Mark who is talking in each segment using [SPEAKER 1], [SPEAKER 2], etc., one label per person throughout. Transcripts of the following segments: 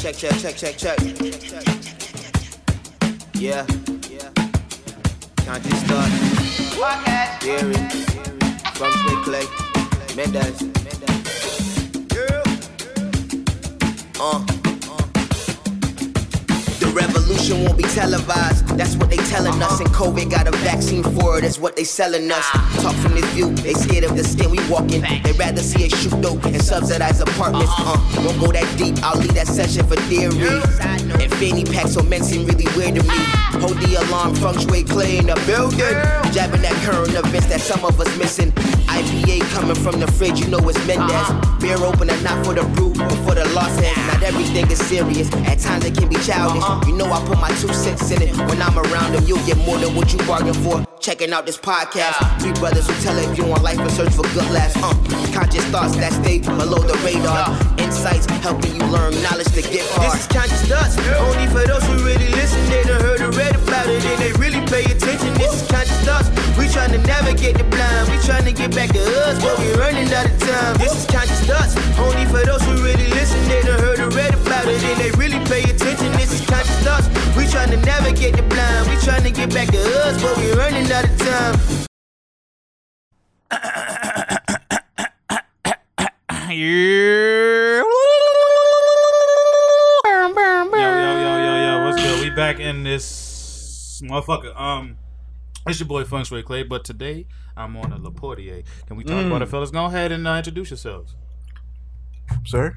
[SPEAKER 1] Check, check, check, check, check. Yeah. Country Star. Gary. From Smith Clay. Mendez. Uh. The revolution won't be televised. That's what they telling us. And COVID got a vaccine for it. That's what they selling us. Talk from this view. They scared of the skin we walking. They rather see us shoot dope and subsidize apartments. Uh, won't go that deep. I'll leave that session for theory. And fanny packs on men seem really weird to me. Hold the alarm, feng shui clay in the building. Jabbing that current events that some of us missing. IPA coming from the fridge. You know it's Mendez. Beer opener not for the brew, but for the lost hands. Not everything is serious. At times it can be childish. You know I put my two cents in it. When I'm around them, you'll get more than what you bargained for. Checking out this podcast. Three brothers who tell you on life and search for good laughs. Uh, conscious thoughts that stay below the radar. Insights helping you learn knowledge to get far. This is conscious thoughts. Only for those who really listen. They done heard and read about it and they really pay attention. This is conscious thoughts. We trying to navigate the blind. We trying to get back to us, but we running out of time. This is conscious thoughts. Only for those who really listen. They done heard and read about it and they really pay attention. This is conscious thoughts. We trying to navigate the blind. We trying to get back to us, but we running out of time.
[SPEAKER 2] Yeah.
[SPEAKER 3] Yo, yo, yo, yo, yo, what's good? We back in this motherfucker. Um, it's your boy Feng Shui Clay, but today I'm on a Laportier. Can we talk
[SPEAKER 4] Mm.
[SPEAKER 3] about it, fellas? Go ahead and uh, introduce yourselves.
[SPEAKER 4] Sir?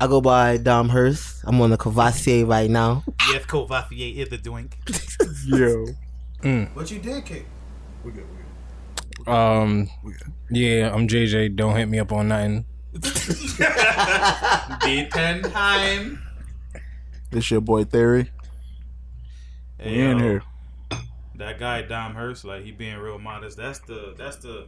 [SPEAKER 1] I go by Dom Hurst. I'm on the Cavassier right now.
[SPEAKER 3] Yes, Kovafier is the doink.
[SPEAKER 4] Yo.
[SPEAKER 3] What you did, Kate?
[SPEAKER 4] We good, we good.
[SPEAKER 5] Um, yeah, I'm JJ. Don't hit me up on nothing.
[SPEAKER 3] Did ten time.
[SPEAKER 4] This your boy Theory. We in here.
[SPEAKER 3] That guy Dom Hurst, like he being real modest. That's the that's the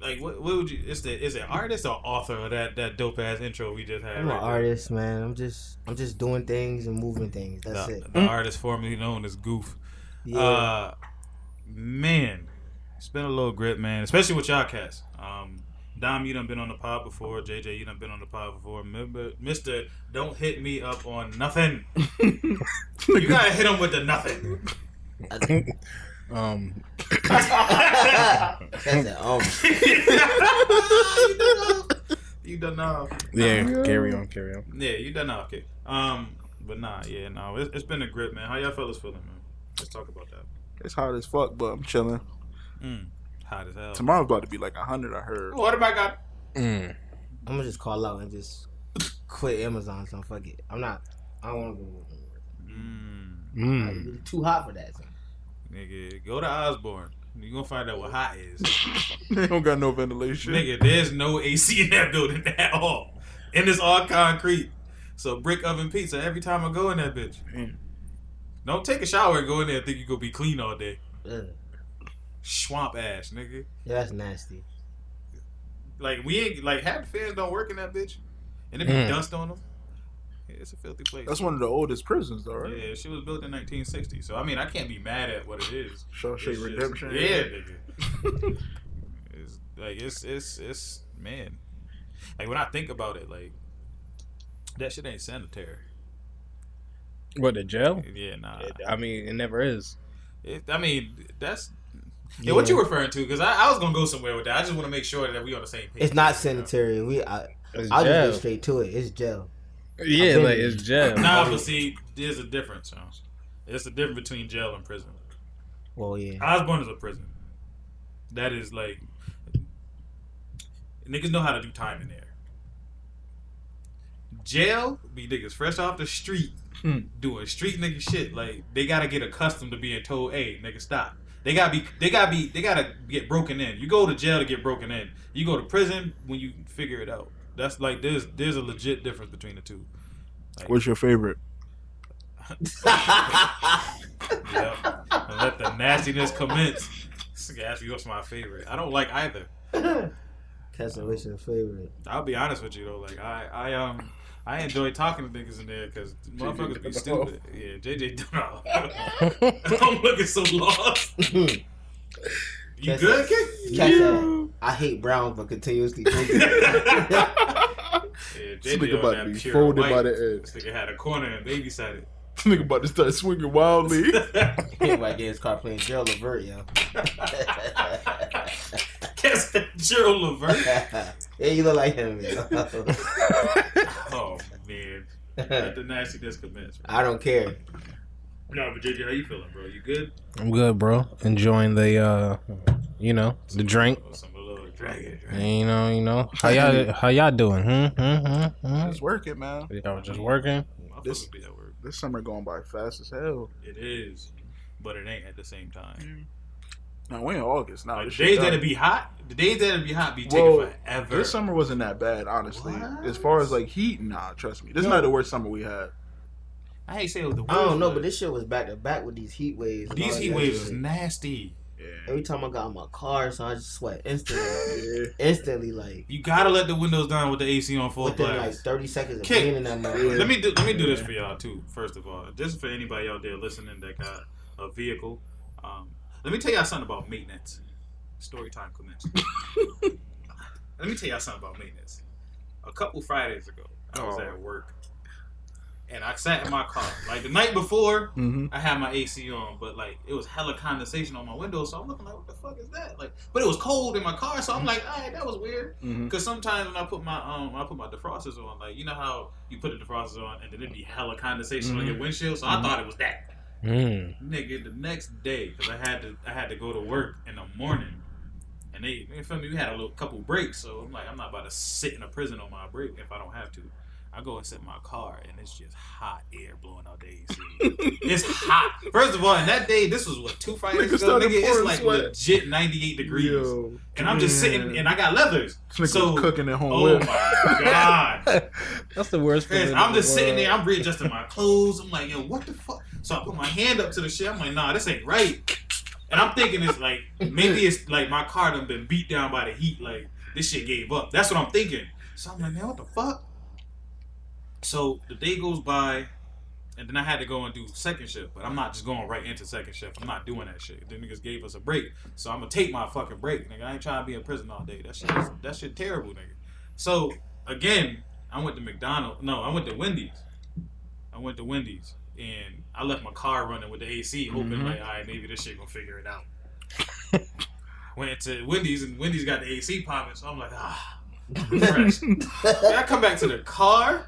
[SPEAKER 3] like what, what would you? Is the is it artist or author of that that dope ass intro we just had?
[SPEAKER 1] I'm an
[SPEAKER 3] right there?
[SPEAKER 1] artist, man. I'm just I'm just doing things and moving things. That's
[SPEAKER 3] the,
[SPEAKER 1] it.
[SPEAKER 3] the artist formerly known as Goof.
[SPEAKER 1] Yeah.
[SPEAKER 3] Uh, man, it's been a little grit, man. Especially with y'all cats. Um, Dom, you done been on the pod before. JJ, you done been on the pod before. Remember, Mister, don't hit me up on nothing. you gotta hit him with the nothing.
[SPEAKER 5] Um,
[SPEAKER 1] That's it. Oh,
[SPEAKER 3] uh, You done uh, off.
[SPEAKER 5] Oh, yeah, carry on, carry on.
[SPEAKER 3] Yeah, you done off, kid. Um, but nah, yeah, no, it's, it's been a grip, man. How y'all fellas feeling, man? Let's talk about that.
[SPEAKER 4] It's hot as fuck, but I'm chilling.
[SPEAKER 3] Hot as hell.
[SPEAKER 4] Tomorrow's about to be like 100, I heard.
[SPEAKER 3] What have I got?
[SPEAKER 5] Mm.
[SPEAKER 1] I'm gonna just call out and just quit Amazon. So fuck it. I'm not. I don't want to go.
[SPEAKER 5] Mm.
[SPEAKER 1] It's too hot for that. Son.
[SPEAKER 3] Nigga, go to Osborne. You gonna find out what hot is.
[SPEAKER 4] They don't got no ventilation.
[SPEAKER 3] Nigga, there's no AC in that building at all. And it's all concrete. So brick oven pizza every time I go in that bitch.
[SPEAKER 4] Mm.
[SPEAKER 3] Don't take a shower and go in there and think you gonna be clean all day.
[SPEAKER 1] Ugh.
[SPEAKER 3] Swamp ass, nigga.
[SPEAKER 1] Yeah, that's nasty.
[SPEAKER 3] Like we ain't like half the fans don't work in that bitch. And it be
[SPEAKER 5] Mm.
[SPEAKER 3] dust on them. Yeah, it's a filthy place.
[SPEAKER 4] That's one of the oldest prisons, though, right?
[SPEAKER 3] yeah, she was built in 1960, so I mean, I can't be mad at what it is.
[SPEAKER 4] Shawshank
[SPEAKER 3] It's just-
[SPEAKER 4] Redemption.
[SPEAKER 3] yeah, nigga. it's like it's it's it's man. Like when I think about it, like that shit ain't sanitary.
[SPEAKER 5] What the jail?
[SPEAKER 3] Yeah, nah.
[SPEAKER 5] I mean, it never is.
[SPEAKER 3] It, I mean, that's yeah. What you referring to? Because I, I was gonna go somewhere with that. I just want to make sure that we on the same page.
[SPEAKER 1] It's not sanitary. We. I,
[SPEAKER 5] It's
[SPEAKER 1] I'll just
[SPEAKER 5] jail.
[SPEAKER 1] get straight to it. It's gel. I've
[SPEAKER 5] yeah, like
[SPEAKER 1] been-
[SPEAKER 5] it's jail.
[SPEAKER 3] Nah, but see, there's a difference. Huh? There's a difference between jail and prison.
[SPEAKER 1] Well, yeah.
[SPEAKER 3] Osborne is a prison. That is like niggas know how to do time in there. Jail be niggas fresh off the street doing street nigga shit. Like they gotta get accustomed to being told, "Hey, nigga, stop." They gotta be. They gotta be. They gotta get broken in. You go to jail to get broken in. You go to prison when you figure it out. That's like there's there's a legit difference between the two.
[SPEAKER 4] What's your favorite?
[SPEAKER 3] Yep. And let the nastiness commence. This nigga asked me what's my favorite. I don't like either.
[SPEAKER 1] Cancellation favorite.
[SPEAKER 3] I'll be honest with you though, like I, I um, I enjoy talking to niggas in there because motherfuckers be
[SPEAKER 4] done
[SPEAKER 3] stupid. Yeah, JJ done off. I'm looking so lost. You
[SPEAKER 1] That's-
[SPEAKER 3] good, kid?
[SPEAKER 1] Catch that. I hate Browns, but continuously. drink it.
[SPEAKER 3] Yeah, JJ
[SPEAKER 2] nigga
[SPEAKER 3] on
[SPEAKER 2] about
[SPEAKER 3] that
[SPEAKER 2] to be
[SPEAKER 3] pure
[SPEAKER 2] folded
[SPEAKER 3] white.
[SPEAKER 2] by the ass.
[SPEAKER 3] This nigga had a corner and babysat it.
[SPEAKER 2] This nigga about to start swinging wildly.
[SPEAKER 6] Everybody get his car playing Gerald Levert, yo.
[SPEAKER 3] Guess that Gerald Levert.
[SPEAKER 6] yeah, you look like him, yo.
[SPEAKER 3] Oh man, let the nastiness commence. bro.
[SPEAKER 6] I don't care.
[SPEAKER 3] No, but JJ, how you feeling, bro? You good?
[SPEAKER 5] I'm good, bro. Enjoying the, uh, you know, the drink.
[SPEAKER 3] Oh, some little dragon. dragon.
[SPEAKER 5] You know, you know. How y'all, how y'all doing? Hmm, hmm, hmm, hmm.
[SPEAKER 4] Let's work it, man.
[SPEAKER 5] Y'all just working.
[SPEAKER 3] My
[SPEAKER 4] This-
[SPEAKER 3] fucking be that word.
[SPEAKER 4] This summer going by fast as hell.
[SPEAKER 3] It is, but it ain't at the same time.
[SPEAKER 4] Now we in August. Now
[SPEAKER 3] Like,
[SPEAKER 4] Oh, this
[SPEAKER 3] the
[SPEAKER 4] shit
[SPEAKER 3] days that
[SPEAKER 4] done.
[SPEAKER 3] it be hot, the days that it be hot be taking
[SPEAKER 4] Well,
[SPEAKER 3] forever.
[SPEAKER 4] this summer wasn't that bad, honestly.
[SPEAKER 3] What?
[SPEAKER 4] As far as like heat, nah, trust me. This is
[SPEAKER 3] No.
[SPEAKER 4] not the worst summer we had.
[SPEAKER 3] I hate saying it with the
[SPEAKER 6] I don't know, but this shit was back to back with these heat waves. and all
[SPEAKER 3] these
[SPEAKER 6] that
[SPEAKER 3] heat
[SPEAKER 6] other
[SPEAKER 3] waves is
[SPEAKER 6] shit.
[SPEAKER 3] nasty.
[SPEAKER 4] Yeah.
[SPEAKER 6] Every time I got in my car, so I just sweat instantly.
[SPEAKER 4] Yeah.
[SPEAKER 6] instantly, like
[SPEAKER 3] You gotta let the windows down with the AC on full
[SPEAKER 6] within like
[SPEAKER 3] blast.
[SPEAKER 6] 30 seconds of
[SPEAKER 3] Kick.
[SPEAKER 6] being in that
[SPEAKER 3] Let
[SPEAKER 6] motherfucker.
[SPEAKER 3] me do let me do this for y'all too. First of all, just for anybody out there listening that got a vehicle, um, let me tell y'all something about maintenance. Story time commence. let me tell y'all something about maintenance. A couple Fridays ago, I was
[SPEAKER 2] Oh.
[SPEAKER 3] at work, and I sat in my car. Like the night before,
[SPEAKER 4] Mm-hmm.
[SPEAKER 3] I had my AC on, but like it was hella condensation on my window, so I'm looking like, what the fuck is that? Like, but it was cold in my car, so I'm like, all right, that was weird.
[SPEAKER 4] Mm-hmm.
[SPEAKER 3] Because sometimes when I put my um I put my defrosters on, like you know how you put the defrosters on and then it'd be hella condensation on your windshield, so I thought it was that.
[SPEAKER 5] Mm.
[SPEAKER 3] Nigga, the next day, because I had to I had to go to work in the morning, and they you feel me. We had a little couple breaks, so I'm like I'm not about to sit in a prison on my break if I don't have to. I go and sit in my car, and it's just hot air blowing out the AC. it's hot. First of all, and that day, this was what two Fridays
[SPEAKER 2] Nigga
[SPEAKER 3] ago.
[SPEAKER 2] started
[SPEAKER 3] Nigga, it's
[SPEAKER 2] pouring
[SPEAKER 3] like
[SPEAKER 2] sweat.
[SPEAKER 3] legit 98 degrees,
[SPEAKER 2] Yo.
[SPEAKER 3] and I'm just
[SPEAKER 4] man.
[SPEAKER 3] sitting, and I got leathers.
[SPEAKER 4] This nigga
[SPEAKER 3] So-
[SPEAKER 4] was cooking at home.
[SPEAKER 3] Oh
[SPEAKER 4] with.
[SPEAKER 3] my god.
[SPEAKER 5] That's the worst.
[SPEAKER 3] Chris,
[SPEAKER 5] feeling in
[SPEAKER 3] I'm
[SPEAKER 5] the
[SPEAKER 3] just sitting there,
[SPEAKER 5] world.
[SPEAKER 3] I'm readjusting my clothes. I'm like, yo, what the fuck? So I put my hand up to the shit. I'm like, nah, this ain't right. And I'm thinking it's like, maybe it's like my car done been beat down by the heat. Like, this shit gave up. That's what I'm thinking. So I'm like, man, what the fuck? So the day goes by, and then I had to go and do second shift, but I'm not just going right into second shift. I'm not doing that shit. The niggas gave us a break. So I'm gonna take my fucking break, nigga. I ain't trying to be in prison all day. That shit is, that shit terrible, nigga. So again, I went to McDonald's. No, I went to Wendy's. I went to Wendy's and I left my car running with the AC open. Like, all right, maybe this shit gonna figure it out. went to Wendy's and Wendy's got the AC popping, so I'm like, ah, I'm refreshed. Then I come back to the car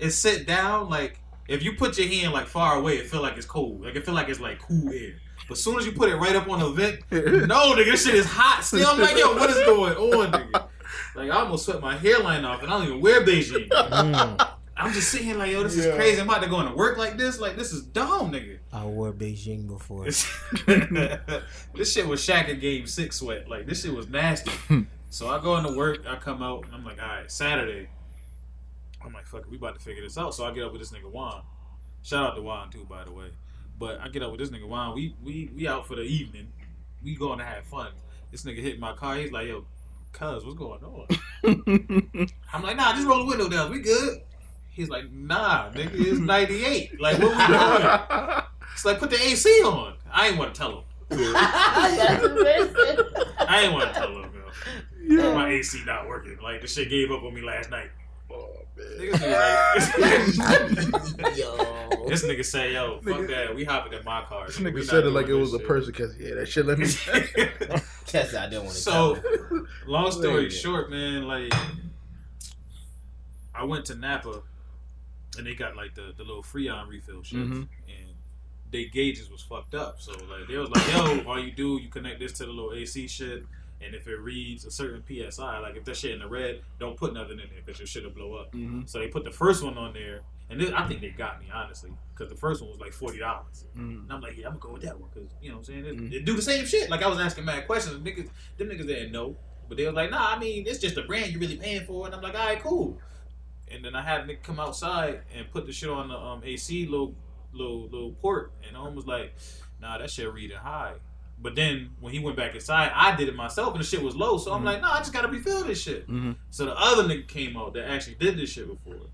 [SPEAKER 3] and sit down. Like, if you put your hand like far away, it feel like it's cold. Like it feel like it's like cool air. But soon as you put it right up on the vent, no, nigga, this shit is hot still. I'm like, yo, what is going on, nigga? Like I almost sweat my hairline off, and I don't even wear Beijing.
[SPEAKER 5] Mm.
[SPEAKER 3] I'm just sitting here like, yo, this is
[SPEAKER 2] Yeah.
[SPEAKER 3] crazy. I'm about to go into work like this. Like this is dumb, nigga.
[SPEAKER 6] I wore Beijing before.
[SPEAKER 3] This, this shit was Shaq in Game Six sweat. Like this shit was nasty. so I go into work, I come out, and I'm like, all right, Saturday. I'm like, fuck, it, we about to figure this out. So I get up with this nigga Juan. Shout out to Juan too, by the way. But I get up with this nigga Juan. We we we out for the evening. We going to have fun. This nigga hit my car. He's like, yo, cuz, what's going on? I'm like, nah, just roll the window down. We good. He's like, nah, nigga, it's 98. Like, what we doing? It's like put the AC on. I ain't want to tell him.
[SPEAKER 6] That's amazing.
[SPEAKER 3] I ain't want to tell him, yo. My AC not working. Like the shit gave up on me last night.
[SPEAKER 2] Oh, man.
[SPEAKER 3] Niggas was like,
[SPEAKER 6] Yo.
[SPEAKER 3] this nigga said, "Yo, fuck that. We hopping in my car."
[SPEAKER 2] This
[SPEAKER 3] We
[SPEAKER 2] nigga
[SPEAKER 3] not
[SPEAKER 2] said it like it
[SPEAKER 3] doing
[SPEAKER 2] was
[SPEAKER 3] this
[SPEAKER 2] a person because, yeah, that shit let me.
[SPEAKER 3] shit.
[SPEAKER 6] That's I didn't want to
[SPEAKER 3] so, long
[SPEAKER 2] Wait
[SPEAKER 3] story
[SPEAKER 2] a
[SPEAKER 3] short, man, like I went to Napa and they got like the, the little Freon refill shit,
[SPEAKER 2] Mm-hmm.
[SPEAKER 4] Mhm.
[SPEAKER 3] and they gauges was fucked up. So like they was like, yo, all you do, you connect this to the little AC shit, and if it reads a certain PSI, like if that shit in the red, don't put nothing in there because your shit'll blow up.
[SPEAKER 4] Mhm.
[SPEAKER 3] So they put the first one on there, and then I think they got me honestly because the first one was like forty dollars.
[SPEAKER 4] Mm.
[SPEAKER 2] Mm-hmm.
[SPEAKER 3] And I'm like, yeah, I'm gonna go with that one because you know what I'm saying. It, it do the same shit. Like I was asking mad questions. Niggas, them niggas didn't know, but they was like, nah, I mean, it's just a brand you're really paying for. And I'm like, all right, cool. And then I had a nigga come outside and put the shit on the um, AC little little little port, and I was like, nah, that shit reading high. But then when he went back inside, I did it myself, and the shit was low. So I'm like, nah, I just gotta refill this shit.
[SPEAKER 4] Mhm.
[SPEAKER 3] So the other nigga came out that actually did this shit before.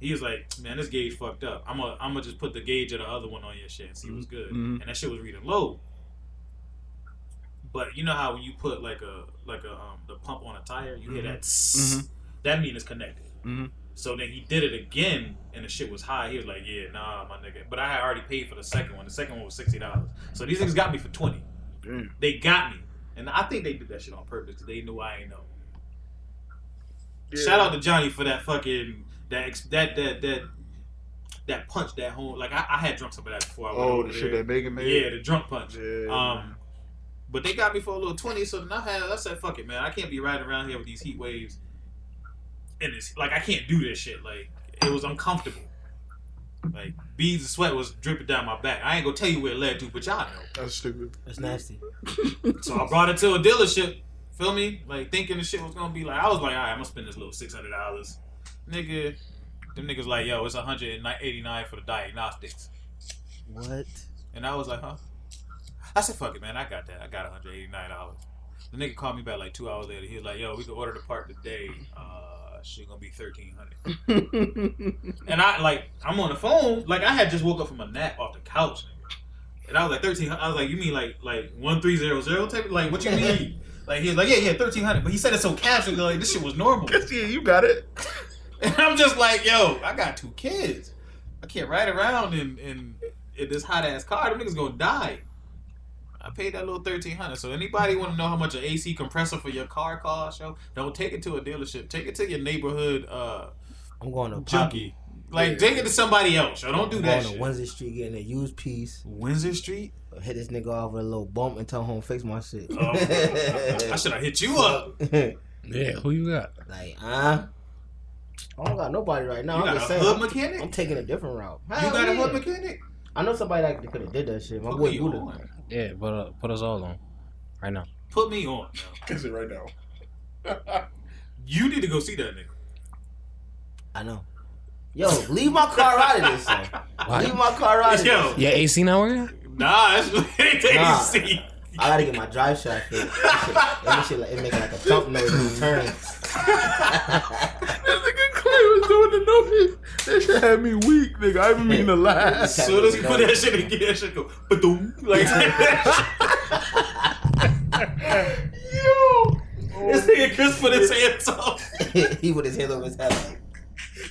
[SPEAKER 3] He was like, "Man, this gauge fucked up. I'm gonna I'm gonna just put the gauge of the other one on your shit and see what's good."
[SPEAKER 4] Mhm.
[SPEAKER 3] And that shit was reading low. But you know how when you put like a like a um the pump on a tire, you hear that. tss? That mean it's connected.
[SPEAKER 4] Mhm.
[SPEAKER 3] So then he did it again, and the shit was high. He was like, "Yeah, nah, my nigga." But I had already paid for the second one. The second one was sixty dollars. So these niggas got me for twenty.
[SPEAKER 2] Damn.
[SPEAKER 3] They got me, and I think they did that shit on purpose 'cause they knew I ain't know.
[SPEAKER 2] Yeah.
[SPEAKER 3] Shout out to Johnny for that fucking that ex, that that that that punch that home. Like I, I had drunk some of that before. I went
[SPEAKER 2] Oh,
[SPEAKER 3] over
[SPEAKER 2] the shit
[SPEAKER 3] there.
[SPEAKER 2] that Megan made.
[SPEAKER 3] Yeah, the drunk punch.
[SPEAKER 2] Yeah.
[SPEAKER 3] Um, but they got me for a little twenty, so then I had I said, "Fuck it, man! I can't be riding around here with these heat waves." And it's like I can't do this shit. Like it was uncomfortable. Like beads of sweat was dripping down my back. I ain't gonna tell you where it led to, but y'all know.
[SPEAKER 2] That's stupid.
[SPEAKER 6] That's nasty.
[SPEAKER 3] So I brought it to a dealership. Feel me? Like thinking the shit was gonna be like I was like, all right, I'm gonna spend this little six hundred dollars, nigga. Them niggas like, yo, it's 189 for the diagnostics.
[SPEAKER 6] What?
[SPEAKER 3] And I was like, huh? I said, fuck it, man. I got that. I got $189. The nigga called me back like two hours later. He was like, yo, we can order the part today. Uh, she gonna be 1300 And I, like, I'm on the phone. Like, I had just woke up from a nap off the couch, nigga. And I was like, 1300 I was like, you mean like, like 1300 type? Like, what you mean? Like, he was like, yeah, yeah, 1300 But he said it so casually, like, this shit was normal.
[SPEAKER 2] Yeah, you got it.
[SPEAKER 3] And I'm just like, yo, I got two kids. I can't ride around in in, in this hot ass car. Them niggas gonna die. I paid that little thirteen hundred. So anybody want to know how much an AC compressor for your car costs? Yo, don't take it to a dealership. Take it to your neighborhood uh
[SPEAKER 6] I'm going to
[SPEAKER 3] junkie. Like take it to somebody else. Yo, don't do
[SPEAKER 6] I'm
[SPEAKER 3] that.
[SPEAKER 6] going to
[SPEAKER 3] Shit.
[SPEAKER 6] Windsor Street getting a used piece.
[SPEAKER 3] Windsor Street.
[SPEAKER 6] Hit this nigga off with a little bump and tell him fix my shit.
[SPEAKER 3] Oh, I should have hit you up.
[SPEAKER 5] Yeah, who you got?
[SPEAKER 6] like, uh, I don't got nobody right now.
[SPEAKER 3] You
[SPEAKER 6] I'm
[SPEAKER 3] got a
[SPEAKER 6] just saying.
[SPEAKER 3] hood
[SPEAKER 6] I'm,
[SPEAKER 3] mechanic.
[SPEAKER 6] I'm taking a different route.
[SPEAKER 3] you
[SPEAKER 6] Hell
[SPEAKER 3] got a
[SPEAKER 6] yeah.
[SPEAKER 3] hood mechanic.
[SPEAKER 6] I know somebody that could have did that shit. My
[SPEAKER 3] Put
[SPEAKER 6] boy
[SPEAKER 3] me
[SPEAKER 6] Buddha.
[SPEAKER 3] on.
[SPEAKER 5] Yeah, but uh, put us all on right now.
[SPEAKER 3] Put me on. yo.
[SPEAKER 2] Kiss it right now.
[SPEAKER 3] You need to go see that nigga.
[SPEAKER 6] I know. Yo, leave my car out of this. Son. Leave my car out of
[SPEAKER 3] Yo,
[SPEAKER 6] this.
[SPEAKER 5] Yeah, AC now working?
[SPEAKER 3] nah, it's ain't
[SPEAKER 6] Nah.
[SPEAKER 3] AC.
[SPEAKER 6] I gotta get my drive shaft fixed. That shit- that shit, like, it make like a jump noise when you turn.
[SPEAKER 2] That nigga Clay was doing the notice. That shit had me weak, nigga. I even mean to
[SPEAKER 3] As
[SPEAKER 2] laugh.
[SPEAKER 3] soon as you put that shit in gear, that shit go ba-doom. Like Yo This nigga Chris put his hands off.
[SPEAKER 6] he with his hand over his head. Like,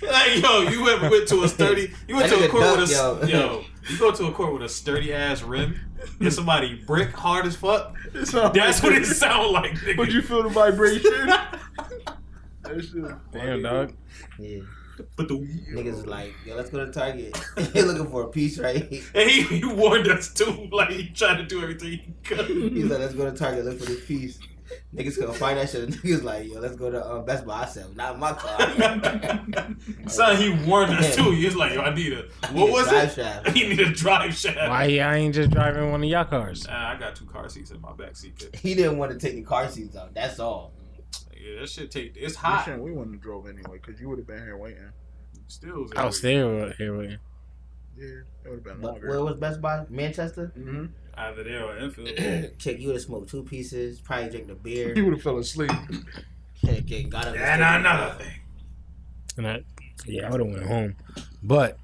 [SPEAKER 3] Like, yo, you ever went to a sturdy you went
[SPEAKER 6] That
[SPEAKER 3] to a
[SPEAKER 6] nigga
[SPEAKER 3] court
[SPEAKER 6] duck,
[SPEAKER 3] with a yo.
[SPEAKER 6] yo.
[SPEAKER 3] yo, you go to a court with a sturdy ass rim and somebody brick hard as fuck.
[SPEAKER 2] It's all
[SPEAKER 3] That's what it
[SPEAKER 2] right.
[SPEAKER 3] sound like, nigga.
[SPEAKER 2] But you feel the vibration? that shit.
[SPEAKER 5] Damn, dog.
[SPEAKER 6] yeah,
[SPEAKER 3] Ba-doom.
[SPEAKER 6] niggas is like, yo, let's go to Target. He looking for a piece, right? He's
[SPEAKER 3] And he, he warned us too, like he tried to do everything he could.
[SPEAKER 6] like, let's go to Target, look for this piece. Niggas gonna find that shit. Niggas like, yo, let's go to um, Best Buy. I said, not my car.
[SPEAKER 3] Son, he warned us too. He was like, yo, I need a what was
[SPEAKER 6] drive
[SPEAKER 3] it?
[SPEAKER 6] shaft.
[SPEAKER 3] He need a drive shaft.
[SPEAKER 5] Why I ain't just driving one of y'all cars?
[SPEAKER 3] Nah, I got two car seats in my back seat. bitch.
[SPEAKER 6] He didn't want to take the car seats out. That's all.
[SPEAKER 3] Yeah, that shit take. It's
[SPEAKER 2] We
[SPEAKER 3] hot.
[SPEAKER 2] shouldn't- We wouldn't have drove anyway, because you would have been here waiting.
[SPEAKER 3] Still, is
[SPEAKER 5] I was
[SPEAKER 3] ugly.
[SPEAKER 5] there with- here with you.
[SPEAKER 2] Yeah, it would have been
[SPEAKER 6] But
[SPEAKER 2] longer.
[SPEAKER 6] where was Best Buy? Manchester.
[SPEAKER 3] Mm-hmm.
[SPEAKER 2] hmm
[SPEAKER 3] either there or Enfield.
[SPEAKER 6] Check you would have smoked two pieces. Probably drink the beer.
[SPEAKER 2] He would have fell asleep.
[SPEAKER 6] Heck, getting got up.
[SPEAKER 3] and another thing.
[SPEAKER 5] And I, yeah, I would have went home. But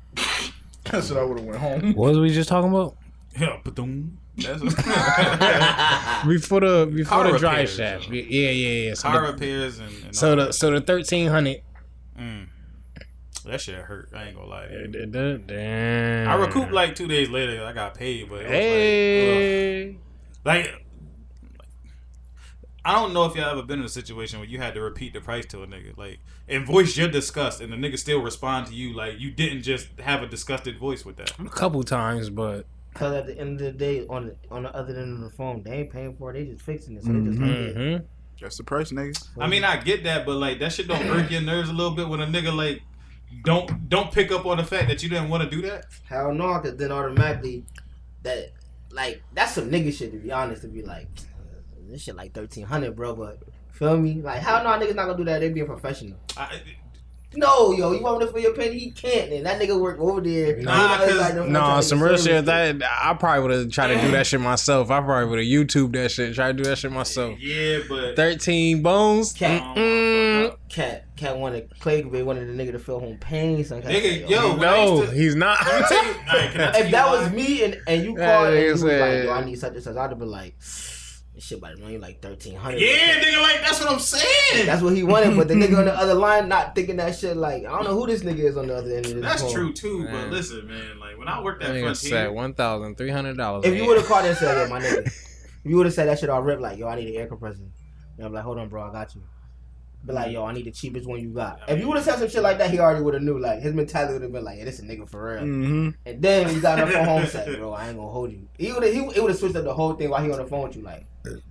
[SPEAKER 2] That's what I would have went home.
[SPEAKER 5] what was we just talking about?
[SPEAKER 3] Yeah, ba-doom. That's what-
[SPEAKER 5] Before the before
[SPEAKER 3] Car
[SPEAKER 5] the drive
[SPEAKER 3] repairs,
[SPEAKER 5] shaft.
[SPEAKER 3] though.
[SPEAKER 5] Yeah, yeah, yeah. So,
[SPEAKER 3] car
[SPEAKER 5] the,
[SPEAKER 3] repairs and, and
[SPEAKER 5] so
[SPEAKER 3] all
[SPEAKER 5] the so the thirteen hundred.
[SPEAKER 3] that. Mm. That shit hurt. I ain't gonna lie. To you.
[SPEAKER 5] Damn.
[SPEAKER 3] I recouped like two days later. I got paid, but it was like, ugh.
[SPEAKER 5] Hey.
[SPEAKER 3] Like, I don't know if y'all ever been in a situation where you had to repeat the price to a nigga, like, and voice your disgust, and the nigga still respond to you like you didn't just have a disgusted voice with that.
[SPEAKER 5] A couple times, but
[SPEAKER 6] Because at the end of the day, on the, on the other end of the phone, they ain't paying for it. They just fixing it. So they just like, yeah.
[SPEAKER 5] hmm
[SPEAKER 2] That's the price, niggas.
[SPEAKER 3] I mean, I get that, but like that shit don't irk your nerves a little bit when a nigga like don't don't pick up on the fact that you didn't want to do that.
[SPEAKER 6] hell no, because then automatically that like that's some nigga shit to be honest. To be like this shit like thirteen hundred, bro. But feel me? Like hell no, niggas not gonna do that. They be a professional.
[SPEAKER 3] I,
[SPEAKER 6] No, yo, you want me to for your penny? He can't. And that nigga work over there.
[SPEAKER 3] Nah,
[SPEAKER 6] He on the other
[SPEAKER 3] 'cause-
[SPEAKER 6] side of the
[SPEAKER 5] No,
[SPEAKER 6] fucking
[SPEAKER 5] some real
[SPEAKER 6] service.
[SPEAKER 5] shit. That I probably would have tried to do that shit myself. I probably would have YouTube that shit. Try to do that shit myself.
[SPEAKER 3] yeah, but
[SPEAKER 5] Thirteen bones.
[SPEAKER 6] Cat.
[SPEAKER 5] Mm-mm.
[SPEAKER 6] Cat, cat wanted Clay Bay wanted the nigga to feel home pain. Some kind of
[SPEAKER 3] nigga,
[SPEAKER 6] shit,
[SPEAKER 3] yo, when I
[SPEAKER 5] No,
[SPEAKER 3] used to,
[SPEAKER 5] he's not.
[SPEAKER 3] let me tell you, all right, can I tell
[SPEAKER 6] If
[SPEAKER 3] you
[SPEAKER 6] that
[SPEAKER 3] why?
[SPEAKER 6] was me and, and you
[SPEAKER 5] Yeah,
[SPEAKER 6] called and
[SPEAKER 5] nigga
[SPEAKER 6] you was like,
[SPEAKER 5] said-
[SPEAKER 6] yo, I need such and such, I'd have been like, This shit about to run you like thirteen hundred.
[SPEAKER 3] Yeah, nigga, like that's what I'm saying.
[SPEAKER 6] That's what he wanted, but the nigga on the other line not thinking that shit. Like I don't know who this nigga is on the other end of this.
[SPEAKER 3] That's
[SPEAKER 6] phone.
[SPEAKER 3] true too.
[SPEAKER 5] Man.
[SPEAKER 3] But listen, man, like when I worked at
[SPEAKER 5] That nigga said
[SPEAKER 3] Frontier,
[SPEAKER 5] one thousand three hundred dollars.
[SPEAKER 6] If you would have called and said, "Yo, my nigga," if you would have said that shit all rip, like, "Yo, I need an air compressor," and I'm like, "Hold on, bro, I got you." But like, "Yo, I need the cheapest one you got."
[SPEAKER 3] I
[SPEAKER 6] if you
[SPEAKER 3] mean-
[SPEAKER 6] would have said some shit like that, he already would have knew. Like his mentality would have been like, "Yeah, this a nigga for real."
[SPEAKER 4] Mm-hmm.
[SPEAKER 6] And then when you got on the phone, home set, bro, I ain't gonna hold you. He would have, he would have switched up the whole thing while he on the phone with you, like,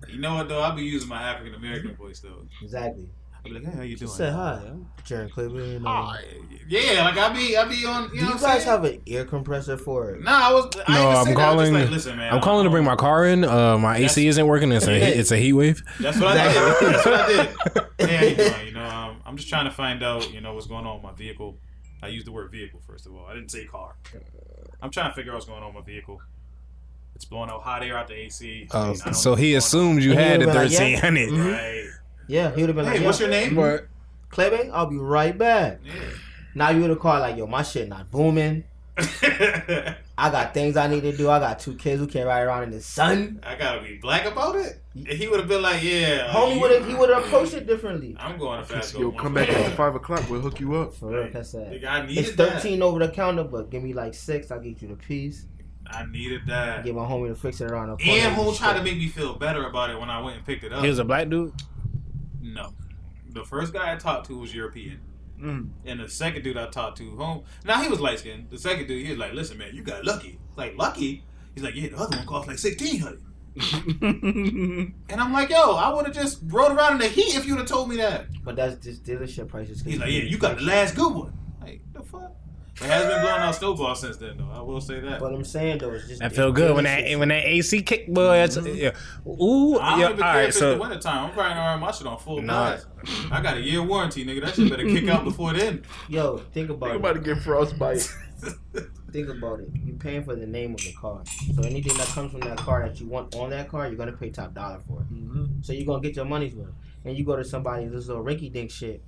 [SPEAKER 3] you know what though? I'll be using my African American voice though.
[SPEAKER 6] exactly.
[SPEAKER 3] Mm-hmm. I'll be like, hey, how you doing?
[SPEAKER 6] I'm Jaron Cleveland. and, um,
[SPEAKER 3] Aw, Oh, yeah, like I be, I be on.
[SPEAKER 6] Do
[SPEAKER 3] You
[SPEAKER 6] you
[SPEAKER 3] know what I'm
[SPEAKER 6] guys
[SPEAKER 3] saying?
[SPEAKER 6] have an air compressor for?
[SPEAKER 3] Nah, I was. I
[SPEAKER 5] No,
[SPEAKER 3] ain't
[SPEAKER 5] I'm
[SPEAKER 3] I'm calling.
[SPEAKER 5] calling-
[SPEAKER 3] Just like, Listen, man,
[SPEAKER 5] I'm calling to bring
[SPEAKER 3] um,
[SPEAKER 5] my car in. Uh, my AC isn't working. It's a it's a heat wave.
[SPEAKER 3] That's what I
[SPEAKER 6] Exactly.
[SPEAKER 3] did. That's what I did. Yeah, you know, you know um, I'm just trying to find out, you know, what's going on with my vehicle. I used the word vehicle first of all. I didn't say car. I'm trying to figure out what's going on with my vehicle. It's blowing out hot air out the AC. I
[SPEAKER 5] Uh,
[SPEAKER 3] mean, I don't
[SPEAKER 5] so
[SPEAKER 3] know
[SPEAKER 5] he
[SPEAKER 3] what's
[SPEAKER 5] assumed you
[SPEAKER 6] And he
[SPEAKER 5] had the
[SPEAKER 6] would've been like,
[SPEAKER 5] thirteen
[SPEAKER 6] yeah.
[SPEAKER 5] hundred.
[SPEAKER 3] going on. Right.
[SPEAKER 6] Yeah, he would have been like,
[SPEAKER 3] Hey, what's
[SPEAKER 6] "Yo,
[SPEAKER 3] your name?
[SPEAKER 6] Cleve, I'll be right back." Now you would have called like, "Yo, my shit not booming.
[SPEAKER 3] Yeah.
[SPEAKER 6] I got things I need to do. I got two kids who can't ride around in the sun."
[SPEAKER 3] I gotta be black about it. He would have been like, yeah. uh,
[SPEAKER 6] Homie
[SPEAKER 3] you-
[SPEAKER 6] would have, he would have approached it differently.
[SPEAKER 3] I'm going to fast
[SPEAKER 2] Yo,
[SPEAKER 3] go
[SPEAKER 2] come
[SPEAKER 3] one
[SPEAKER 2] back at
[SPEAKER 3] way.
[SPEAKER 2] five o'clock. We'll hook you up.
[SPEAKER 6] For real, that's
[SPEAKER 3] Nigga,
[SPEAKER 6] sad.
[SPEAKER 3] I needed
[SPEAKER 6] It's thirteen over the counter, but give me like six. I'll get you the piece.
[SPEAKER 3] that. I needed that.
[SPEAKER 6] Get my homie to fix it around the corner.
[SPEAKER 3] And who tried to make me feel better about it when I went and picked it up.
[SPEAKER 5] He was a black dude.
[SPEAKER 3] No. The first guy I talked to was European.
[SPEAKER 4] Mm.
[SPEAKER 3] And the second dude I talked to, home, now he was light skinned. The second dude, he was like, listen, man, you got lucky. Like, lucky? He's like, yeah, the other one cost like 1600 And I'm like, yo, I would have just rode around in the heat if you'd have told me that.
[SPEAKER 6] But that's just dealership prices.
[SPEAKER 3] He's like, yeah, you got the last good one. Like, the fuck? It has been blowing out snowball since then, though. I will say that.
[SPEAKER 6] But I'm saying though, it's just
[SPEAKER 5] That felt good when that when that AC kicked, boy. That's, yeah. Ooh,
[SPEAKER 3] Mm-hmm. I don't
[SPEAKER 5] yeah, all
[SPEAKER 3] even care if
[SPEAKER 5] right.
[SPEAKER 3] it's the
[SPEAKER 5] So
[SPEAKER 3] wintertime. I'm crying around my shit on full
[SPEAKER 5] Nah.
[SPEAKER 3] blast. I got a year warranty, nigga. That shit better kick out before then.
[SPEAKER 6] Yo, think about
[SPEAKER 2] You
[SPEAKER 6] it.
[SPEAKER 2] about to get frostbite.
[SPEAKER 6] Think about it. You're paying for the name of the car. So anything that comes from that car that you want on that car, you're gonna pay top dollar for it.
[SPEAKER 3] Mm-hmm.
[SPEAKER 6] So you're gonna get your money's worth. And you go to somebody this little rinky dink shit.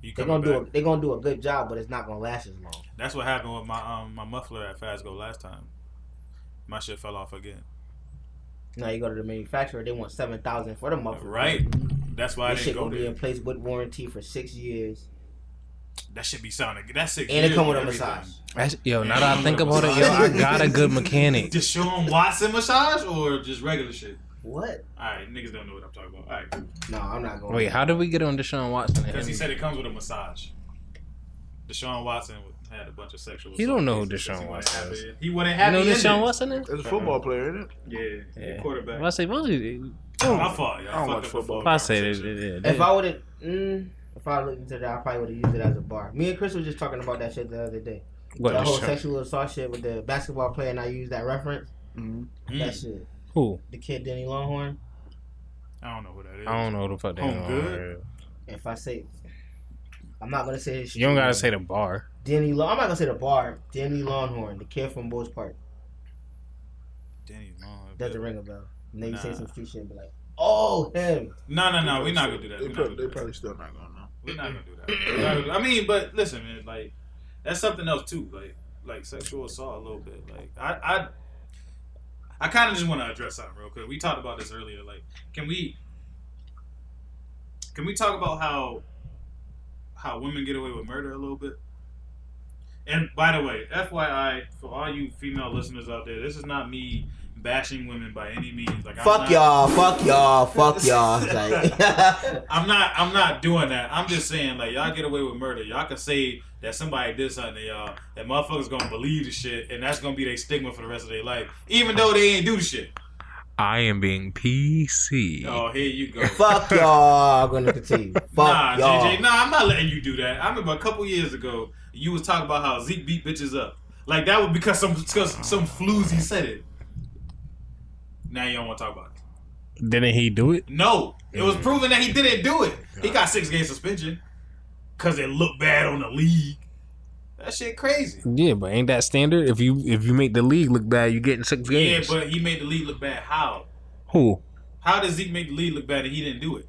[SPEAKER 3] You
[SPEAKER 6] They're
[SPEAKER 3] coming
[SPEAKER 6] gonna do
[SPEAKER 3] back.
[SPEAKER 6] a, they're gonna do a good job, but it's not gonna last as long.
[SPEAKER 3] That's what happened with my um my muffler at Fazgo last time. My shit fell off again.
[SPEAKER 6] Now you go to the manufacturer, they want seven thousand for the muffler.
[SPEAKER 3] Right. That's why I
[SPEAKER 6] This shit
[SPEAKER 3] didn't go
[SPEAKER 6] gonna be
[SPEAKER 3] there.
[SPEAKER 6] in place with warranty for six years,
[SPEAKER 3] That should be sounding good. That's six.
[SPEAKER 6] and it
[SPEAKER 3] years
[SPEAKER 6] come with a
[SPEAKER 3] everything.
[SPEAKER 6] massage.
[SPEAKER 5] that's, yo, now that I think about it, yo, I got a good mechanic.
[SPEAKER 3] Just show 'em Watson massage or just regular shit.
[SPEAKER 6] What?
[SPEAKER 3] All right, niggas don't know what I'm talking about. All right, cool.
[SPEAKER 6] No, I'm not going.
[SPEAKER 5] Wait, how did we get on Deshaun Watson?
[SPEAKER 3] Because he said it comes with a massage. Deshaun Watson had a bunch of sexual.
[SPEAKER 5] You don't know who
[SPEAKER 3] assault cases.
[SPEAKER 5] Deshaun
[SPEAKER 3] He
[SPEAKER 5] Watson
[SPEAKER 3] wouldn't
[SPEAKER 5] is.
[SPEAKER 3] have it. He wouldn't
[SPEAKER 5] You
[SPEAKER 3] have
[SPEAKER 5] know
[SPEAKER 3] the
[SPEAKER 5] Deshaun
[SPEAKER 3] ending.
[SPEAKER 5] Watson is?
[SPEAKER 2] That's a football player, isn't it?
[SPEAKER 3] Yeah,
[SPEAKER 5] Yeah.
[SPEAKER 3] quarterback.
[SPEAKER 5] If I say, well, if
[SPEAKER 3] My fault. Y'all.
[SPEAKER 2] I don't
[SPEAKER 3] Fuck
[SPEAKER 2] watch
[SPEAKER 3] up the
[SPEAKER 2] football.
[SPEAKER 5] if I say
[SPEAKER 3] Oh, conversation.
[SPEAKER 5] that, yeah,
[SPEAKER 6] If
[SPEAKER 5] yeah.
[SPEAKER 6] I would have, mm, if I looked into that, I probably would have used it as a bar. Me and Chris were just talking about that shit the other day.
[SPEAKER 5] what
[SPEAKER 3] Oh,
[SPEAKER 6] that whole
[SPEAKER 5] Deshaun?
[SPEAKER 6] sexual assault shit with the basketball player, and I used that reference. That
[SPEAKER 3] Mm,
[SPEAKER 6] shit,
[SPEAKER 5] Who?
[SPEAKER 6] the kid Denny Longhorn.
[SPEAKER 3] I don't know who that is.
[SPEAKER 5] I don't know who the fuck they
[SPEAKER 3] Oh,
[SPEAKER 5] are.
[SPEAKER 3] good.
[SPEAKER 6] If I say, I'm not gonna say his.
[SPEAKER 5] You don't gotta
[SPEAKER 6] street
[SPEAKER 5] say the bar.
[SPEAKER 6] name. Denny. Long, I'm not gonna say the bar. Denny Longhorn, the kid from Bulls Park.
[SPEAKER 3] Danny Long.
[SPEAKER 6] Doesn't ring a bell. And then you say
[SPEAKER 3] Nah.
[SPEAKER 6] some street shit, and be like, "Oh him."
[SPEAKER 3] No, no, no. We're not gonna do that.
[SPEAKER 2] They
[SPEAKER 3] We're not
[SPEAKER 2] probably,
[SPEAKER 3] gonna do
[SPEAKER 2] they
[SPEAKER 3] that.
[SPEAKER 2] probably still not gonna know.
[SPEAKER 3] We're not gonna do that. We're not gonna- I mean, but listen, man, like that's something else too. Like like sexual assault a little bit. Like I I I kind of just want to address something real quick. We talked about this earlier. Like, can we can we talk about how how women get away with murder a little bit? And by the way, FYI, for all you female listeners out there, this is not me bashing women by any means. Like, I'm
[SPEAKER 6] Fuck
[SPEAKER 3] not-
[SPEAKER 6] y'all. Fuck y'all. Fuck y'all. It's Like,
[SPEAKER 3] I'm not. I'm not doing that. I'm just saying, like, y'all get away with murder. Y'all can say that somebody did something to y'all, that motherfuckers gonna believe the shit, and that's gonna be their stigma for the rest of their life, even though they ain't do the shit.
[SPEAKER 5] I am being PC.
[SPEAKER 3] Oh, here you go.
[SPEAKER 6] fuck y'all. I'm gonna continue. Fuck
[SPEAKER 3] nah,
[SPEAKER 6] y'all.
[SPEAKER 3] JJ. Nah, I'm not letting you do that. I remember a couple years ago, you was talking about how Zeke beat bitches up. Like that was because some because some floozy said it. Now you don't want to talk about it.
[SPEAKER 5] Didn't he do it?
[SPEAKER 3] No, it
[SPEAKER 5] Mm.
[SPEAKER 3] was proven that he didn't do it. He got six game suspension because it looked bad on the league. That shit crazy.
[SPEAKER 5] Yeah, but ain't that standard? If you if you make the league look bad, you getting six
[SPEAKER 3] Yeah,
[SPEAKER 5] games.
[SPEAKER 3] but he made the league look bad. How?
[SPEAKER 5] who
[SPEAKER 3] How does Zeke make the league look bad and he didn't do it?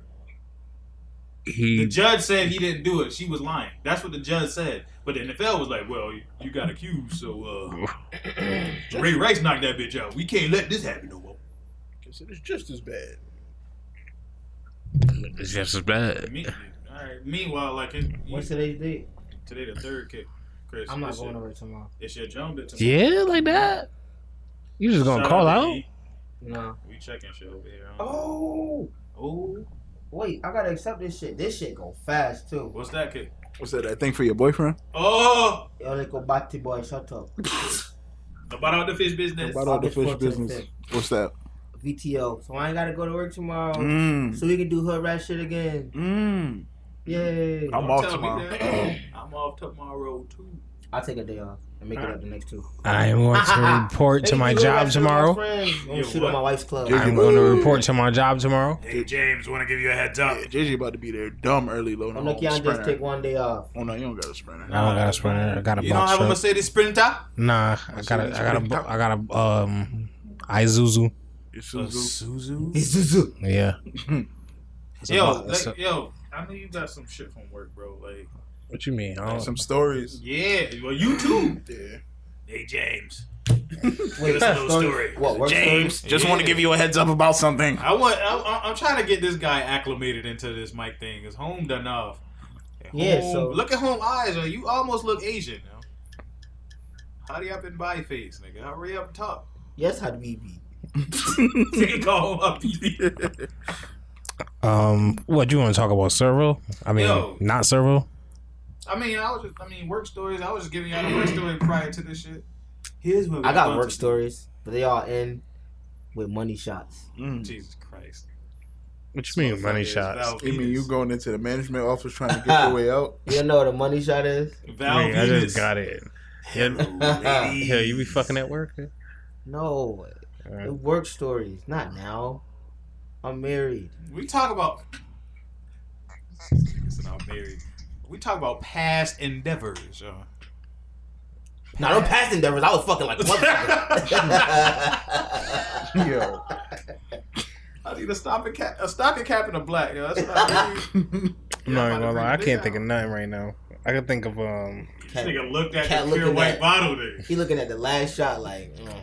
[SPEAKER 3] The
[SPEAKER 5] he?
[SPEAKER 3] judge said he didn't do it. She was lying. That's what the judge said. But the NFL was like, "Well, you got accused, so uh, Ray Rice knocked that bitch out. We can't let this happen no more."
[SPEAKER 2] considered just as bad.
[SPEAKER 5] It's just as bad.
[SPEAKER 3] Me, all right. Meanwhile, like it, you,
[SPEAKER 6] What's today's date?
[SPEAKER 3] today, the third kick. Chris,
[SPEAKER 6] I'm not
[SPEAKER 3] it's
[SPEAKER 6] going
[SPEAKER 3] your,
[SPEAKER 6] over tomorrow.
[SPEAKER 3] It's your jump that tomorrow.
[SPEAKER 5] Yeah, like that. You just gonna
[SPEAKER 3] Shout
[SPEAKER 5] call
[SPEAKER 3] to
[SPEAKER 5] out?
[SPEAKER 3] E.
[SPEAKER 6] No.
[SPEAKER 3] We checking shit over here. huh?
[SPEAKER 6] Oh,
[SPEAKER 3] Oh,
[SPEAKER 6] wait. I gotta accept this shit. This shit go fast too.
[SPEAKER 3] what's that kick?
[SPEAKER 4] What's that? That thing for your boyfriend?
[SPEAKER 3] Oh,
[SPEAKER 6] Yo, let go back to boy. Shut up.
[SPEAKER 3] about out the fish business.
[SPEAKER 4] About all the
[SPEAKER 6] August
[SPEAKER 4] fish
[SPEAKER 6] 14th.
[SPEAKER 4] business. What's that?
[SPEAKER 6] VTO. So I ain't gotta go to work tomorrow.
[SPEAKER 3] Oh. Mm.
[SPEAKER 4] Mmm.
[SPEAKER 2] Mm.
[SPEAKER 6] So we can do hood rat shit again.
[SPEAKER 4] Mmm.
[SPEAKER 6] Yay.
[SPEAKER 4] I'm
[SPEAKER 3] Don't
[SPEAKER 4] off
[SPEAKER 3] tell me
[SPEAKER 4] tomorrow.
[SPEAKER 3] that. I'm off tomorrow too.
[SPEAKER 6] I'll take a day off and make it up the next two.
[SPEAKER 5] I am going to report to my job tomorrow.
[SPEAKER 6] I'm
[SPEAKER 3] Yeah,
[SPEAKER 6] shoot
[SPEAKER 3] what?
[SPEAKER 6] at my wife's club.
[SPEAKER 4] Yeah.
[SPEAKER 5] I'm going to report to my job tomorrow.
[SPEAKER 3] Hey James, want to give you a heads up?
[SPEAKER 4] Yeah, JJ about to be there dumb early low.
[SPEAKER 6] I'm
[SPEAKER 4] No,
[SPEAKER 6] lucky I just take
[SPEAKER 4] sprinter.
[SPEAKER 6] one day off.
[SPEAKER 4] Oh no, you don't got a sprinter.
[SPEAKER 5] I don't got a sprinter. I got a
[SPEAKER 3] You don't
[SPEAKER 5] box
[SPEAKER 3] have a
[SPEAKER 5] truck.
[SPEAKER 3] Mercedes Sprinter?
[SPEAKER 5] Nah, I got a, I got a, bo- I got a, um, Isuzu.
[SPEAKER 4] It's
[SPEAKER 3] A
[SPEAKER 4] Suzuki.
[SPEAKER 3] Suzu?
[SPEAKER 6] Zuzu.
[SPEAKER 5] Yeah. It's a
[SPEAKER 3] Yo,
[SPEAKER 5] bo- it's
[SPEAKER 3] like,
[SPEAKER 5] a-
[SPEAKER 3] yo, I know you got some shit from work, bro. Like,
[SPEAKER 5] what you mean? I don't-
[SPEAKER 4] Some stories.
[SPEAKER 3] yeah, well, you too.
[SPEAKER 4] Yeah.
[SPEAKER 3] Hey James,
[SPEAKER 6] Wait,
[SPEAKER 3] Give us a little
[SPEAKER 6] story-
[SPEAKER 3] story.
[SPEAKER 4] Oh,
[SPEAKER 6] What work stories?
[SPEAKER 3] just wanna give
[SPEAKER 4] you a heads up about something.
[SPEAKER 3] I want. I, I, I'm trying to get this guy acclimated into this mic thing. His home done off. Home-
[SPEAKER 6] Yeah, so-
[SPEAKER 3] look at home eyes. Or you almost look Asian. Yo. Hurry up and buy face, nigga. Hurry up and talk.
[SPEAKER 6] Yes, Habibi.
[SPEAKER 3] Nigga, call him up.
[SPEAKER 5] Um, what you want to talk about? Servo? I mean,
[SPEAKER 3] Yo.
[SPEAKER 5] not servo.
[SPEAKER 3] I mean, I was. Just, I mean, work stories. I was just giving y'all a work story prior to this shit. Here's what we
[SPEAKER 6] I got
[SPEAKER 3] done
[SPEAKER 6] work
[SPEAKER 3] today.
[SPEAKER 6] stories, but they all end with money shots.
[SPEAKER 3] Jesus Christ.
[SPEAKER 5] What you mean, money shots?
[SPEAKER 3] Val
[SPEAKER 4] You mean you going into the management office trying to
[SPEAKER 6] get
[SPEAKER 4] get
[SPEAKER 6] your
[SPEAKER 4] your way out?
[SPEAKER 6] You don't know what a money shot is?
[SPEAKER 3] Val
[SPEAKER 5] Wait, I
[SPEAKER 3] Venus.
[SPEAKER 5] just got it. Yeah, you be fucking at work. man?
[SPEAKER 6] No, the work stories. Not now. I'm married.
[SPEAKER 3] We talk about. Listen, I'm married. We talk about past endeavors. Yo.
[SPEAKER 6] Now, them past endeavors, I was fucking like,
[SPEAKER 4] Yo.
[SPEAKER 3] I need a stocking cap, a stocking cap, and a black. Yo, that's what I need.
[SPEAKER 5] I'm not even gonna lie. I can't think of nothing right now. I can think of um.
[SPEAKER 3] This nigga looked at
[SPEAKER 6] Cat
[SPEAKER 3] the pure
[SPEAKER 6] looking
[SPEAKER 3] white
[SPEAKER 6] at-
[SPEAKER 3] bottle there.
[SPEAKER 6] He looking at the last shot like, mm,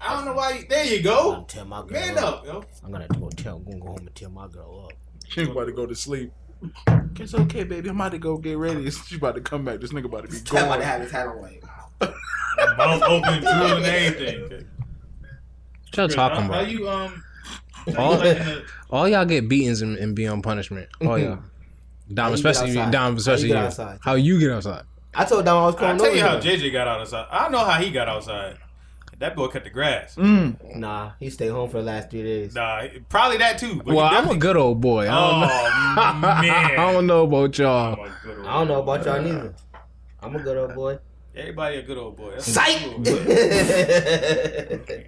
[SPEAKER 3] I don't know why. You, there you
[SPEAKER 6] I'm gonna
[SPEAKER 3] go.
[SPEAKER 6] tell my girl
[SPEAKER 3] Man
[SPEAKER 6] up.
[SPEAKER 3] up, yo.
[SPEAKER 6] I'm gonna go tell. I'm gonna go home and tell my girl up.
[SPEAKER 4] She's about to go to sleep. It's okay, baby. I'm about to go get ready. She's about to come back. This nigga about to be
[SPEAKER 6] Cat about
[SPEAKER 4] gone.
[SPEAKER 6] to have his hat on like.
[SPEAKER 3] Mouth open, drooling, everything.
[SPEAKER 5] What y'all talking
[SPEAKER 3] How
[SPEAKER 5] about?
[SPEAKER 3] you um?
[SPEAKER 5] All,
[SPEAKER 3] like in the-
[SPEAKER 5] all y'all get beatings and, and be on punishment. All y'all.
[SPEAKER 6] How
[SPEAKER 5] Dom,
[SPEAKER 6] you get
[SPEAKER 5] especially you,
[SPEAKER 6] outside?
[SPEAKER 5] Dom, especially
[SPEAKER 6] get
[SPEAKER 5] you.
[SPEAKER 6] outside?
[SPEAKER 5] How you get outside?
[SPEAKER 6] I told Dom I was
[SPEAKER 3] I
[SPEAKER 6] coming
[SPEAKER 3] tell
[SPEAKER 6] over.
[SPEAKER 3] you how
[SPEAKER 6] here.
[SPEAKER 3] JJ got outside. I know how he got outside. That boy cut the grass.
[SPEAKER 4] Mm.
[SPEAKER 6] Nah, he stayed home for the last three days.
[SPEAKER 3] Nah, probably that too. But he
[SPEAKER 5] Well, I'm a
[SPEAKER 3] definitely-
[SPEAKER 5] good old boy. I don't, know.
[SPEAKER 3] oh man.
[SPEAKER 5] I don't know about y'all.
[SPEAKER 3] I'm a good old
[SPEAKER 6] I don't know about y'all
[SPEAKER 3] boy.
[SPEAKER 6] neither. I'm a good old boy.
[SPEAKER 3] Everybody a good old boy. That's
[SPEAKER 6] Psych.
[SPEAKER 3] what you are.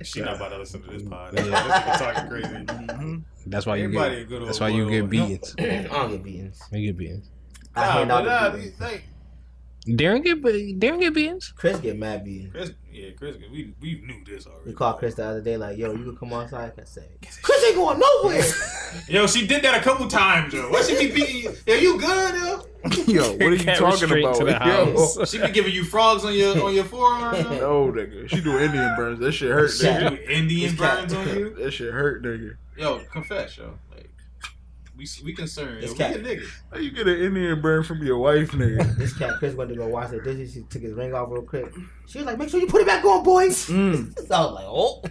[SPEAKER 3] She not about to listen to this pod. This nigga talking crazy.
[SPEAKER 6] Mm-hmm.
[SPEAKER 5] That's why you
[SPEAKER 3] Everybody a
[SPEAKER 5] get.
[SPEAKER 3] good old
[SPEAKER 5] That's why you
[SPEAKER 3] boy.
[SPEAKER 5] get beatings.
[SPEAKER 6] I don't get beatings.
[SPEAKER 5] You get beatings.
[SPEAKER 6] I
[SPEAKER 3] Nah,
[SPEAKER 6] hand
[SPEAKER 3] but
[SPEAKER 6] out the
[SPEAKER 3] nah,
[SPEAKER 6] beatings.
[SPEAKER 3] these things.
[SPEAKER 5] Darren get Darren get beatings.
[SPEAKER 6] Chris get mad beatings.
[SPEAKER 3] Chris, yeah, Chris, we we knew this already.
[SPEAKER 6] We called Chris the other day like, "Yo, you can come outside." I said, "Chris ain't going nowhere."
[SPEAKER 3] Yo, she did that a couple times, yo. Why she be beating you? Yo, you good, yo?
[SPEAKER 4] Yo, what are you
[SPEAKER 5] Cat
[SPEAKER 4] talking
[SPEAKER 5] restraint
[SPEAKER 4] about?
[SPEAKER 5] to the house.
[SPEAKER 4] Yo.
[SPEAKER 3] She be giving you frogs on your on your forearm, yo.
[SPEAKER 4] No, Oh, nigga. She do Indian burns. That shit hurt,
[SPEAKER 3] She
[SPEAKER 4] nigga.
[SPEAKER 3] do Indian
[SPEAKER 6] This cat.
[SPEAKER 3] burns on you.
[SPEAKER 4] That shit hurt, nigga.
[SPEAKER 3] Yo, confess, yo. Like, we we concerned, yo.
[SPEAKER 6] This
[SPEAKER 3] We
[SPEAKER 6] cat.
[SPEAKER 3] a nigga.
[SPEAKER 4] How you get an Indian burn from your wife, nigga?
[SPEAKER 6] this cat Chris went to go wash the dishes. She took his ring off real quick. She was like, "Make sure you put it back on, boys."
[SPEAKER 4] Mm.
[SPEAKER 6] So I was like, "Oh."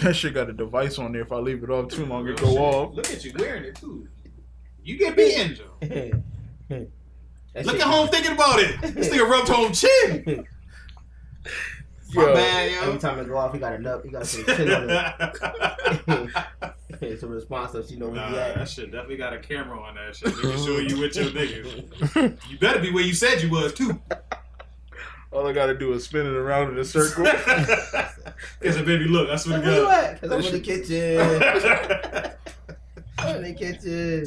[SPEAKER 4] That shit got a device on there. If I leave it off too long, it
[SPEAKER 3] Real
[SPEAKER 4] go
[SPEAKER 3] shit.
[SPEAKER 4] off.
[SPEAKER 3] Look at you wearing it too. You get beaten, yo.
[SPEAKER 6] That
[SPEAKER 3] Look
[SPEAKER 6] shit-
[SPEAKER 3] at home thinking about it. This nigga rubbed home chin.
[SPEAKER 4] Yo.
[SPEAKER 3] My bad, yo.
[SPEAKER 6] Every time it go off, he got a nut. He got to put his chin on it. it's a response, so she know where
[SPEAKER 3] Nah,
[SPEAKER 6] he
[SPEAKER 3] that
[SPEAKER 6] at.
[SPEAKER 3] shit definitely got a camera on that shit. Making sure you with your niggas. You better be where you said you was too.
[SPEAKER 4] All I gotta do is spin it around in a circle.
[SPEAKER 3] Cause a baby, look, I swear
[SPEAKER 6] Like, where you
[SPEAKER 3] to
[SPEAKER 6] at? Cause I'm in the kitchen.
[SPEAKER 3] God.
[SPEAKER 6] I'm in the kitchen.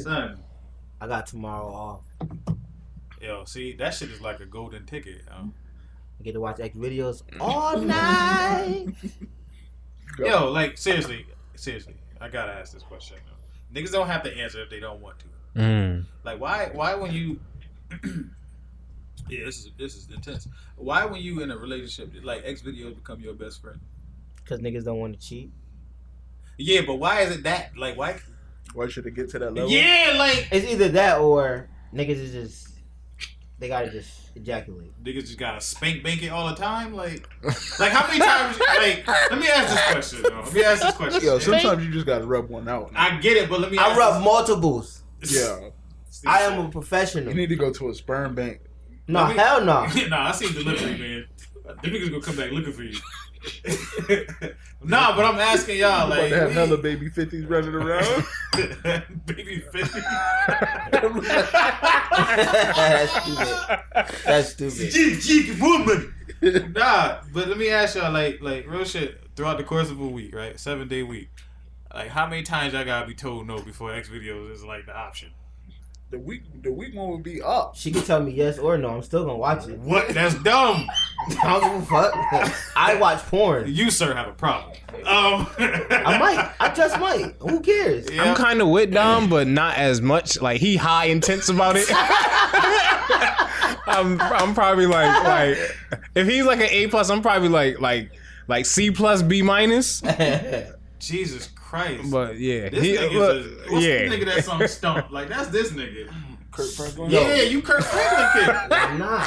[SPEAKER 3] Son,
[SPEAKER 6] I got tomorrow off.
[SPEAKER 3] yo, see that shit is like a golden ticket. Yo,
[SPEAKER 6] I get to watch act videos all night.
[SPEAKER 3] yo like seriously, seriously, I gotta ask this question. Though. Niggas don't have to answer if they don't want to.
[SPEAKER 5] Mm.
[SPEAKER 3] Like why why when you Yeah, this is this is intense. Why when you in a relationship like X videos become your best friend?
[SPEAKER 6] Cause niggas don't want to cheat.
[SPEAKER 3] Yeah, but why is it that? Like, why?
[SPEAKER 4] Why should it get to that level?
[SPEAKER 3] Yeah, like
[SPEAKER 6] It's either that or niggas is just they gotta just ejaculate.
[SPEAKER 3] niggas just gotta spank bank it all the time. Like, like how many times? Like, let me ask this question. Though. Let me ask this question.
[SPEAKER 4] Yo, sometimes you just gotta rub one out.
[SPEAKER 3] I get it, but let me.
[SPEAKER 6] I
[SPEAKER 3] ask
[SPEAKER 6] rub multiples.
[SPEAKER 3] this-
[SPEAKER 4] yeah,
[SPEAKER 6] I am a professional.
[SPEAKER 4] you need to go to a sperm bank.
[SPEAKER 6] No,
[SPEAKER 3] Let me-
[SPEAKER 6] hell no.
[SPEAKER 3] Yeah, nah, I seen delivery, man. Them niggas gonna come back looking for you. nah, but I'm asking y'all,
[SPEAKER 4] About
[SPEAKER 3] like,
[SPEAKER 4] to have
[SPEAKER 3] we-
[SPEAKER 4] hella baby fifties running around.
[SPEAKER 3] baby fifty.
[SPEAKER 6] That's stupid. That's stupid.
[SPEAKER 3] woman. Nah, but let me ask y'all, like, like real shit. Throughout the course of a week, right, seven day week, like, how many times y'all gotta be told no before X videos is like the option?
[SPEAKER 4] the week, the week one would be up.
[SPEAKER 6] She can tell me yes or no. I'm still gonna watch it.
[SPEAKER 3] What? That's dumb.
[SPEAKER 6] I don't give a fuck. I watch porn.
[SPEAKER 3] You sir have a problem. Um,
[SPEAKER 6] I might. I just might. Who cares?
[SPEAKER 3] Yeah.
[SPEAKER 5] I'm kind of with Dom, but not as much. Like he high intense about it. I'm I'm probably like like if he's like an A plus, I'm probably like like like C plus B minus.
[SPEAKER 3] Jesus Christ.
[SPEAKER 5] But yeah,
[SPEAKER 3] This
[SPEAKER 5] he,
[SPEAKER 3] nigga's
[SPEAKER 5] look,
[SPEAKER 3] a, what's
[SPEAKER 5] yeah.
[SPEAKER 3] the nigga that's on stump? Like that's this nigga.
[SPEAKER 4] Kurt Franklin.
[SPEAKER 6] Yo.
[SPEAKER 3] Yeah, you Kurt Franklin
[SPEAKER 6] I'm not.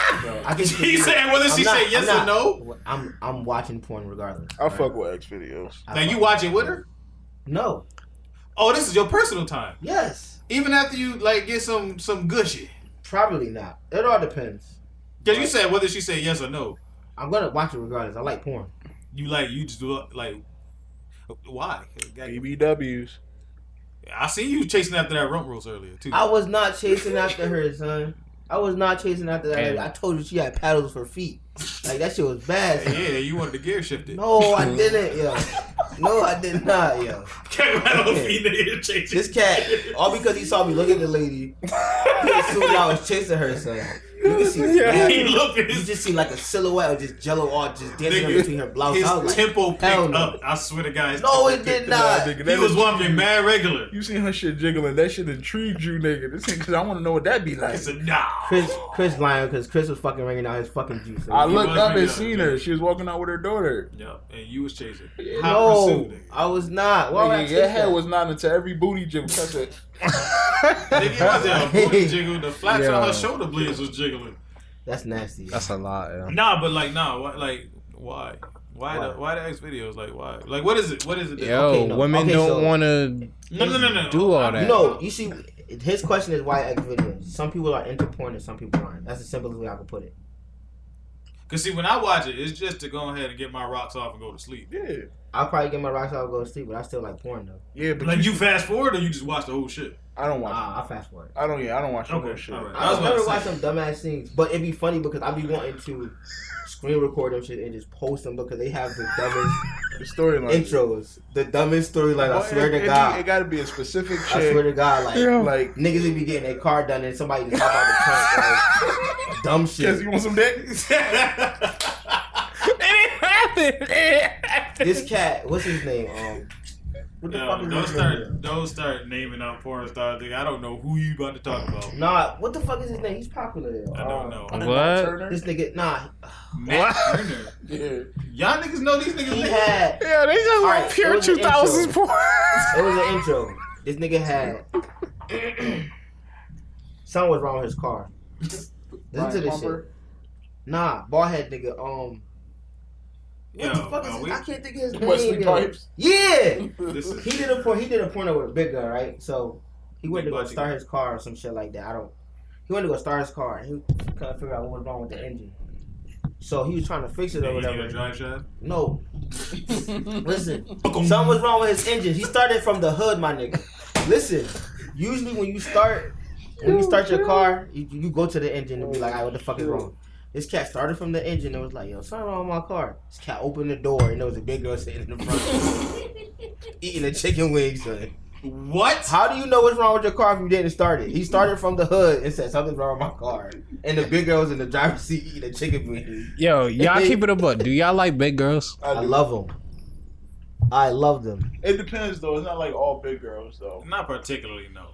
[SPEAKER 6] I can
[SPEAKER 3] kid. he said whether she said yes or no.
[SPEAKER 6] I'm I'm watching porn regardless.
[SPEAKER 4] I fuck with X videos.
[SPEAKER 6] I
[SPEAKER 3] Now
[SPEAKER 6] fuck-
[SPEAKER 3] you watch it with her.
[SPEAKER 6] No.
[SPEAKER 3] Oh, this is your personal time.
[SPEAKER 6] Yes.
[SPEAKER 3] Even after you like get some some gushy,
[SPEAKER 6] Probably not. It all depends.
[SPEAKER 3] because you said whether she said yes or no.
[SPEAKER 6] I'm gonna watch it regardless. I like porn.
[SPEAKER 3] You like you just do like why?
[SPEAKER 4] BBWs.
[SPEAKER 3] I seen you chasing after that rump roast earlier too.
[SPEAKER 6] I was not chasing after her, son. I was not chasing after that. lady. I told you she had paddles for feet. Like that shit was bad. son.
[SPEAKER 3] yeah, you wanted to gear shift it.
[SPEAKER 6] No, I didn't, yo. No, I did not, yo.
[SPEAKER 3] Can't rattle feet nigga chasing.
[SPEAKER 6] This cat, all because he saw me look at the lady, he assumed I was chasing her, son. You can see,
[SPEAKER 3] he looked at
[SPEAKER 6] you
[SPEAKER 3] his
[SPEAKER 6] just see like a silhouette of just Jello all just dancing
[SPEAKER 3] Nigga,
[SPEAKER 6] between her blouse.
[SPEAKER 3] his
[SPEAKER 6] I was like,
[SPEAKER 3] tempo picked
[SPEAKER 6] hell no.
[SPEAKER 3] up. I swear to God, his
[SPEAKER 6] no,
[SPEAKER 3] tempo
[SPEAKER 6] it did
[SPEAKER 3] picked
[SPEAKER 6] not.
[SPEAKER 4] Nigga,
[SPEAKER 3] up.
[SPEAKER 4] that
[SPEAKER 3] He was
[SPEAKER 4] is-
[SPEAKER 3] walking mad regular.
[SPEAKER 4] You seen her shit jiggling. That shit intrigued you, nigga. This because I want to know what that be
[SPEAKER 3] I
[SPEAKER 4] like.
[SPEAKER 3] said, nah.
[SPEAKER 6] Chris, Chris lying because Chris was fucking wringing out his fucking juice.
[SPEAKER 4] I
[SPEAKER 3] look-
[SPEAKER 4] looked up
[SPEAKER 3] Yeah.
[SPEAKER 4] and seen her. She was walking out with her daughter.
[SPEAKER 3] Yup, and you was chasing. Hot
[SPEAKER 6] no,
[SPEAKER 3] pursuit, nigga.
[SPEAKER 6] I was not. Why would I
[SPEAKER 4] Nigga, your
[SPEAKER 6] chase
[SPEAKER 4] head
[SPEAKER 6] that?
[SPEAKER 4] was not into every booty jiggle. That's it.
[SPEAKER 3] Nigga, it wasn't a booty jiggle. The flaps on
[SPEAKER 5] Yeah.
[SPEAKER 3] her shoulder blades was jiggling.
[SPEAKER 6] That's nasty. yo.
[SPEAKER 5] That's a lot. Yeah.
[SPEAKER 3] Nah, but like, nah, why, like, why? Why, the why the X videos? Like, why? Like, what is it? What is it? that-
[SPEAKER 5] Yo,
[SPEAKER 6] Okay, no.
[SPEAKER 5] women
[SPEAKER 6] Okay,
[SPEAKER 5] don't
[SPEAKER 6] so-
[SPEAKER 5] want to
[SPEAKER 3] No, no, no, no.
[SPEAKER 5] do all
[SPEAKER 3] I'm-
[SPEAKER 5] that.
[SPEAKER 6] No, you see, his question is why X videos. Some people are into porn and some people aren't. That's the simplest way I could put it.
[SPEAKER 3] Cause see, when I watch it, it's just to go ahead and get my rocks off and go to sleep.
[SPEAKER 4] Yeah,
[SPEAKER 6] I'll probably get my rocks off and go to sleep, but I still like porn though.
[SPEAKER 4] yeah, but
[SPEAKER 3] Like, you fast forward or you just watch the whole shit?
[SPEAKER 4] I don't watch.
[SPEAKER 6] Nah, Ah, I fast forward.
[SPEAKER 4] I don't. Yeah, I don't watch no
[SPEAKER 3] Okay,
[SPEAKER 4] more shit.
[SPEAKER 3] alright.
[SPEAKER 6] I
[SPEAKER 3] was
[SPEAKER 6] was
[SPEAKER 3] about
[SPEAKER 6] never
[SPEAKER 3] to
[SPEAKER 6] watch
[SPEAKER 3] say.
[SPEAKER 6] some dumbass things, but it'd be funny because I'd be wanting to screen record them shit and just post them because they have the dumbest
[SPEAKER 4] The storyline.
[SPEAKER 6] intros, the dumbest storyline.
[SPEAKER 4] Well,
[SPEAKER 6] I swear
[SPEAKER 4] it, it
[SPEAKER 6] to
[SPEAKER 4] be-
[SPEAKER 6] God,
[SPEAKER 4] it gotta be a specific
[SPEAKER 6] I swear
[SPEAKER 4] chick.
[SPEAKER 6] to God, like
[SPEAKER 4] Like,
[SPEAKER 6] niggas would be getting their car done and somebody just hop out the trunk, like, dumb
[SPEAKER 4] yes,
[SPEAKER 6] shit.
[SPEAKER 4] you want some dick?
[SPEAKER 6] This cat, what's his name? Um, what the fuck
[SPEAKER 3] Yo,
[SPEAKER 6] is
[SPEAKER 3] don't
[SPEAKER 6] his name?
[SPEAKER 3] start, don't start naming out porn stars. Nigga, I don't know who you about to talk about.
[SPEAKER 6] Nah, what the fuck is his name? He's popular. Yo.
[SPEAKER 3] I don't know.
[SPEAKER 5] Uh, What?
[SPEAKER 4] Turner?
[SPEAKER 6] This nigga, nah,
[SPEAKER 3] Matt Turner.
[SPEAKER 4] Yeah.
[SPEAKER 3] Y'all niggas know these niggas.
[SPEAKER 6] he
[SPEAKER 3] niggas.
[SPEAKER 6] had.
[SPEAKER 5] Yeah, they just
[SPEAKER 6] like Alright, pure it was an 2000s intro.
[SPEAKER 5] porn.
[SPEAKER 6] It was an intro. This nigga had. Something was wrong with his car. Listen to
[SPEAKER 4] Brian
[SPEAKER 6] this shit.
[SPEAKER 4] Pumper.
[SPEAKER 6] Nah, bald head nigga. Um, what the
[SPEAKER 3] Yo,
[SPEAKER 6] fuck is
[SPEAKER 3] uh,
[SPEAKER 6] his?
[SPEAKER 3] we-
[SPEAKER 6] I can't think of his
[SPEAKER 4] Wesley
[SPEAKER 6] name. yo.
[SPEAKER 4] Pipes.
[SPEAKER 6] Yeah,
[SPEAKER 3] This is
[SPEAKER 6] he did a porn. He did a porno with a big girl, right? So he went to
[SPEAKER 3] Big
[SPEAKER 6] go
[SPEAKER 3] body
[SPEAKER 6] start
[SPEAKER 3] guy.
[SPEAKER 6] his car or some shit like that. I don't. He went to go start his car. and He couldn't figure out what was wrong with the engine. So he was trying to fix it
[SPEAKER 3] Yeah,
[SPEAKER 6] or
[SPEAKER 3] you need
[SPEAKER 6] whatever.
[SPEAKER 3] a drive shaft?
[SPEAKER 6] No. Listen, something was wrong with his engine. He started from the hood, my nigga. Listen, usually when you start, when you start your car, you, you go to the engine and be like, "All right, what the fuck is wrong?" This cat started from the engine and was like, "Yo, something wrong with my car." This cat opened the door and there was a big girl sitting in the front eating a chicken wing. Son.
[SPEAKER 3] What?
[SPEAKER 6] How do you know what's wrong with your car if you didn't start it? He started from the hood and said something's wrong with my car, and the big girl was in the driver's seat eating a chicken wing.
[SPEAKER 5] Yo, y'all
[SPEAKER 6] they-
[SPEAKER 5] keep it a buck. Do y'all like big girls?
[SPEAKER 4] I
[SPEAKER 6] I
[SPEAKER 4] do.
[SPEAKER 6] love them. I love them.
[SPEAKER 4] It depends though. It's not like all big girls though.
[SPEAKER 3] Not particularly, no. no.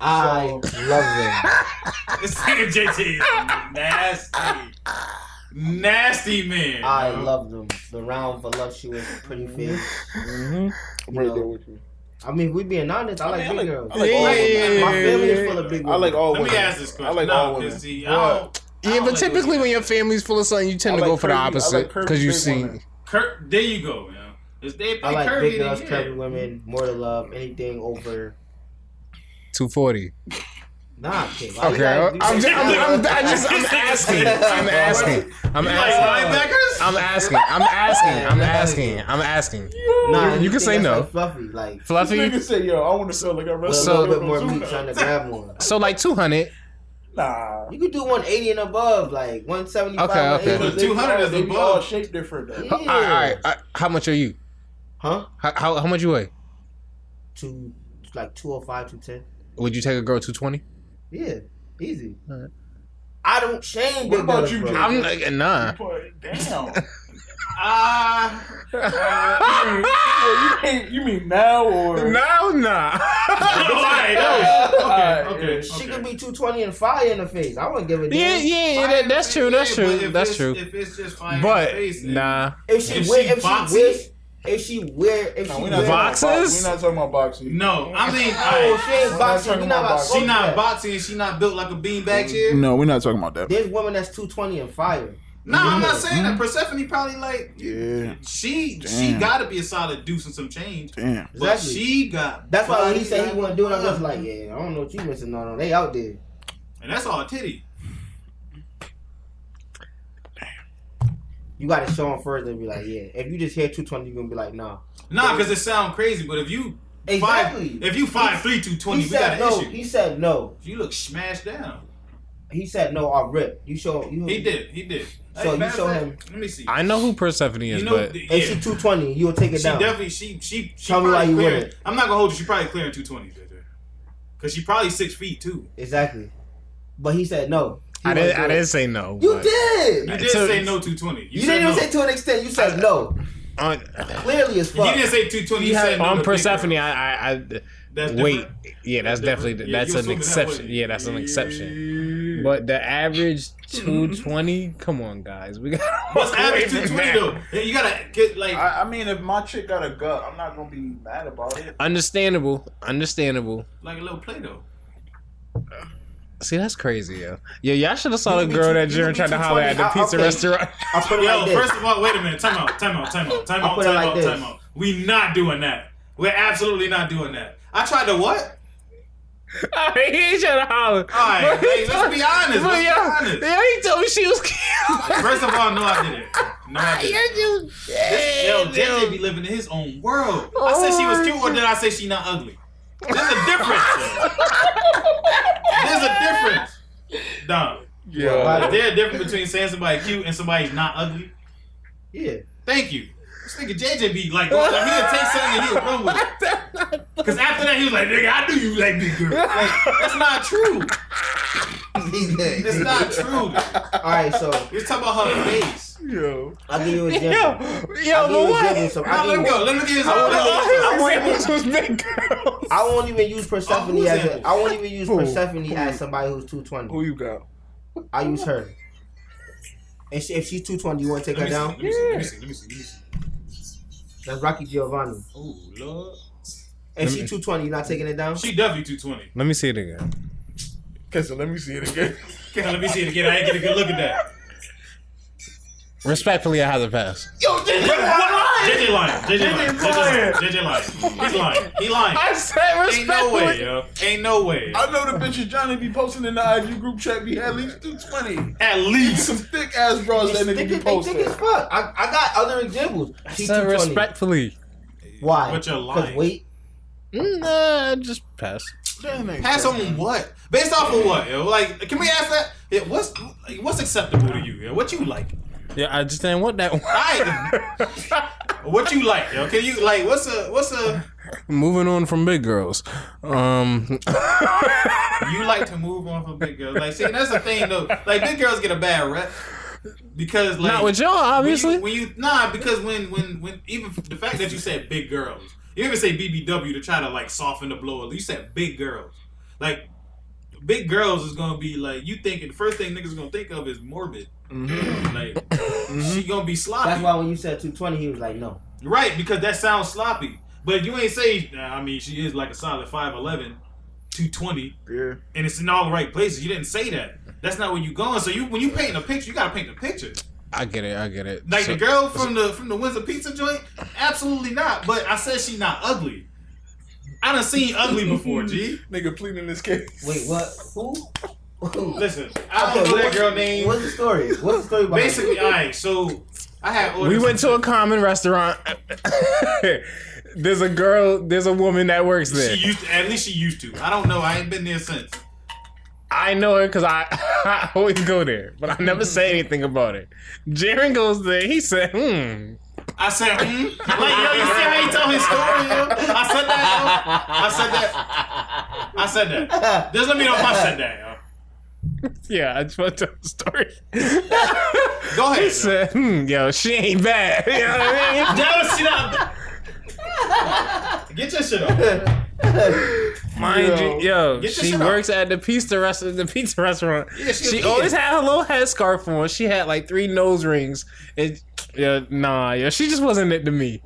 [SPEAKER 6] I love them.
[SPEAKER 3] This nigga JT is nasty. Nasty man.
[SPEAKER 6] I
[SPEAKER 3] yo.
[SPEAKER 6] love them. The round, voluptuous, pretty face.
[SPEAKER 5] Mm-hmm.
[SPEAKER 4] I'm right
[SPEAKER 6] No.
[SPEAKER 4] there with you.
[SPEAKER 6] I mean, we being honest, I like
[SPEAKER 4] I
[SPEAKER 6] big
[SPEAKER 4] like-
[SPEAKER 6] girls.
[SPEAKER 4] I like all
[SPEAKER 5] Yeah,
[SPEAKER 4] women.
[SPEAKER 5] yeah, yeah,
[SPEAKER 6] My family
[SPEAKER 5] yeah,
[SPEAKER 6] is full of big
[SPEAKER 4] I
[SPEAKER 6] women.
[SPEAKER 4] like all
[SPEAKER 3] Let
[SPEAKER 4] women.
[SPEAKER 3] me ask this question.
[SPEAKER 4] I like
[SPEAKER 3] no,
[SPEAKER 4] all
[SPEAKER 3] 'cause
[SPEAKER 4] women.
[SPEAKER 3] see, I don't-
[SPEAKER 4] What?
[SPEAKER 3] I
[SPEAKER 5] Yeah,
[SPEAKER 3] don't
[SPEAKER 5] but
[SPEAKER 3] like
[SPEAKER 5] typically
[SPEAKER 3] those
[SPEAKER 5] when your
[SPEAKER 3] guys.
[SPEAKER 5] family's full of something, you tend
[SPEAKER 4] I
[SPEAKER 5] to go
[SPEAKER 4] like
[SPEAKER 5] for the
[SPEAKER 4] curvy- I like
[SPEAKER 5] opposite
[SPEAKER 4] curvy
[SPEAKER 5] because you
[SPEAKER 4] big
[SPEAKER 5] see.
[SPEAKER 4] women.
[SPEAKER 3] Cur- there you go, man. Is they, they
[SPEAKER 6] I like
[SPEAKER 3] curvy
[SPEAKER 6] big
[SPEAKER 3] than
[SPEAKER 6] girls,
[SPEAKER 3] you.
[SPEAKER 6] curvy women, more to love, anything over.
[SPEAKER 5] 240.
[SPEAKER 6] Nah, kid. why we
[SPEAKER 5] Okay,
[SPEAKER 6] gotta
[SPEAKER 5] I'm
[SPEAKER 6] do
[SPEAKER 5] just,
[SPEAKER 6] that?
[SPEAKER 5] I'm, I'm, i just, I'm asking, I'm asking, I'm
[SPEAKER 3] You like
[SPEAKER 5] asking,
[SPEAKER 3] linebackers?
[SPEAKER 5] I'm asking, I'm asking, I'm asking, I'm asking.
[SPEAKER 6] Nah,
[SPEAKER 5] You can
[SPEAKER 6] anything
[SPEAKER 5] say
[SPEAKER 6] that's,
[SPEAKER 5] no.
[SPEAKER 6] like fluffy, like
[SPEAKER 5] Fluffy,
[SPEAKER 4] Nigga say, yo, I want to feel like I
[SPEAKER 6] with
[SPEAKER 4] wrestled.
[SPEAKER 6] a
[SPEAKER 5] So-
[SPEAKER 6] little bit more
[SPEAKER 4] Ozuna.
[SPEAKER 6] meat trying to grab one.
[SPEAKER 5] so like 200.
[SPEAKER 4] Nah.
[SPEAKER 6] You could do 180 and above, like 175.
[SPEAKER 5] Okay, okay.
[SPEAKER 3] But
[SPEAKER 6] 180.
[SPEAKER 3] 200 is
[SPEAKER 4] They be all
[SPEAKER 3] above.
[SPEAKER 4] shaped different though.
[SPEAKER 5] All right, all right. uh, How much are you?
[SPEAKER 6] Huh?
[SPEAKER 5] How, how, how much you weigh?
[SPEAKER 6] Two, oh like 205, 210.
[SPEAKER 5] Would you take a girl 220?
[SPEAKER 6] Yeah, easy.
[SPEAKER 5] Alright.
[SPEAKER 6] I don't shame.
[SPEAKER 4] What
[SPEAKER 6] big
[SPEAKER 4] about
[SPEAKER 6] girls,
[SPEAKER 4] you,
[SPEAKER 6] bro.
[SPEAKER 4] Jay?
[SPEAKER 5] I'm like, nah.
[SPEAKER 4] But damn.
[SPEAKER 6] Uh,
[SPEAKER 3] Ah,
[SPEAKER 4] Well, you, mean, you mean now or?
[SPEAKER 5] No, nah.
[SPEAKER 4] All right,
[SPEAKER 3] okay.
[SPEAKER 6] She could be 220 and fire in the face. I wouldn't give a damn.
[SPEAKER 5] Yeah, yeah, yeah. That, that's true. That's
[SPEAKER 3] Yeah, but
[SPEAKER 5] true.
[SPEAKER 3] if
[SPEAKER 5] That's
[SPEAKER 3] it's-
[SPEAKER 5] true.
[SPEAKER 3] If it's just fire in the
[SPEAKER 5] But
[SPEAKER 3] face, then-
[SPEAKER 5] nah.
[SPEAKER 6] If she
[SPEAKER 3] If
[SPEAKER 6] wear,
[SPEAKER 3] she
[SPEAKER 6] if
[SPEAKER 3] boxes?
[SPEAKER 6] she wish, if she wear, if
[SPEAKER 4] No,
[SPEAKER 6] she
[SPEAKER 4] we're not talking
[SPEAKER 6] wear,
[SPEAKER 4] about
[SPEAKER 5] Boxes?
[SPEAKER 4] boxing. We're not talking about boxing.
[SPEAKER 3] No, I mean,
[SPEAKER 6] Oh, she
[SPEAKER 3] alright,
[SPEAKER 6] ain't
[SPEAKER 4] We're not
[SPEAKER 6] boxing.
[SPEAKER 4] talking
[SPEAKER 6] We not
[SPEAKER 4] about
[SPEAKER 6] about
[SPEAKER 4] boxing.
[SPEAKER 3] she not
[SPEAKER 6] boxing.
[SPEAKER 3] boxing. She not built like a
[SPEAKER 6] Mm,
[SPEAKER 3] beanbag chair.
[SPEAKER 4] No, we're not talking about that.
[SPEAKER 6] There's women that's 220 and fire.
[SPEAKER 3] No, I'm
[SPEAKER 6] mm,
[SPEAKER 3] not saying that. Persephone probably like
[SPEAKER 4] Yeah.
[SPEAKER 3] she she
[SPEAKER 4] Damn.
[SPEAKER 3] gotta be a solid deuce and some change.
[SPEAKER 4] Damn.
[SPEAKER 3] But
[SPEAKER 6] Exactly.
[SPEAKER 3] she got
[SPEAKER 6] That's why when he
[SPEAKER 3] body, uh-huh.
[SPEAKER 6] said he
[SPEAKER 3] got
[SPEAKER 6] wasn't doing it, I was
[SPEAKER 3] body.
[SPEAKER 6] like, yeah, I don't know what you missing out on. They out there.
[SPEAKER 3] and that's all titty.
[SPEAKER 6] You got to show them first and be like, yeah. If you just hear 220, you're going to be like, nah.
[SPEAKER 3] Nah, because it sound crazy. But if you
[SPEAKER 6] Exactly.
[SPEAKER 3] five, if you five three two twenty,
[SPEAKER 6] He
[SPEAKER 3] we got
[SPEAKER 6] said
[SPEAKER 3] an
[SPEAKER 6] no.
[SPEAKER 3] issue.
[SPEAKER 6] He said no.
[SPEAKER 3] you look smashed down.
[SPEAKER 6] He said no off rip. You show you.
[SPEAKER 3] He did. He did.
[SPEAKER 6] So you
[SPEAKER 3] matter of
[SPEAKER 6] show
[SPEAKER 3] fact,
[SPEAKER 6] him-
[SPEAKER 3] Let me see.
[SPEAKER 5] I know who Persephone is,
[SPEAKER 3] you know,
[SPEAKER 5] but
[SPEAKER 3] th-
[SPEAKER 6] If
[SPEAKER 3] yeah,
[SPEAKER 6] she 220, you'll take it
[SPEAKER 3] she
[SPEAKER 6] down.
[SPEAKER 3] definitely she she she
[SPEAKER 6] Tell me why
[SPEAKER 3] probably
[SPEAKER 6] you
[SPEAKER 3] clearing-
[SPEAKER 6] wouldn't.
[SPEAKER 3] I'm not gonna hold you. She probably clearing two twenties right there. Cause she probably six feet too.
[SPEAKER 6] Exactly. But he said no. He
[SPEAKER 5] I didn't.
[SPEAKER 6] wasn't
[SPEAKER 5] I
[SPEAKER 6] doing it.
[SPEAKER 5] didn't say no.
[SPEAKER 6] You
[SPEAKER 5] but-
[SPEAKER 6] did.
[SPEAKER 3] You
[SPEAKER 5] Uh,
[SPEAKER 3] did
[SPEAKER 5] so-
[SPEAKER 3] say no two twenty.
[SPEAKER 6] You, didn't even say to an extent. You said no.
[SPEAKER 5] On,
[SPEAKER 6] Clearly as fuck.
[SPEAKER 3] You didn't say two twenty. You, said no
[SPEAKER 5] on
[SPEAKER 3] to bigger.
[SPEAKER 5] Persephone, I, I, I
[SPEAKER 3] That's
[SPEAKER 5] wait.
[SPEAKER 3] different.
[SPEAKER 5] Yeah,
[SPEAKER 3] That's
[SPEAKER 5] that's,
[SPEAKER 3] different.
[SPEAKER 5] definitely
[SPEAKER 3] Yeah,
[SPEAKER 5] that's
[SPEAKER 3] you
[SPEAKER 5] an
[SPEAKER 3] assuming that
[SPEAKER 5] exception.
[SPEAKER 3] way.
[SPEAKER 5] yeah, that's an exception.
[SPEAKER 3] Yeah.
[SPEAKER 5] But the average two twenty. Come on, guys. We got
[SPEAKER 3] What's average two twenty though? Yeah, You gotta get like
[SPEAKER 4] I, I mean, if my chick got a gut, I'm not gonna be mad about it.
[SPEAKER 5] Understandable. Understandable.
[SPEAKER 3] like a little play doh.
[SPEAKER 5] See, that's crazy, yo. Yeah, y'all should have saw
[SPEAKER 6] You
[SPEAKER 5] the
[SPEAKER 6] be
[SPEAKER 5] girl
[SPEAKER 6] too-
[SPEAKER 5] that
[SPEAKER 6] you
[SPEAKER 5] Jaren
[SPEAKER 6] be
[SPEAKER 5] tried to
[SPEAKER 6] too
[SPEAKER 5] holler at the
[SPEAKER 6] funny. I-
[SPEAKER 5] pizza
[SPEAKER 6] okay.
[SPEAKER 5] restaurant.
[SPEAKER 6] I put it
[SPEAKER 3] Yo,
[SPEAKER 6] like this.
[SPEAKER 3] first of all, wait a minute. Time out. Time out. Time out. Time
[SPEAKER 6] I'll
[SPEAKER 3] out.
[SPEAKER 6] put it
[SPEAKER 3] Time
[SPEAKER 6] like
[SPEAKER 3] out.
[SPEAKER 6] this.
[SPEAKER 3] Time out. We not doing that. We're absolutely not doing that. I tried to what?
[SPEAKER 5] he ain't trying to holler.
[SPEAKER 3] All right, hey, let's be honest.
[SPEAKER 5] But yeah,
[SPEAKER 3] Let's be honest.
[SPEAKER 5] yeah, he told me she was cute.
[SPEAKER 3] First of all, no, I didn't. No, I didn't. Yo, JJ be living in his own world. I said she was cute, or did I say she not ugly? There's a difference. yo. There's a difference. Dom,
[SPEAKER 4] Yeah.
[SPEAKER 3] is there a difference between saying somebody cute and somebody's not ugly?
[SPEAKER 6] Yeah.
[SPEAKER 3] Thank you. This nigga JJ be like, like he'll take something and he'll run with it. Cause after that he was like, nigga, I knew you like big girl. Like, that's not true. It's not true.
[SPEAKER 6] All right, so
[SPEAKER 3] You're talking about her face.
[SPEAKER 4] Yo.
[SPEAKER 6] I'll give you an
[SPEAKER 5] Yo, yo,
[SPEAKER 6] example. I'll give
[SPEAKER 5] but
[SPEAKER 6] you an
[SPEAKER 5] what?
[SPEAKER 6] example. So
[SPEAKER 3] Now
[SPEAKER 6] I,
[SPEAKER 3] let him
[SPEAKER 6] didn't-
[SPEAKER 3] go. Let him get his
[SPEAKER 5] All
[SPEAKER 3] own.
[SPEAKER 5] his
[SPEAKER 6] wanna-
[SPEAKER 5] examples was big girls.
[SPEAKER 6] I won't even use Persephone
[SPEAKER 3] who's
[SPEAKER 6] as
[SPEAKER 3] that?
[SPEAKER 6] a, I won't even use
[SPEAKER 4] Who?
[SPEAKER 6] Persephone
[SPEAKER 4] Who?
[SPEAKER 6] as somebody who's two
[SPEAKER 4] Who
[SPEAKER 6] twenty.
[SPEAKER 4] you got?
[SPEAKER 6] I use her. And she, if she's two twenty, you want to take her
[SPEAKER 3] Let
[SPEAKER 6] down?
[SPEAKER 3] me see. Let me see. Let me see. Let me see. Let me see.
[SPEAKER 6] That's Rocky Giovanni.
[SPEAKER 3] Oh lord.
[SPEAKER 6] If she's two twenty, you're not taking it down.
[SPEAKER 3] She definitely 220.
[SPEAKER 5] Let me see it again.
[SPEAKER 4] Okay, so let me see it again.
[SPEAKER 3] Now, let me see it again. I ain't get a good look at that.
[SPEAKER 5] Respectfully, I have to pass.
[SPEAKER 3] JJ lying. JJ lying. JJ lying. JJ lying. He's lying. He lying.
[SPEAKER 5] I said
[SPEAKER 3] Ain't no way,
[SPEAKER 5] respectfully.
[SPEAKER 3] yo. Ain't no way.
[SPEAKER 4] I know the bitches Johnny be posting in the IG group chat be at least 220.
[SPEAKER 3] At
[SPEAKER 4] Some
[SPEAKER 3] least.
[SPEAKER 4] thick ass bras that
[SPEAKER 6] They
[SPEAKER 4] nigga
[SPEAKER 6] thick
[SPEAKER 4] be
[SPEAKER 6] as- they thick
[SPEAKER 4] posting.
[SPEAKER 6] as fuck. I, I got other examples.
[SPEAKER 5] I
[SPEAKER 6] She's
[SPEAKER 5] said
[SPEAKER 6] 220.
[SPEAKER 5] respectfully.
[SPEAKER 6] Why?
[SPEAKER 3] But you're
[SPEAKER 6] 'Cause
[SPEAKER 3] lying.
[SPEAKER 6] weight.
[SPEAKER 5] Nah, just pass.
[SPEAKER 3] Pass on what? Based off of what? Yo? Like, can we ask that? Yeah, what's like, what's acceptable to you? Yo? What you like?
[SPEAKER 5] Yeah, I just didn't want that one.
[SPEAKER 3] Right. What you like? Yo? Can you like? What's a what's a?
[SPEAKER 5] Moving on from big girls. Um,
[SPEAKER 3] You like to move on from big girls? Like, see, that's the thing though. Like, big girls get a bad rep because like
[SPEAKER 5] not with y'all, obviously.
[SPEAKER 3] When you, when you nah, because when when when even the fact that you said big girls, you even say BBW to try to like soften the blow. You said big girls, like big girls is gonna be like you thinking. The first thing niggas gonna think of is morbid. Like she gonna be sloppy,
[SPEAKER 6] That's why when you said two twenty, he was like, no.
[SPEAKER 3] right? Because that sounds sloppy. But you ain't say. nah, I mean, she is like a solid 5'11", 220,
[SPEAKER 4] Yeah.
[SPEAKER 3] and it's in all the right places. You didn't say that. That's not where you going. So you when you paint a picture, you gotta paint the picture.
[SPEAKER 5] I get it. I get it.
[SPEAKER 3] Like
[SPEAKER 5] So-
[SPEAKER 3] the girl from the from the Windsor Pizza joint, absolutely not. But I said she not ugly. I done seen ugly before, G.
[SPEAKER 4] Nigga pleading this case.
[SPEAKER 6] Wait, what? Who? Who?
[SPEAKER 3] Listen, I don't know that
[SPEAKER 6] what's-
[SPEAKER 3] girl name.
[SPEAKER 6] What's the story? What's the story about?
[SPEAKER 3] Basically, all right. So I had ordered.
[SPEAKER 5] We went
[SPEAKER 3] some-
[SPEAKER 5] to a common restaurant. there's a girl. There's a woman that works there.
[SPEAKER 3] She used to, at least she used to. I don't know. I ain't been there since.
[SPEAKER 5] I know her because I, I always go there, but I never say
[SPEAKER 3] Mm-hmm.
[SPEAKER 5] anything about it. Jaren goes there. He said, "Hmm."
[SPEAKER 3] I said, hmm. like yo, you see how he told his story. Yo? I said that. Yo. I said that. I said that. Just let me know if I said that. Yo.
[SPEAKER 5] Yeah, I just want to tell the story.
[SPEAKER 3] Go ahead.
[SPEAKER 5] he
[SPEAKER 3] yo.
[SPEAKER 5] said, "Hmm, yo, she ain't bad." You know what I mean?
[SPEAKER 3] That was shit up. Get your shit off.
[SPEAKER 5] Mind
[SPEAKER 4] Yo.
[SPEAKER 5] you, yo,
[SPEAKER 3] Get your
[SPEAKER 5] she
[SPEAKER 3] shit off.
[SPEAKER 5] works at the pizza restaurant. The pizza restaurant.
[SPEAKER 3] Yeah, she a
[SPEAKER 5] she
[SPEAKER 3] vegan.
[SPEAKER 5] always had her little headscarf on. She had like three nose rings. And yeah, nah, yeah, she just wasn't it to me.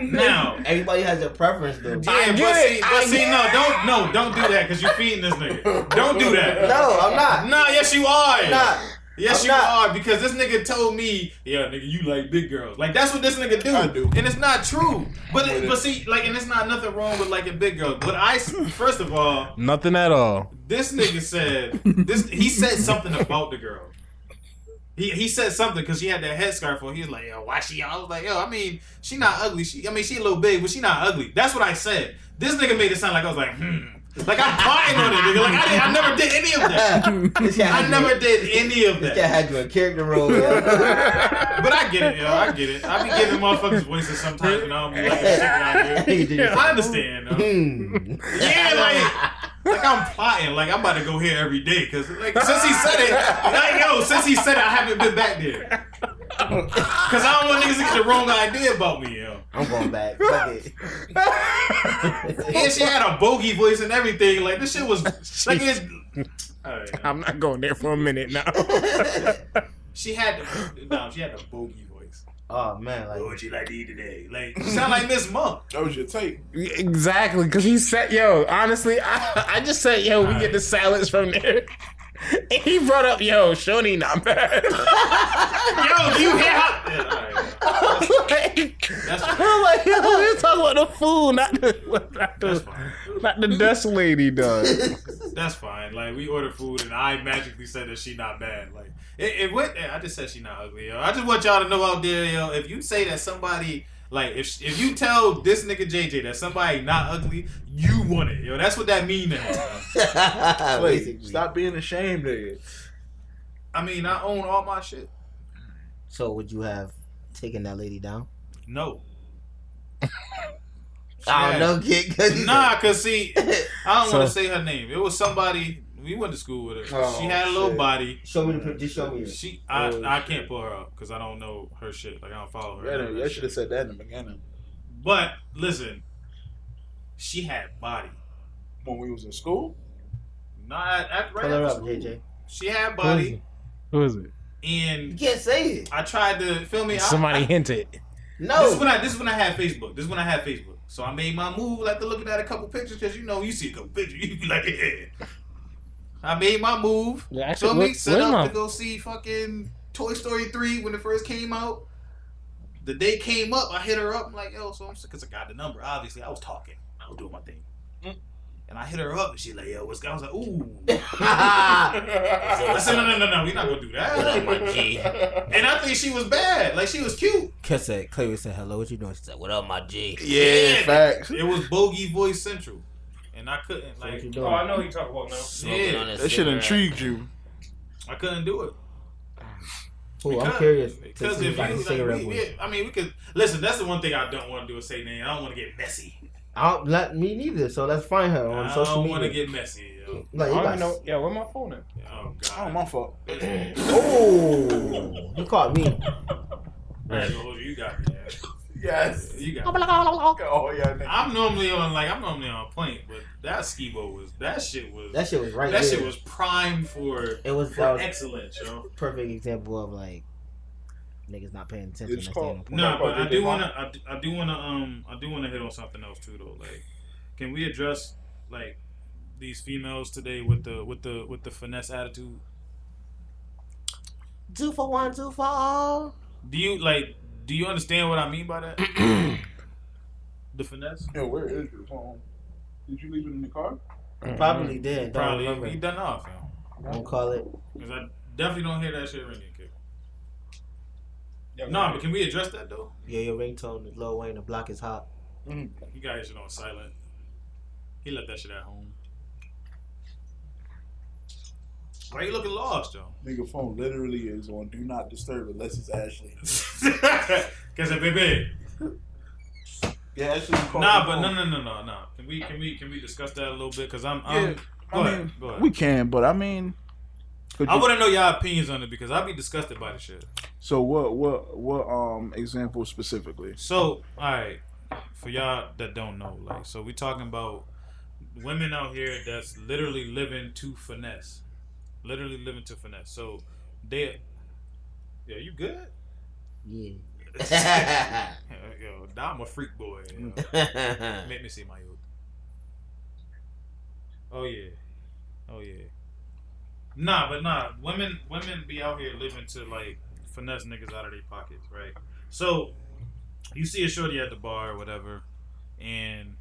[SPEAKER 3] Now.
[SPEAKER 6] Everybody has their preference though.
[SPEAKER 3] Yeah,
[SPEAKER 5] I
[SPEAKER 3] but
[SPEAKER 5] get
[SPEAKER 3] see,
[SPEAKER 5] it.
[SPEAKER 3] but
[SPEAKER 5] I
[SPEAKER 3] see,
[SPEAKER 5] get
[SPEAKER 3] no, don't, no, don't do that, cause you feeding this nigga. Don't do that.
[SPEAKER 6] No, I'm not.
[SPEAKER 3] No, yes you are.
[SPEAKER 6] Nah.
[SPEAKER 3] Yes,
[SPEAKER 6] I'm
[SPEAKER 3] you
[SPEAKER 6] not.
[SPEAKER 3] are because this nigga told me, yeah, nigga, you like big girls. Like that's what this nigga do,
[SPEAKER 4] I do.
[SPEAKER 3] and it's not true. But it, but see, like, and it's not nothing wrong with liking big girls. But I, s- first of all,
[SPEAKER 5] Nothing at all.
[SPEAKER 3] this nigga said this. He said something about the girl. He, he said something because she had that headscarf on. He was like, yo, why she? I was like, yo, I mean, she not ugly. She, I mean, she a little big, but she not ugly. That's what I said. This nigga made it sound like I was like, hmm. Like I'm plotting on it, nigga. Like I, didn't, I never did any of that.
[SPEAKER 6] this cat
[SPEAKER 3] I
[SPEAKER 6] had you-
[SPEAKER 3] never did any of that.
[SPEAKER 6] This cat had you in character role. yo.
[SPEAKER 3] But I get it, yo. I get it. I be giving motherfuckers voices sometimes, and I don't be like shit out here. I understand, though.
[SPEAKER 6] Hmm.
[SPEAKER 3] Yeah, like, like I'm plotting. Like I'm about to go here every day, cause like since he said it, like yo, since he said it, I haven't been back there. Cause I don't want niggas to get the wrong idea about me, yo.
[SPEAKER 6] I'm going back. Fuck it.
[SPEAKER 3] And she had a bogey voice and everything. Like this shit was like it. All right,
[SPEAKER 5] I'm not going there for a minute now.
[SPEAKER 3] she had the, no, she had a bogey voice.
[SPEAKER 6] Oh man,
[SPEAKER 3] What
[SPEAKER 6] like
[SPEAKER 3] would you like to eat today? Like she sound like Miss Monk.
[SPEAKER 4] That was your tape.
[SPEAKER 5] exactly, because he said, "Yo, honestly, I, I just said, yo, we get the salads from there." And he brought up, "Yo, Shoney not bad."
[SPEAKER 3] Yo, do you hear how? Yeah, all right.
[SPEAKER 5] like,
[SPEAKER 3] That's
[SPEAKER 5] I'm like, yo, we're talking about the food, not the not
[SPEAKER 3] That's
[SPEAKER 5] the,
[SPEAKER 3] fine.
[SPEAKER 5] not the dust lady, dog.
[SPEAKER 3] That's fine. Like we ordered food, and I magically said that she not bad. Like it, it went. I just said she not ugly. Yo. I just want y'all to know out there, yo. If you say that somebody like if if you tell this nigga JJ that somebody not ugly, you want it, yo. That's what that mean to him. yo.
[SPEAKER 4] Wait,
[SPEAKER 6] uh, Basically.
[SPEAKER 4] stop being ashamed, nigga.
[SPEAKER 3] I mean, I own all my shit.
[SPEAKER 6] So would you have taken that lady down?
[SPEAKER 3] No, Yeah.
[SPEAKER 6] I don't know, kid. 'cause you-
[SPEAKER 3] nah, cause see, I don't want
[SPEAKER 5] So-
[SPEAKER 3] to say her name. It was somebody we went to school with her.
[SPEAKER 4] Oh,
[SPEAKER 3] she had a little
[SPEAKER 4] shit.
[SPEAKER 3] body.
[SPEAKER 6] Show me the picture. Just show me it.
[SPEAKER 3] She, I,
[SPEAKER 4] Oh,
[SPEAKER 3] I
[SPEAKER 4] shit.
[SPEAKER 3] can't pull her up because I don't know her shit. Like I don't follow her.
[SPEAKER 4] That
[SPEAKER 3] None of
[SPEAKER 4] ain't-
[SPEAKER 3] that
[SPEAKER 4] Y'all
[SPEAKER 3] shit.
[SPEAKER 4] should have said that in the beginning
[SPEAKER 3] But listen, she had body.
[SPEAKER 4] when we was in school.
[SPEAKER 3] Not at right
[SPEAKER 6] Pull her
[SPEAKER 3] after
[SPEAKER 6] up,
[SPEAKER 3] school.
[SPEAKER 6] JJ.
[SPEAKER 3] She had
[SPEAKER 5] Who is
[SPEAKER 3] body,
[SPEAKER 5] Who is it?
[SPEAKER 6] You
[SPEAKER 3] and
[SPEAKER 6] can't say it.
[SPEAKER 3] I tried to feel me. I-
[SPEAKER 5] Somebody hinted.
[SPEAKER 6] No.
[SPEAKER 1] Oh.
[SPEAKER 3] this is when I this is when I had Facebook. This is when I had Facebook. So I made my move after looking at a couple pictures because you know you see a couple pictures you be like yeah. I made my move.
[SPEAKER 5] Yeah, actually,
[SPEAKER 3] Feel me?
[SPEAKER 5] where-
[SPEAKER 3] Set
[SPEAKER 5] where
[SPEAKER 3] up
[SPEAKER 5] my-
[SPEAKER 3] to go see fucking Toy Story three when it first came out. The day came up, I hit her up. I'm like, yo, so I'm because I got the number. Obviously, I was talking. I was doing my thing. And I hit her up, and she like, yo, what's going? I was like, ooh. Ah. I said, no, no, no, no, we're not gonna do that. And I think she was bad. Like she was cute.
[SPEAKER 6] Kiss said, Clary said, hello, what you doing? She said, what up, my G?
[SPEAKER 4] Yeah, facts.
[SPEAKER 3] It was bogey voice central, and I couldn't like,
[SPEAKER 6] What you
[SPEAKER 7] Oh,
[SPEAKER 6] doing?
[SPEAKER 7] I know who you talking about now.
[SPEAKER 6] Smoking on
[SPEAKER 3] yeah,
[SPEAKER 4] That shit
[SPEAKER 6] cigarette.
[SPEAKER 4] intrigued you.
[SPEAKER 3] I couldn't do it.
[SPEAKER 6] Ooh, I'm
[SPEAKER 3] Because-
[SPEAKER 6] curious to
[SPEAKER 3] Because
[SPEAKER 6] see
[SPEAKER 3] if
[SPEAKER 6] if I can
[SPEAKER 3] you,
[SPEAKER 6] cigarette
[SPEAKER 3] like, we,
[SPEAKER 6] with.
[SPEAKER 3] yeah, I mean, we could listen. That's the one thing I don't want to do is say name. I don't want to get messy.
[SPEAKER 6] I don't, not me neither, so let's find her on
[SPEAKER 3] I
[SPEAKER 6] social
[SPEAKER 3] don't
[SPEAKER 6] media.
[SPEAKER 3] want to get messy. Yo.
[SPEAKER 6] like,
[SPEAKER 7] I
[SPEAKER 6] you
[SPEAKER 7] don't
[SPEAKER 6] got,
[SPEAKER 7] even know. Yeah, where my phone at?
[SPEAKER 3] Oh
[SPEAKER 4] Oh,
[SPEAKER 3] God.
[SPEAKER 4] my fault.
[SPEAKER 6] Oh, you caught me.
[SPEAKER 3] Alright, well, you got me. yeah.
[SPEAKER 4] Yes.
[SPEAKER 3] You got. Me.
[SPEAKER 4] Oh, yeah, nigga.
[SPEAKER 3] I'm normally on like I'm normally on a plane, but that skibo was that shit was
[SPEAKER 6] That shit was right
[SPEAKER 3] that
[SPEAKER 6] there.
[SPEAKER 3] shit was prime for
[SPEAKER 6] It was, that
[SPEAKER 3] for
[SPEAKER 6] was
[SPEAKER 3] excellence, yo.
[SPEAKER 6] a perfect example of like Niggas not paying attention.
[SPEAKER 4] It's
[SPEAKER 6] That's
[SPEAKER 4] called-
[SPEAKER 6] the only
[SPEAKER 3] No,
[SPEAKER 4] What
[SPEAKER 3] but
[SPEAKER 4] about
[SPEAKER 3] I
[SPEAKER 4] DJ
[SPEAKER 3] do
[SPEAKER 4] Mark?
[SPEAKER 3] want to. I, do- I do want to. Um, I do want to hit on something else too, though. Like, can we address like these females today with the with the with the finesse attitude?
[SPEAKER 6] point. Two for one, two for all.
[SPEAKER 3] Do you like? Do you understand what I mean by that? the finesse.
[SPEAKER 4] Yo, where is your phone? Did you leave it in the car?
[SPEAKER 6] Probably did. Don't
[SPEAKER 3] Probably he
[SPEAKER 6] remember.
[SPEAKER 3] done off him
[SPEAKER 6] Don't call it.
[SPEAKER 3] because I definitely don't hear that shit ringing. Kick. No, but can we address that though?
[SPEAKER 6] Yeah, your ringtone is Lil Wayne. The block is hot.
[SPEAKER 3] He got his shit on silent. He left that shit at home. Why you looking lost, Joe?
[SPEAKER 4] Nigga, phone literally is on do not disturb unless it's Ashley.
[SPEAKER 3] Cause it baby.
[SPEAKER 4] Yeah, Ashley. you called
[SPEAKER 3] Nah,
[SPEAKER 4] the
[SPEAKER 3] but
[SPEAKER 4] phone.
[SPEAKER 3] no, no, no, no, no. Can we, can we, can we discuss that a little bit? Cause I'm, I'm.
[SPEAKER 4] Yeah,
[SPEAKER 3] Um, go
[SPEAKER 4] I
[SPEAKER 3] ahead,
[SPEAKER 4] mean,
[SPEAKER 3] go ahead.
[SPEAKER 4] We can, but I mean, could
[SPEAKER 3] I
[SPEAKER 4] you-
[SPEAKER 3] want to know y'all opinions on it because I'd be disgusted by the shit.
[SPEAKER 4] so what? What? What? Um, example specifically?
[SPEAKER 3] So, all right, for y'all that don't know, like, so we talking about women out here that's literally living to finesse, literally living to finesse. So they, yeah, you good?
[SPEAKER 6] Yeah.
[SPEAKER 3] Yo, I'm a freak boy. yo. Let me see my youth. Oh yeah, oh yeah. Nah, but nah, women women be out here living to like finesse niggas out of their pockets, right? So you see a shorty at the bar or whatever, and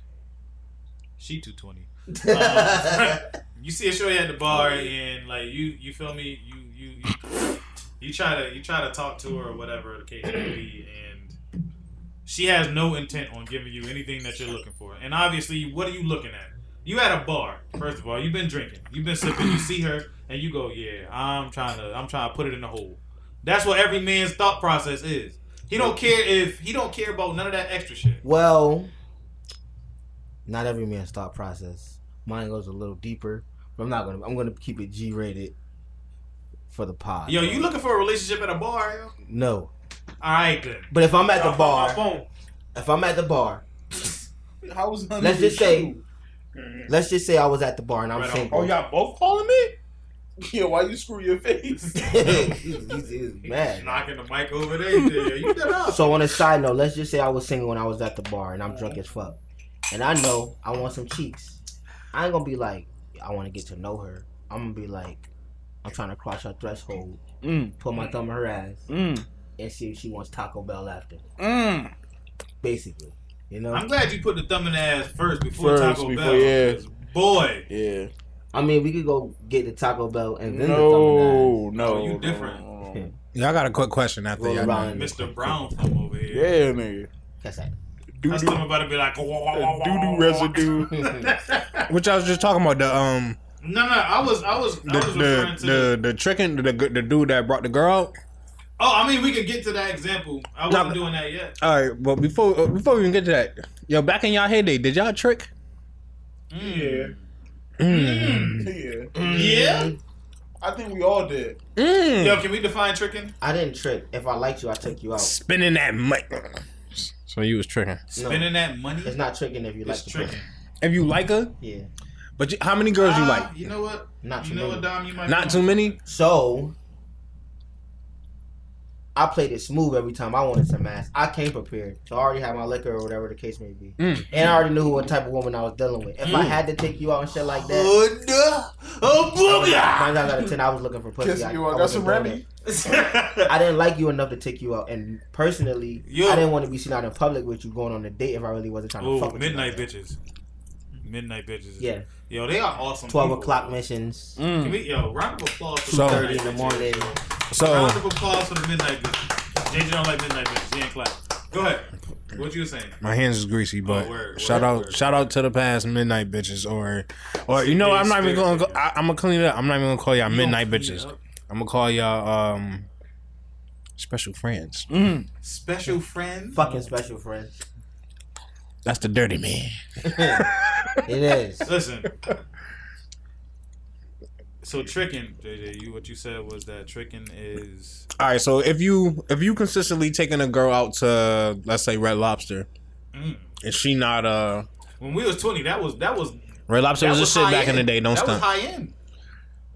[SPEAKER 3] she two twenty. Um, you see a shorty at the bar and like you you feel me you you you, you try to you try to talk to her or whatever the case may be and she has no intent on giving you anything that you're looking for and obviously what are you looking at you at a bar first of all you've been drinking you've been sipping you see her and you go yeah i'm trying to i'm trying to put it in the hole that's what every man's thought process is he don't care if he don't care about none of that extra shit
[SPEAKER 6] Well, not every man's thought process. Mine goes a little deeper, but I'm not gonna. I'm gonna keep it G-rated for the pod.
[SPEAKER 3] yo you looking for a relationship at a bar yo?
[SPEAKER 6] No,
[SPEAKER 3] all right then
[SPEAKER 6] but if I'm at the
[SPEAKER 7] I found
[SPEAKER 6] bar,
[SPEAKER 7] My phone.
[SPEAKER 6] if I'm at the bar,
[SPEAKER 4] How was none
[SPEAKER 6] Let's
[SPEAKER 4] of your
[SPEAKER 6] just say-
[SPEAKER 4] shoe?
[SPEAKER 6] let's just say I was at the bar and I'm
[SPEAKER 3] Right on.
[SPEAKER 6] single.
[SPEAKER 7] Oh, y'all both calling me?
[SPEAKER 4] Yeah, why you screw your face?
[SPEAKER 6] he's, he's, he's mad.
[SPEAKER 3] knocking the mic over there yo. you done up
[SPEAKER 6] So on a side note, let's just say I was single when I was at the bar and I'm drunk as fuck, and I know I want some cheeks. I ain't gonna be like I want to get to know her. I'm gonna be like I'm trying to cross her threshold,
[SPEAKER 4] Mm.
[SPEAKER 6] put my thumb in her ass,
[SPEAKER 4] Mm.
[SPEAKER 6] and see if she wants Taco Bell after.
[SPEAKER 4] Mm.
[SPEAKER 6] Basically, you know.
[SPEAKER 3] I'm glad you put the thumb in the ass first before
[SPEAKER 4] First,
[SPEAKER 3] Taco
[SPEAKER 4] before-
[SPEAKER 3] Bell.
[SPEAKER 4] yeah.
[SPEAKER 3] 'cause Boy,
[SPEAKER 4] Yeah.
[SPEAKER 6] I mean, we could go get the Taco Bell and then
[SPEAKER 4] No, no.
[SPEAKER 3] Oh, you different.
[SPEAKER 4] no,
[SPEAKER 6] the thumb
[SPEAKER 4] no.
[SPEAKER 6] in
[SPEAKER 5] Y'all got a quick question
[SPEAKER 6] the
[SPEAKER 5] after
[SPEAKER 6] ass. Roll
[SPEAKER 5] y'all.
[SPEAKER 6] around.
[SPEAKER 3] Mr. Brown thumb over here.
[SPEAKER 4] Yeah, nigga.
[SPEAKER 6] That's that.
[SPEAKER 4] Doo
[SPEAKER 3] My
[SPEAKER 4] doo
[SPEAKER 3] stomach about to be like, "Wah, wah, wah, wah,
[SPEAKER 4] doo
[SPEAKER 3] wah,
[SPEAKER 4] doo
[SPEAKER 3] wah."
[SPEAKER 4] residue.
[SPEAKER 5] What y'all was just talking about the um
[SPEAKER 3] No, no, I was, I was, I
[SPEAKER 5] the
[SPEAKER 3] was referring to.
[SPEAKER 5] the the, the tricking the, the dude that brought the girl. out?
[SPEAKER 3] oh, I mean, we could get to that example. I wasn't
[SPEAKER 5] but-
[SPEAKER 3] doing that yet.
[SPEAKER 5] All right, but before uh, before we even get to that, yo, back in y'all heyday, did y'all trick?
[SPEAKER 4] Yeah,
[SPEAKER 5] Mm.
[SPEAKER 4] yeah.
[SPEAKER 3] Yeah.
[SPEAKER 4] I think we all did.
[SPEAKER 5] Mm.
[SPEAKER 3] Yo, can we define tricking?
[SPEAKER 6] I didn't trick. If I liked you, I took you out.
[SPEAKER 5] Spinning that mic. So you was tricking.
[SPEAKER 3] Spending that money
[SPEAKER 6] It's not tricking if you like
[SPEAKER 3] is
[SPEAKER 6] the person.
[SPEAKER 3] tricking.
[SPEAKER 5] If you like her,
[SPEAKER 6] Yeah,
[SPEAKER 5] but you, how many girls you
[SPEAKER 3] Ah,
[SPEAKER 5] like?
[SPEAKER 3] You know what?
[SPEAKER 6] not
[SPEAKER 3] You
[SPEAKER 6] too
[SPEAKER 3] know
[SPEAKER 6] many.
[SPEAKER 3] what, Dom? You might.
[SPEAKER 5] Not
[SPEAKER 3] be
[SPEAKER 5] too
[SPEAKER 3] right.
[SPEAKER 5] many.
[SPEAKER 6] So I played it smooth every time I wanted some ass. I came prepared. So I already had my liquor or whatever the case may be.
[SPEAKER 5] Mm.
[SPEAKER 6] And I already knew what type of woman I was dealing with. If
[SPEAKER 3] Mm.
[SPEAKER 6] I had to take you out and shit like that,
[SPEAKER 3] Oh, booga!
[SPEAKER 6] nine times out of ten I was looking for pussy.
[SPEAKER 4] Kiss
[SPEAKER 6] I,
[SPEAKER 4] you.
[SPEAKER 6] I
[SPEAKER 4] I got
[SPEAKER 6] wasn't
[SPEAKER 4] some
[SPEAKER 6] doing that.
[SPEAKER 4] Remy.
[SPEAKER 6] I didn't like you enough to take you out, and personally,
[SPEAKER 3] Yo.
[SPEAKER 6] I didn't want to be seen out in public with you going on a date if I really wasn't trying to
[SPEAKER 3] Oh,
[SPEAKER 6] fuck with you
[SPEAKER 3] midnight
[SPEAKER 6] like that.
[SPEAKER 3] bitches. Midnight bitches.
[SPEAKER 6] Yeah,
[SPEAKER 3] Yo, they are awesome.
[SPEAKER 6] twelve
[SPEAKER 3] people.
[SPEAKER 6] o'clock missions,
[SPEAKER 3] Can we, yo, round of applause for
[SPEAKER 5] So-
[SPEAKER 3] the
[SPEAKER 6] thirty in the
[SPEAKER 3] midnight bitches.
[SPEAKER 6] morning.
[SPEAKER 5] mm. So
[SPEAKER 3] Round of applause for the midnight bitches. JJ don't like midnight bitches. He ain't clap. Go ahead. What you was saying?
[SPEAKER 5] my hands is greasy, but
[SPEAKER 3] Oh, word,
[SPEAKER 5] shout
[SPEAKER 3] word,
[SPEAKER 5] out
[SPEAKER 3] word.
[SPEAKER 5] shout out to the past midnight bitches or or you know
[SPEAKER 3] Big
[SPEAKER 5] I'm not even
[SPEAKER 3] spirit.
[SPEAKER 5] gonna go, I, I'm gonna clean it up. I'm not even gonna call y'all midnight
[SPEAKER 3] You don't
[SPEAKER 5] bitches.
[SPEAKER 3] clean up.
[SPEAKER 5] I'm gonna call y'all um special friends.
[SPEAKER 3] Mm. Special friend.
[SPEAKER 6] Fucking special friend.
[SPEAKER 5] That's the dirty man.
[SPEAKER 6] It is.
[SPEAKER 3] Listen. So tricking, JJ, you what you said was that tricking is
[SPEAKER 5] All right, so if you if you consistently taking a girl out to let's say Red Lobster
[SPEAKER 3] Mm.
[SPEAKER 5] and she not uh
[SPEAKER 3] when we was twenty. That was that was
[SPEAKER 5] Red Lobster
[SPEAKER 3] that
[SPEAKER 5] was,
[SPEAKER 3] was,
[SPEAKER 5] a shit
[SPEAKER 3] high
[SPEAKER 5] back in the
[SPEAKER 3] end.
[SPEAKER 5] day. Don't
[SPEAKER 3] that was
[SPEAKER 5] stunt.
[SPEAKER 3] high end.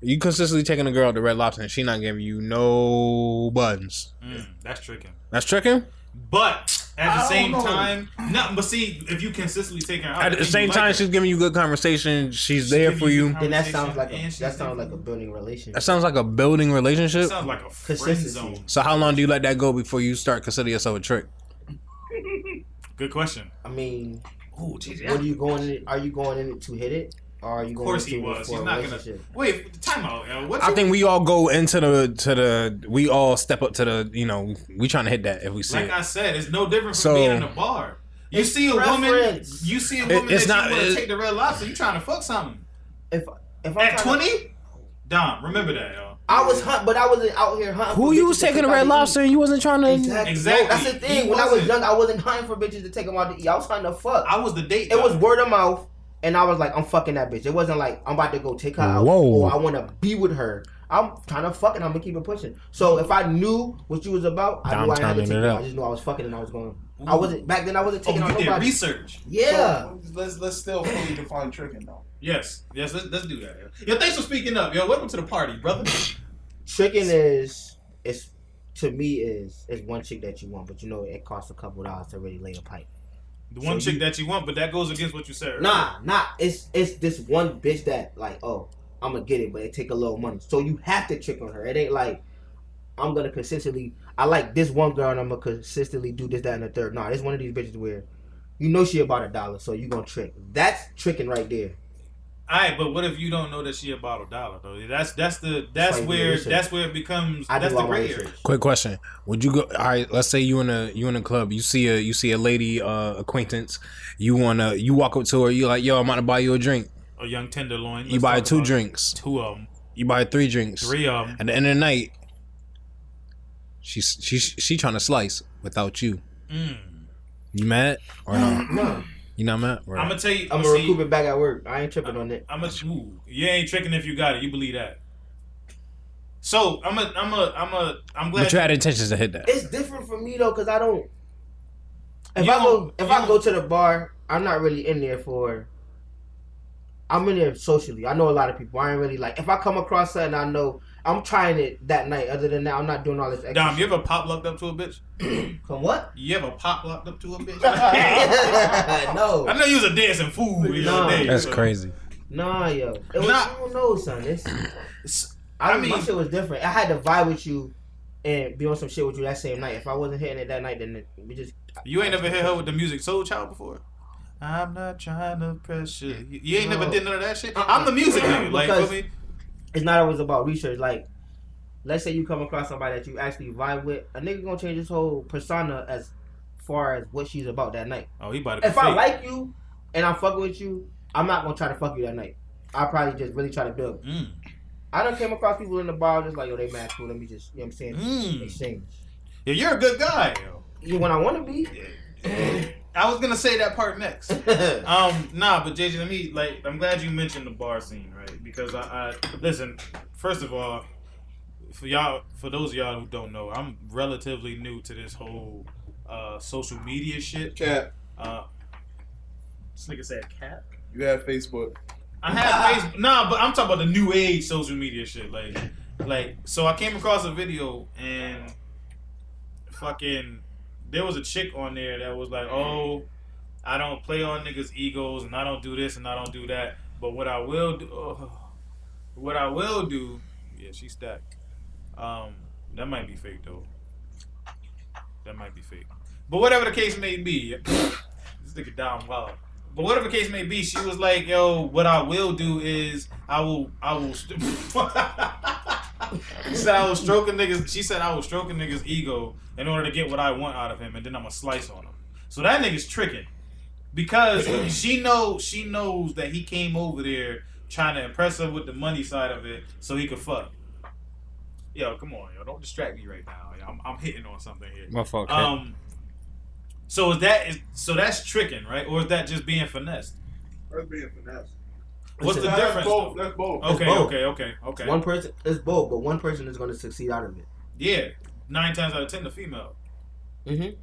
[SPEAKER 5] You consistently taking a girl to Red Lobster and she not giving you no buns.
[SPEAKER 3] Mm, that's tricking.
[SPEAKER 5] That's tricking.
[SPEAKER 3] But at
[SPEAKER 2] I
[SPEAKER 3] the
[SPEAKER 2] don't
[SPEAKER 3] same
[SPEAKER 2] know.
[SPEAKER 3] time, no. But see, if you consistently take her out,
[SPEAKER 5] At
[SPEAKER 3] then
[SPEAKER 5] the
[SPEAKER 3] you
[SPEAKER 5] same
[SPEAKER 3] like
[SPEAKER 5] time,
[SPEAKER 3] her.
[SPEAKER 5] she's giving you good conversation. She's there
[SPEAKER 3] giving
[SPEAKER 5] for
[SPEAKER 3] you
[SPEAKER 5] you.
[SPEAKER 3] good
[SPEAKER 6] Then that sounds like
[SPEAKER 3] And
[SPEAKER 6] a,
[SPEAKER 3] she's
[SPEAKER 6] that sounds
[SPEAKER 3] different.
[SPEAKER 6] like a building relationship.
[SPEAKER 5] That sounds like a building relationship.
[SPEAKER 3] sounds like a friend
[SPEAKER 6] Consistency.
[SPEAKER 3] zone.
[SPEAKER 5] So how long do you let that go before you start considering yourself a trick?
[SPEAKER 3] Good question.
[SPEAKER 6] I mean,
[SPEAKER 3] Ooh, JJ.
[SPEAKER 6] what are you going? In, are you going in it to hit it, or are you
[SPEAKER 3] Of
[SPEAKER 6] going?
[SPEAKER 3] course
[SPEAKER 6] into
[SPEAKER 3] he
[SPEAKER 6] it
[SPEAKER 3] was.
[SPEAKER 6] for
[SPEAKER 3] He's
[SPEAKER 6] a
[SPEAKER 3] not gonna
[SPEAKER 6] relationship?
[SPEAKER 3] wait. Time out. L. What's
[SPEAKER 5] I
[SPEAKER 3] your-
[SPEAKER 5] think we all go into the to the we all step up to the you know we trying to hit that if we see
[SPEAKER 3] like
[SPEAKER 5] it.
[SPEAKER 3] I said, it's no different from
[SPEAKER 5] So-
[SPEAKER 3] being in a bar. You
[SPEAKER 6] It's
[SPEAKER 3] see a woman.
[SPEAKER 6] preference.
[SPEAKER 3] You see a woman
[SPEAKER 5] it's
[SPEAKER 3] that
[SPEAKER 5] not-
[SPEAKER 3] you want
[SPEAKER 5] it-
[SPEAKER 3] to take the red lobster. You trying to fuck something
[SPEAKER 6] If if I'm
[SPEAKER 3] at twenty? Dom, remember that, y'all.
[SPEAKER 6] I was hunt, but I wasn't out here hunting.
[SPEAKER 5] Who
[SPEAKER 6] for
[SPEAKER 5] you
[SPEAKER 6] bitches
[SPEAKER 5] was
[SPEAKER 6] to
[SPEAKER 5] taking
[SPEAKER 6] take
[SPEAKER 5] to
[SPEAKER 6] out
[SPEAKER 5] Red
[SPEAKER 6] to eat.
[SPEAKER 5] Lobster and you wasn't trying to?
[SPEAKER 6] Exactly.
[SPEAKER 3] Exactly.
[SPEAKER 6] No, that's the
[SPEAKER 3] He
[SPEAKER 6] thing. When I was
[SPEAKER 3] wasn't.
[SPEAKER 6] young, I wasn't hunting for bitches to take them out to eat. I was hunting to fuck.
[SPEAKER 3] I was the date.
[SPEAKER 6] it
[SPEAKER 3] guy.
[SPEAKER 6] was word of mouth, and I was like, I'm fucking that bitch. It wasn't like I'm about to go take her out.
[SPEAKER 5] Whoa.
[SPEAKER 6] Or I want to be with her. I'm trying to fuck and I'm gonna keep it pushing. So if I knew what you was about, I
[SPEAKER 5] Dom
[SPEAKER 6] knew I had to
[SPEAKER 5] turning
[SPEAKER 6] take
[SPEAKER 5] it
[SPEAKER 6] you. out.
[SPEAKER 5] up.
[SPEAKER 6] I just knew I was fucking and I was going. I wasn't back then. I wasn't
[SPEAKER 3] Oh,
[SPEAKER 6] taking
[SPEAKER 3] you
[SPEAKER 6] out
[SPEAKER 3] did
[SPEAKER 6] nobody.
[SPEAKER 3] research.
[SPEAKER 6] Yeah.
[SPEAKER 2] So, let's let's still fully define tricking though.
[SPEAKER 3] Yes, yes. Let's, let's do that. Yo. yo, thanks for speaking up, yo. Welcome to the party, brother.
[SPEAKER 6] Tricking is is to me is is one chick that you want, but you know it costs a couple dollars to really lay a pipe.
[SPEAKER 3] The one
[SPEAKER 6] So
[SPEAKER 3] chick
[SPEAKER 6] you-
[SPEAKER 3] that you want, but that goes against what you said. earlier.
[SPEAKER 6] Nah, nah. It's it's this one bitch that like, oh, I'm gonna get it, but it take a little money. So you have to trick on her. It ain't like I'm gonna consistently. I like this one girl, and I'm gonna consistently do this, that, and the third. Nah, it's one of these bitches where you know she about a dollar, so you gonna trick. That's tricking right there.
[SPEAKER 3] All right, but what if you don't know that she a bottle dollar though? That's that's the that's
[SPEAKER 6] why you do
[SPEAKER 3] where
[SPEAKER 6] research.
[SPEAKER 3] that's where it becomes
[SPEAKER 6] I
[SPEAKER 3] that's
[SPEAKER 6] do
[SPEAKER 3] the
[SPEAKER 6] all my
[SPEAKER 3] gray area.
[SPEAKER 6] research.
[SPEAKER 5] Quick question: Would you go? All right, let's say you in a you in a club. You see a you see a lady uh, acquaintance. You wanna you walk up to her. You like, yo, I'm about to buy you a drink.
[SPEAKER 3] A young tenderloin.
[SPEAKER 5] you
[SPEAKER 3] let's
[SPEAKER 5] buy
[SPEAKER 3] talk
[SPEAKER 5] two
[SPEAKER 3] about it.
[SPEAKER 5] drinks.
[SPEAKER 3] two of them,
[SPEAKER 5] You buy three drinks.
[SPEAKER 3] three of them.
[SPEAKER 5] At the end of the night, she's she's she trying to slice without you.
[SPEAKER 3] Mm.
[SPEAKER 5] You mad or not?
[SPEAKER 6] No,
[SPEAKER 5] You not mad? Right.
[SPEAKER 3] I'm gonna tell you.
[SPEAKER 6] I'm
[SPEAKER 3] I'm
[SPEAKER 6] gonna
[SPEAKER 3] gonna
[SPEAKER 6] recoup it back at work. I ain't tripping on it.
[SPEAKER 3] I'm gonna. Ooh, you ain't tricking if you got it. You believe that? So I'm a I'm a I'm a I'm glad.
[SPEAKER 5] but you had intentions to hit that.
[SPEAKER 6] It's different for me though, cause I don't. If
[SPEAKER 3] You
[SPEAKER 6] I go,
[SPEAKER 3] don't-
[SPEAKER 6] if
[SPEAKER 3] you
[SPEAKER 6] I go to the bar, I'm not really in there for. I'm in there socially. I know a lot of people. I ain't really like. If I come across something, I know I'm trying it that night. Other than that, I'm not doing all this. Extra
[SPEAKER 3] Dom, you ever pop locked up to a bitch?
[SPEAKER 6] Come what?
[SPEAKER 3] You ever pop locked up to a bitch?
[SPEAKER 6] no,
[SPEAKER 3] I know you was a dancing fool the
[SPEAKER 6] Nah.
[SPEAKER 3] other day.
[SPEAKER 5] That's
[SPEAKER 3] so-
[SPEAKER 5] crazy.
[SPEAKER 6] nah, yo. It was,
[SPEAKER 3] Nah.
[SPEAKER 6] I don't know, son. It's, I,
[SPEAKER 3] I
[SPEAKER 6] mean, my
[SPEAKER 3] mean-
[SPEAKER 6] shit was different. I had to vibe with you, and be on some shit with you that same night. If I wasn't hitting it that night, then it- we just
[SPEAKER 3] You ain't never hit her with the music Soul Child before? I'm not trying to pressure. You, you ain't never
[SPEAKER 6] No.
[SPEAKER 3] did none of that shit. I'm the music nigga. Like, feel
[SPEAKER 6] Uh-uh. Because-
[SPEAKER 3] me?
[SPEAKER 6] it's not always about research. Like, let's say you come across somebody that you actually vibe with, a nigga gonna change his whole persona as far as what she's about that night.
[SPEAKER 3] Oh, he about to be
[SPEAKER 6] If I
[SPEAKER 3] fake.
[SPEAKER 6] like you and I'm fucking with you, I'm not gonna try to fuck you that night. I probably just really try to build.
[SPEAKER 3] Mm.
[SPEAKER 6] I done came across people in the bar just like, yo, they mad cool. Let me just, you know what I'm saying?
[SPEAKER 3] Mm.
[SPEAKER 6] Exchange.
[SPEAKER 3] Yeah, you're a good guy. yo.
[SPEAKER 6] You when I wanna be.
[SPEAKER 3] I was gonna say that part next. um, nah, but JJ, let me like. I'm glad you mentioned the bar scene, right? Because I, I listen. First of all, for y'all, for those of y'all who don't know, I'm relatively new to this whole uh, social media shit.
[SPEAKER 2] Cap,
[SPEAKER 3] Uh, this nigga said cap.
[SPEAKER 2] you have Facebook.
[SPEAKER 3] I have Facebook. Nah, but I'm talking about the new age social media shit. Like, like so I came across a video and fucking there was a chick on there that was like, oh, I don't play on niggas' egos and I don't do this and I don't do that. But what I will do, oh, what I will do, yeah, she stacked. Um, that might be fake though. That might be fake. But whatever the case may be, this nigga down wild. But whatever the case may be, she was like, "Yo, what I will do is I will, I will." St- she said, "I will stroke a niggas." She said, "I will stroke a nigga's ego in order to get what I want out of him, and then I'm gonna slice on him." So that nigga's tricking because she know she knows that he came over there trying to impress her with the money side of it, so he could fuck. Yo, come on, yo, don't distract me right now. Yo. I'm, I'm hitting on something here.
[SPEAKER 5] My fault. Kat.
[SPEAKER 3] Um. So is that is so that's tricking, right? Or is that just being finessed?
[SPEAKER 2] That's being finesse.
[SPEAKER 3] What's the
[SPEAKER 2] That's
[SPEAKER 3] difference?
[SPEAKER 2] both.
[SPEAKER 3] though?
[SPEAKER 2] That's both.
[SPEAKER 3] Okay,
[SPEAKER 6] both.
[SPEAKER 3] okay, okay, okay.
[SPEAKER 6] One person it's both, but one person is gonna succeed out of it.
[SPEAKER 3] Yeah, nine times out of ten, the female.
[SPEAKER 6] Mhm.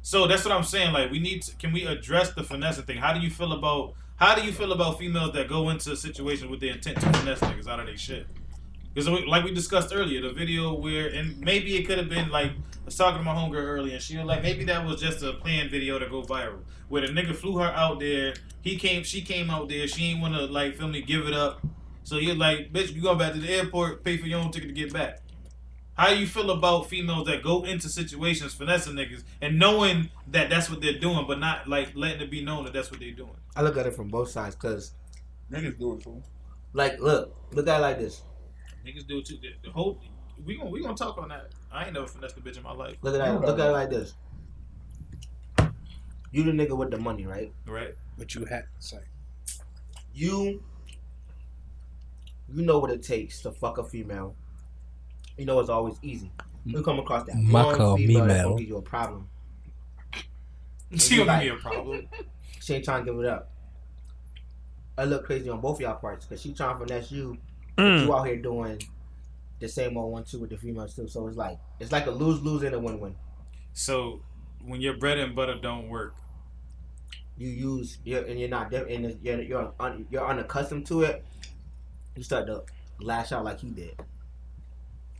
[SPEAKER 3] So that's what I'm saying. Like, we need. To, can we address the finessing thing? How do you feel about? How do you feel about females that go into situations with the intent to finesse niggas out of their shit? Because like we discussed earlier, the video where and maybe it could have been like I was talking to my homegirl earlier, and she was like, maybe that was just a planned video to go viral, where the nigga flew her out there. He came, she came out there. She ain't want to like feel me give it up. So you're like, bitch, you going back to the airport, pay for your own ticket to get back. How you feel about females that go into situations finessing niggas and knowing that that's what they're doing, but not like letting it be known that that's what they're doing?
[SPEAKER 6] I look at it from both sides because,
[SPEAKER 2] Niggas do it fool.
[SPEAKER 6] like, look, look at it like this.
[SPEAKER 3] Niggas do it too. The, the whole we gonna we gonna talk on that. I ain't never finessed a bitch in my life,
[SPEAKER 6] Look at that. Look at it like this. You the nigga with the money, right?
[SPEAKER 3] right?
[SPEAKER 4] But you had to say.
[SPEAKER 6] You, you know what it takes to fuck a female. You know it's always easy. You come across that
[SPEAKER 8] Mucko
[SPEAKER 6] one female that's
[SPEAKER 8] female.
[SPEAKER 6] gonna give you a problem.
[SPEAKER 3] She gonna be a problem.
[SPEAKER 6] She ain't trying to give it up. I look crazy on both of y'all parts because she trying to finesse you. but You out here doing the same old one two with the females too. So it's like it's like a lose lose and a win win.
[SPEAKER 3] So when your bread and butter don't work,
[SPEAKER 6] you use you're, and you're not def- and it's- you're you're, un, you're unaccustomed to it, you start to lash out like he did.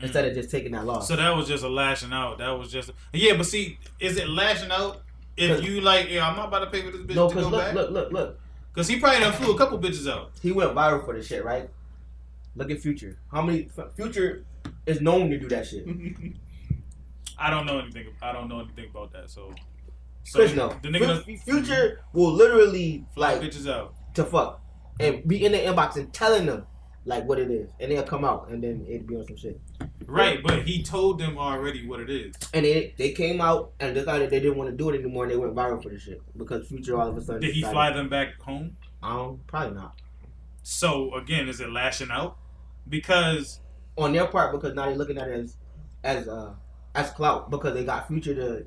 [SPEAKER 6] Instead of just taking that loss,
[SPEAKER 3] Hmm. so that was just a lashing out. That was just yeah. But see, is it lashing out if you like? Yeah, I'm not about to pay for this bitch
[SPEAKER 6] no,
[SPEAKER 3] to
[SPEAKER 6] because
[SPEAKER 3] go
[SPEAKER 6] look,
[SPEAKER 3] back.
[SPEAKER 6] look, look, look,
[SPEAKER 3] Cause he probably done flew a couple bitches out.
[SPEAKER 6] he went viral for this shit, right? Look at Future. How many F- Future is known to do that shit?
[SPEAKER 3] I don't know anything. I don't know anything about that. So, so
[SPEAKER 6] Chris, no.
[SPEAKER 3] the nigga done
[SPEAKER 6] Fu- Future will literally
[SPEAKER 3] fly
[SPEAKER 6] like
[SPEAKER 3] bitches out.
[SPEAKER 6] to fuck and be in the inbox and telling them like what it is, and they'll come out and then it'd be on some shit.
[SPEAKER 3] Right, but he told them already what it is.
[SPEAKER 6] And they they came out and decided they didn't want to do it anymore, and they went viral for this shit because Future all of a sudden
[SPEAKER 3] Did he
[SPEAKER 6] decided-
[SPEAKER 3] fly them back home?
[SPEAKER 6] Um, probably not
[SPEAKER 3] So again, is it lashing out? Because
[SPEAKER 6] on their part because now they're looking at it as as uh as clout because they got future to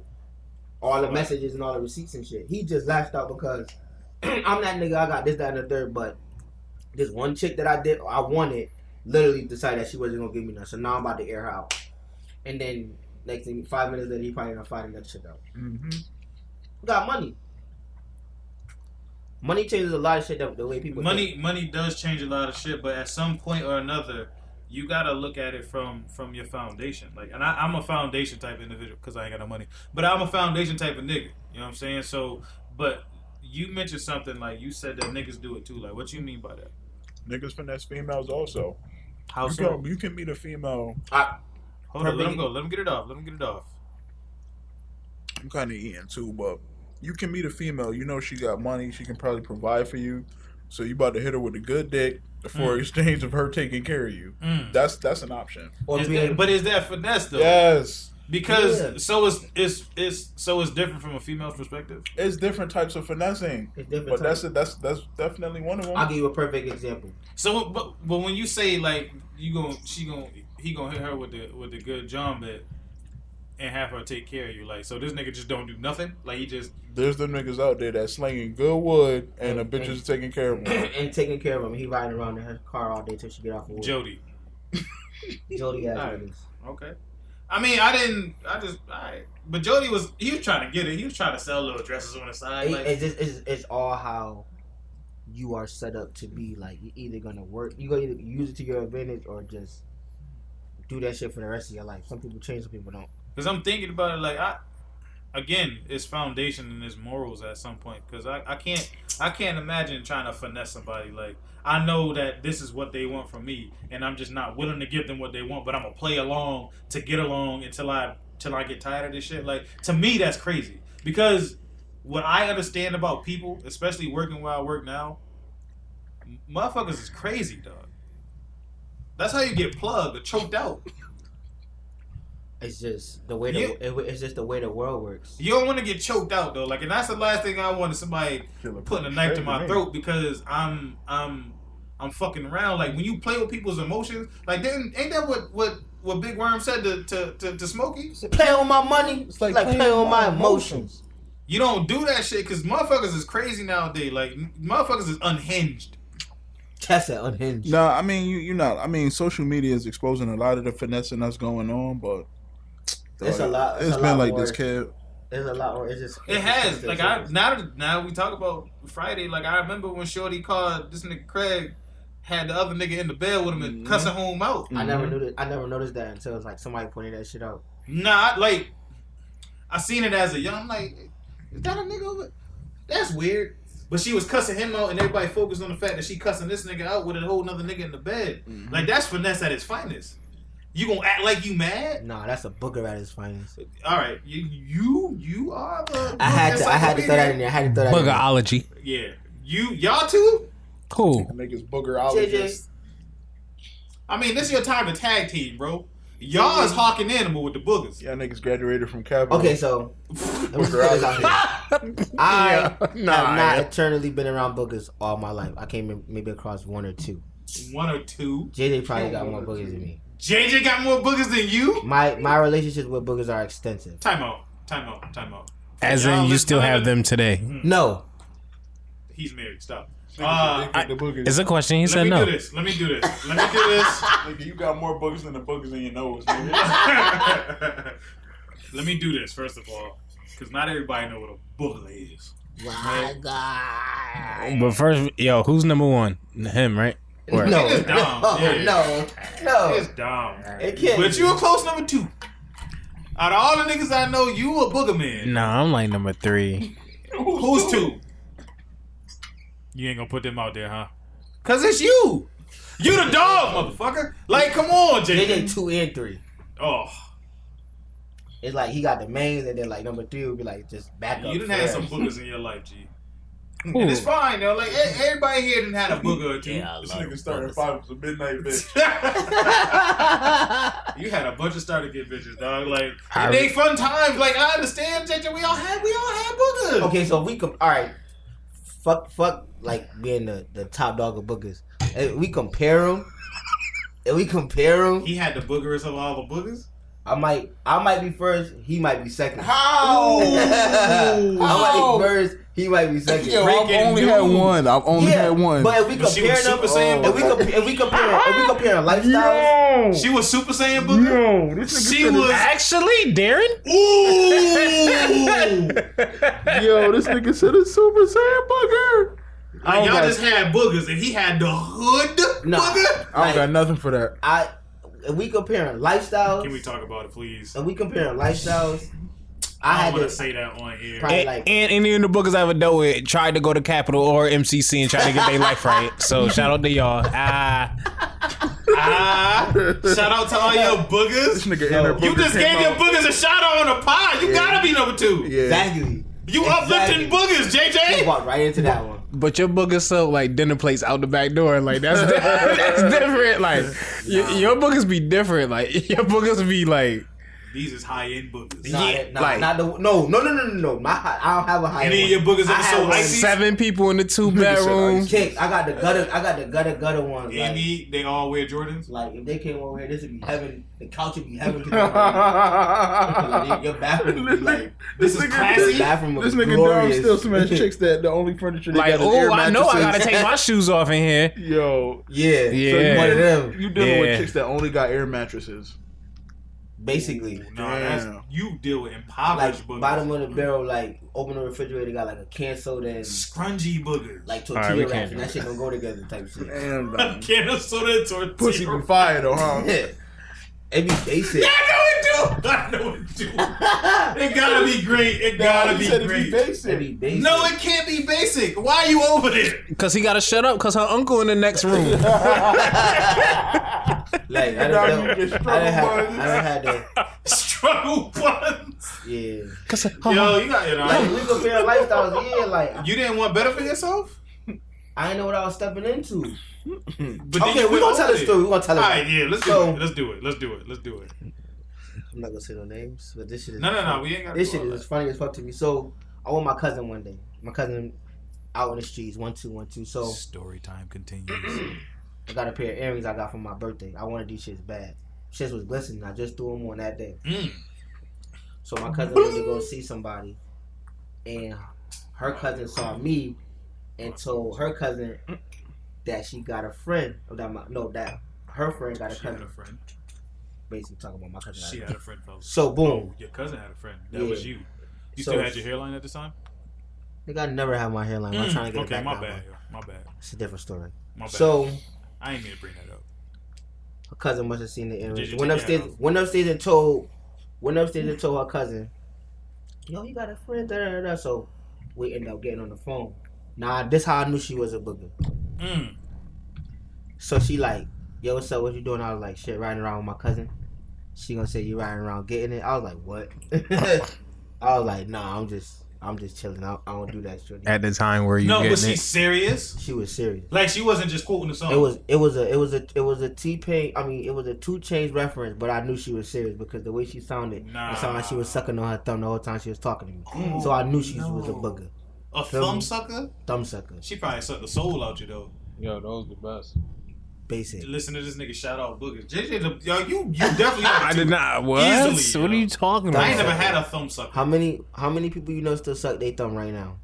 [SPEAKER 6] all the messages and all the receipts and shit. He just lashed out because I'm that nigga. I got this, that, and the third. But this one chick that I did, I wanted, literally decided that she wasn't gonna give me none. So now I'm about to air her out. And then next thing, five minutes later, he probably gonna find another chick out.
[SPEAKER 3] Mm-hmm.
[SPEAKER 6] Got money. Money changes a lot of shit that, the way people think.
[SPEAKER 3] money money does change a lot of shit, but at some point or another, you gotta look at it from from your foundation. Like, and I, I'm a foundation type individual because I ain't got no money, but I'm a foundation type of nigga. You know what I'm saying? So, but you mentioned something like you said that niggas do it too. Like, what you mean by that?
[SPEAKER 2] Niggas finesse females also.
[SPEAKER 3] How
[SPEAKER 2] you,
[SPEAKER 3] so?
[SPEAKER 2] can, you can meet a female.
[SPEAKER 3] Hold on, let him go. Let him get it off. Let him get it off.
[SPEAKER 2] I'm kind of eating too, but you can meet a female. You know she got money. She can probably provide for you. So you about to hit her with a good dick for exchange of her taking care of you.
[SPEAKER 3] Mm.
[SPEAKER 2] That's that's an option.
[SPEAKER 6] or
[SPEAKER 3] Is
[SPEAKER 6] being-
[SPEAKER 3] that- but is that finesse though?
[SPEAKER 2] Yes,
[SPEAKER 3] Because
[SPEAKER 6] Yeah.
[SPEAKER 3] so it's it's it's so it's different from a female's perspective.
[SPEAKER 2] it's different types of finessing,
[SPEAKER 6] It's different
[SPEAKER 2] but that's
[SPEAKER 6] types.
[SPEAKER 2] a, that's that's definitely one of them.
[SPEAKER 6] I'll give you a perfect example.
[SPEAKER 3] So, but but when you say like you gon' she gon' he gonna hit her with the with the good John bit and have her take care of you, like so this nigga just don't do nothing, like he just
[SPEAKER 2] There's them niggas out there that slinging good wood and the
[SPEAKER 6] And-
[SPEAKER 2] bitches
[SPEAKER 6] and-
[SPEAKER 2] taking care of them.
[SPEAKER 6] and taking care of him. He riding around in her car all day till she get off of work.
[SPEAKER 3] Jody.
[SPEAKER 6] Jody ass
[SPEAKER 3] Alright.
[SPEAKER 6] niggas.
[SPEAKER 3] Okay, I mean I didn't I just I but Jody was he was trying to get it, he was trying to sell little dresses on the side,
[SPEAKER 6] It-
[SPEAKER 3] like
[SPEAKER 6] It's, just, it's, it's all how you are set up to be. Like you're either gonna work, you gonna either use it to your advantage or just do that shit for the rest of your life. Some people change, some people don't.
[SPEAKER 3] Because I'm thinking about it like I, again, it's foundation and it's morals at some point. Because I, I can't I can't imagine trying to finesse somebody. Like I know that this is what they want from me, and I'm just not willing to give them what they want. But I'm gonna play along to get along until I till I get tired of this shit. Like to me, that's crazy. Because what I understand about people, especially working where I work now, m- motherfuckers is crazy, dog. That's how you get plugged or choked out.
[SPEAKER 6] It's just the way the
[SPEAKER 3] You-
[SPEAKER 6] it, it's just the way the world works.
[SPEAKER 3] You don't want to get choked out though, like, and that's the last thing I want is somebody
[SPEAKER 2] Killer
[SPEAKER 3] putting a knife to
[SPEAKER 2] Straight
[SPEAKER 3] my
[SPEAKER 2] me.
[SPEAKER 3] throat because I'm I'm I'm fucking around. Like when you play with people's emotions, like didn't ain't that what what what Big Worm said to to to, to Smokey?
[SPEAKER 6] Play on my money, it's like, play on my emotions.
[SPEAKER 3] You don't do that shit because motherfuckers is crazy nowadays. Like m- motherfuckers is unhinged.
[SPEAKER 6] That's that unhinged.
[SPEAKER 2] No, I mean you you not. I mean social media is exposing a lot of the finessing that's going on, but
[SPEAKER 6] It's a lot- it's
[SPEAKER 2] It's
[SPEAKER 6] a
[SPEAKER 2] been
[SPEAKER 6] lot
[SPEAKER 2] like this,
[SPEAKER 6] more.
[SPEAKER 2] kid.
[SPEAKER 6] There's a lot, or it's just
[SPEAKER 3] It
[SPEAKER 6] it's
[SPEAKER 3] has
[SPEAKER 6] just-
[SPEAKER 3] like I now that- now we talk about Friday. Like I remember when Shorty called this nigga Craig had the other nigga in the bed with him and cussing home out.
[SPEAKER 6] I never knew that. I never noticed that until it's like somebody pointed that shit out.
[SPEAKER 3] Nah, like I seen it as a young. I'm like, is that a nigga? Over? That's weird. But she was cussing him out, and everybody focused on the fact that she cussing this nigga out with a whole nother nigga in the bed.
[SPEAKER 6] Mm-hmm.
[SPEAKER 3] Like that's finesse at its finest. You gonna act like you mad?
[SPEAKER 6] Nah, that's a booger at his finest.
[SPEAKER 3] All right, you you you are the.
[SPEAKER 6] I had to. I had to throw that in there. I had to throw that. in there.
[SPEAKER 5] Buggerology.
[SPEAKER 3] Yeah, you y'all too.
[SPEAKER 5] Cool.
[SPEAKER 2] Niggas booger
[SPEAKER 6] JJ,
[SPEAKER 3] I mean, this is your time to tag team, bro. Y'all is hawking animal with the boogers.
[SPEAKER 2] Yeah, niggas graduated from Cavalier.
[SPEAKER 6] Okay, so let me put this out here. I have not eternally been around boogers all my life. I came in maybe across one or two.
[SPEAKER 3] One or two.
[SPEAKER 6] JJ probably got more boogers than me.
[SPEAKER 3] JJ got more boogers than you.
[SPEAKER 6] My my relationships with boogers are extensive.
[SPEAKER 3] Time out. Time out. Time out.
[SPEAKER 5] As
[SPEAKER 3] Y'all
[SPEAKER 5] in, you
[SPEAKER 3] listen-
[SPEAKER 5] still have them today.
[SPEAKER 6] No,
[SPEAKER 3] He's married. Stop.
[SPEAKER 5] Ah,
[SPEAKER 3] Uh,
[SPEAKER 2] Niggas the boogers.
[SPEAKER 5] It's a question. He
[SPEAKER 3] let
[SPEAKER 5] said
[SPEAKER 3] me
[SPEAKER 5] no.
[SPEAKER 3] do this. Let me do this. Let me do this.
[SPEAKER 2] Nigga, you got more boogers than the boogers in your nose. Nigga.
[SPEAKER 3] let me do this first of all, because not everybody know what a booger is.
[SPEAKER 5] But first, yo, who's number one? Him, right? Or-
[SPEAKER 6] no,
[SPEAKER 3] It's dumb. yeah.
[SPEAKER 6] no, no.
[SPEAKER 3] It's dumb.
[SPEAKER 6] It can't.
[SPEAKER 3] But you a close number two. Out of all the niggas I know, you a booger man.
[SPEAKER 5] No, I'm like number three.
[SPEAKER 3] Who's two? You ain't gonna put them out there, huh? Cause it's you. You the dog, motherfucker. Like, come on, JJ.
[SPEAKER 6] JJ two and three.
[SPEAKER 3] Oh,
[SPEAKER 6] It's like he got the mains, and then like number three would be like just back up.
[SPEAKER 3] you didn't have
[SPEAKER 6] for
[SPEAKER 3] some
[SPEAKER 6] us.
[SPEAKER 3] boogers in your life, G.
[SPEAKER 5] Ooh.
[SPEAKER 3] And it's fine though. Like e- everybody here didn't had a booger or two.
[SPEAKER 2] This nigga started at five. It was a midnight bitch.
[SPEAKER 3] you had a bunch of starter get bitches, dog. Like
[SPEAKER 5] I-
[SPEAKER 3] they fun times. Like I understand, JJ. We all had we all had boogers.
[SPEAKER 6] Okay, so we com- all right. Fuck, fuck, like being the, the top dog of boogers. If we compare them, if we compare them,
[SPEAKER 3] He had the boogers of all the boogers.
[SPEAKER 6] I might, I might be first. He might be second. I
[SPEAKER 2] How?
[SPEAKER 6] might be first. He might be second.
[SPEAKER 4] Yo, I've
[SPEAKER 3] Breaking
[SPEAKER 4] only had
[SPEAKER 3] news.
[SPEAKER 4] one. I've only
[SPEAKER 6] yeah,
[SPEAKER 4] had one.
[SPEAKER 6] but if we
[SPEAKER 3] But she
[SPEAKER 6] compare
[SPEAKER 3] was
[SPEAKER 6] them,
[SPEAKER 3] Super Saiyan
[SPEAKER 6] if we comp- if we compare, if we compare lifestyles,
[SPEAKER 5] No,
[SPEAKER 3] She was Super Saiyan booger.
[SPEAKER 5] no, this nigga
[SPEAKER 3] She
[SPEAKER 5] said it-
[SPEAKER 3] was-
[SPEAKER 5] actually Darren.
[SPEAKER 3] Ooh,
[SPEAKER 4] Yo, this nigga said a Super Saiyan booger.
[SPEAKER 3] like, y'all just had boogers, and he had the hood
[SPEAKER 6] Nah.
[SPEAKER 3] booger.
[SPEAKER 4] I don't
[SPEAKER 6] like,
[SPEAKER 4] got nothing for that.
[SPEAKER 6] I, if we comparing lifestyles,
[SPEAKER 3] Can we talk about it, please?
[SPEAKER 6] if we comparing lifestyles, I,
[SPEAKER 3] I
[SPEAKER 6] had
[SPEAKER 3] don't want to
[SPEAKER 6] to
[SPEAKER 3] say that on here.
[SPEAKER 6] Probably-
[SPEAKER 5] And,
[SPEAKER 6] like-
[SPEAKER 5] and any of the bookers I ever dealt with tried to go to Capital or MCC and try to get their life right. So shout out to y'all. Ah,
[SPEAKER 3] Ah, shout out to all your boogers.
[SPEAKER 4] This nigga inner
[SPEAKER 3] You
[SPEAKER 4] booger
[SPEAKER 3] just
[SPEAKER 4] came
[SPEAKER 3] gave your
[SPEAKER 4] out.
[SPEAKER 3] boogers a shout out on the pod. You gotta be number two.
[SPEAKER 4] Yeah.
[SPEAKER 6] exactly.
[SPEAKER 3] You uplifting boogers,
[SPEAKER 6] He
[SPEAKER 3] JJ.
[SPEAKER 6] walked right into that one.
[SPEAKER 5] but your booker sold like dinner plates out the back door. Like that's that's different. Like y- your bookers be different. Like your bookers be like
[SPEAKER 3] These is high end boogers.
[SPEAKER 6] Nah,
[SPEAKER 5] Yeah,
[SPEAKER 6] nah,
[SPEAKER 5] like-
[SPEAKER 6] not the no, no, no, no, no, no. My, hi- I don't have a high.
[SPEAKER 3] Any of your
[SPEAKER 6] one.
[SPEAKER 3] boogers ever
[SPEAKER 6] I had
[SPEAKER 3] sold
[SPEAKER 6] one.
[SPEAKER 3] icy?
[SPEAKER 5] seven people in the two bedrooms.
[SPEAKER 6] Kick. I got the gutter. I got the gutter gutter one. Like,
[SPEAKER 3] Any, they all wear Jordans.
[SPEAKER 6] like if they came over here, this would be heaven. The couch would be heaven. To them. like, your bathroom would be like
[SPEAKER 3] This is
[SPEAKER 4] nigga-
[SPEAKER 6] your
[SPEAKER 3] classy.
[SPEAKER 6] bathroom. would
[SPEAKER 4] This
[SPEAKER 6] be
[SPEAKER 4] nigga dog
[SPEAKER 6] glorious.
[SPEAKER 4] still smash chicks that the only furniture they
[SPEAKER 5] Like
[SPEAKER 4] got is air
[SPEAKER 5] oh, I know I gotta
[SPEAKER 4] mattresses.
[SPEAKER 5] take my shoes off in here.
[SPEAKER 4] Yo,
[SPEAKER 6] Yeah,
[SPEAKER 5] Yeah.
[SPEAKER 4] so you
[SPEAKER 6] one of
[SPEAKER 4] dealing-
[SPEAKER 6] them.
[SPEAKER 4] You dealing
[SPEAKER 5] Yeah.
[SPEAKER 4] with chicks that only got air mattresses?
[SPEAKER 6] Basically,
[SPEAKER 3] Nah, that's
[SPEAKER 4] Damn.
[SPEAKER 3] you deal with impoverished
[SPEAKER 6] like
[SPEAKER 3] boogers.
[SPEAKER 6] bottom of the barrel. Like open the refrigerator, got like a can soda and
[SPEAKER 3] Scrungy boogers.
[SPEAKER 6] like
[SPEAKER 5] right,
[SPEAKER 6] tortilla
[SPEAKER 5] we
[SPEAKER 6] wraps,
[SPEAKER 5] can't do
[SPEAKER 6] and that shit don't go together type shit.
[SPEAKER 4] Damn,
[SPEAKER 3] A
[SPEAKER 4] dog.
[SPEAKER 3] Can of soda and tortilla.
[SPEAKER 4] pussy be fire though, huh?
[SPEAKER 6] Yeah, it be basic.
[SPEAKER 3] I know it do. I know it do. it gotta be great. It gotta
[SPEAKER 4] He
[SPEAKER 3] be
[SPEAKER 4] said it
[SPEAKER 3] great.
[SPEAKER 6] It
[SPEAKER 4] basic.
[SPEAKER 6] be basic.
[SPEAKER 3] no, it can't be basic. Why you over there?
[SPEAKER 5] Cause he gotta shut up. Cause her uncle in the next room.
[SPEAKER 6] like I
[SPEAKER 4] Dog,
[SPEAKER 6] don't know. I
[SPEAKER 4] you
[SPEAKER 6] done
[SPEAKER 4] get struggle
[SPEAKER 6] had,
[SPEAKER 4] buns.
[SPEAKER 6] I done had the
[SPEAKER 3] Struggle buns.
[SPEAKER 6] yeah.
[SPEAKER 5] Cause uh-huh. her-
[SPEAKER 6] Uh-huh.
[SPEAKER 3] Yo, you got it.
[SPEAKER 6] Like
[SPEAKER 3] Right?
[SPEAKER 6] we compare lifestyles, yeah. Like
[SPEAKER 3] You didn't want better for yourself.
[SPEAKER 6] I didn't know what I was stepping into.
[SPEAKER 3] But then
[SPEAKER 6] Okay,
[SPEAKER 3] you
[SPEAKER 6] we're
[SPEAKER 3] went
[SPEAKER 6] gonna tell
[SPEAKER 3] over
[SPEAKER 6] the
[SPEAKER 3] there.
[SPEAKER 6] story. We're gonna tell
[SPEAKER 3] All
[SPEAKER 6] it.
[SPEAKER 3] right, yeah, let's do
[SPEAKER 6] So-
[SPEAKER 3] it. Let's do it. Let's do it. Let's do it.
[SPEAKER 6] I'm not gonna say no names, but this shit is
[SPEAKER 3] No, no, no. We ain't got
[SPEAKER 6] this shit is funny as fuck to me. So I went with my cousin one day. My cousin out in the streets, one two one two. So
[SPEAKER 3] Story time continues.
[SPEAKER 6] I got a pair of earrings I got for my birthday. I wanted these shits bad. Shits was glistening. I just threw them on that day.
[SPEAKER 3] Mm.
[SPEAKER 6] So my cousin went to go see somebody, and her cousin saw me, and told her cousin that she got a friend. Or that my, no, that her friend got a
[SPEAKER 3] She had a
[SPEAKER 6] cousin.
[SPEAKER 3] friend.
[SPEAKER 6] Basically talking about my cousin.
[SPEAKER 3] She had a friend, fellas.
[SPEAKER 6] So boom,
[SPEAKER 3] Oh, your cousin had a friend. That
[SPEAKER 6] Yeah.
[SPEAKER 3] was you. You
[SPEAKER 6] So-
[SPEAKER 3] still had your hairline at the time?
[SPEAKER 6] nigga, I never had my hairline. I'm
[SPEAKER 3] Mm,
[SPEAKER 6] trying to get it
[SPEAKER 3] okay,
[SPEAKER 6] back.
[SPEAKER 3] my
[SPEAKER 6] now,
[SPEAKER 3] bad.
[SPEAKER 6] but
[SPEAKER 3] yo. My bad.
[SPEAKER 6] It's a different story.
[SPEAKER 3] My bad.
[SPEAKER 6] So
[SPEAKER 3] I ain't mean to bring that up.
[SPEAKER 6] Her cousin must have seen the
[SPEAKER 3] Did you
[SPEAKER 6] image. Went
[SPEAKER 3] take Mm.
[SPEAKER 6] upstairs,
[SPEAKER 3] that off?
[SPEAKER 6] went upstairs and told, went upstairs and told her cousin, "Yo, you got a friend." Da, da, da, da. So we end up getting on the phone. Nah, this how I knew she was a booger.
[SPEAKER 3] Mm.
[SPEAKER 6] So she like, "Yo, what's up? What you doing?" I was like, "Shit, riding around with my cousin." She gonna say you riding around getting it. I was like, "What?" I was like, "Nah, I'm just, I'm just chilling. I, I don't do that shit."
[SPEAKER 5] At the time where you
[SPEAKER 3] No,
[SPEAKER 5] getting
[SPEAKER 3] but she's
[SPEAKER 5] it.
[SPEAKER 3] serious.
[SPEAKER 6] She was serious.
[SPEAKER 3] Like she wasn't just quoting the song.
[SPEAKER 6] It was it was a it was a it was a T Pain. I mean, it was a Two Chains reference, but I knew she was serious because the way she sounded,
[SPEAKER 3] Nah. Oh,
[SPEAKER 6] it sounded like she was sucking on her thumb the whole time she was talking to me. so I knew she was a
[SPEAKER 3] no.
[SPEAKER 6] booger,
[SPEAKER 3] a
[SPEAKER 6] Tell
[SPEAKER 3] thumb
[SPEAKER 6] me.
[SPEAKER 3] sucker.
[SPEAKER 6] thumb sucker,
[SPEAKER 3] She probably sucked the soul out you though.
[SPEAKER 7] Yo, those the best.
[SPEAKER 6] basic.
[SPEAKER 3] Listen to this nigga shout out boogers. JJ, the- yo, you you definitely.
[SPEAKER 5] I did not. What?
[SPEAKER 3] Easily,
[SPEAKER 5] what are
[SPEAKER 3] yo.
[SPEAKER 5] you talking about?
[SPEAKER 3] I ain't never had a thumb sucker.
[SPEAKER 6] How many how many people you know still suck their thumb right now?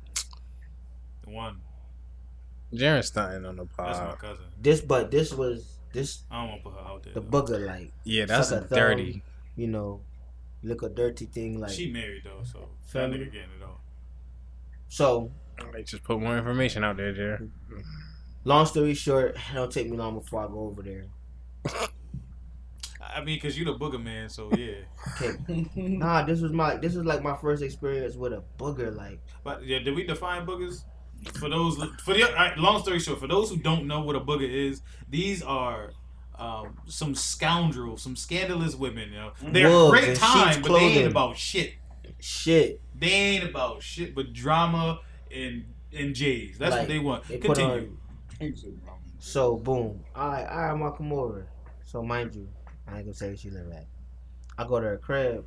[SPEAKER 3] One.
[SPEAKER 5] Jaron Stunton on the
[SPEAKER 6] Uh,
[SPEAKER 3] That's my
[SPEAKER 5] pod.
[SPEAKER 3] cousin.
[SPEAKER 6] This but this was this
[SPEAKER 3] I don't want to put her out there.
[SPEAKER 6] the
[SPEAKER 3] though.
[SPEAKER 6] booger like
[SPEAKER 5] Yeah, that's
[SPEAKER 6] suck a thumb,
[SPEAKER 5] dirty.
[SPEAKER 6] You know, look a dirty thing like
[SPEAKER 3] She married though, so that
[SPEAKER 6] Family.
[SPEAKER 3] nigga getting it off.
[SPEAKER 6] so.
[SPEAKER 5] All right, just put more information out there, Jaron.
[SPEAKER 6] Long story short, it don't take me long before I go over there.
[SPEAKER 3] I mean, cause you the booger man, so yeah.
[SPEAKER 6] Nah, this was my this was like my first experience with a booger like.
[SPEAKER 3] But yeah, did we define boogers? For those, for the all right, long story short, for those who don't know what a booger is, these are um, some scoundrels, some scandalous women. You know, they're a
[SPEAKER 6] Wolves
[SPEAKER 3] great
[SPEAKER 6] in
[SPEAKER 3] time,
[SPEAKER 6] sheep's
[SPEAKER 3] but they ain't
[SPEAKER 6] clothing.
[SPEAKER 3] about shit.
[SPEAKER 6] Shit,
[SPEAKER 3] They ain't about shit, but drama and and J's. That's what
[SPEAKER 6] Like,
[SPEAKER 3] they want.
[SPEAKER 6] they put
[SPEAKER 3] Continue.
[SPEAKER 6] So boom. Alright, alright, I'm gonna come over. So mind you, I ain't gonna say where she live at. I go to her crib,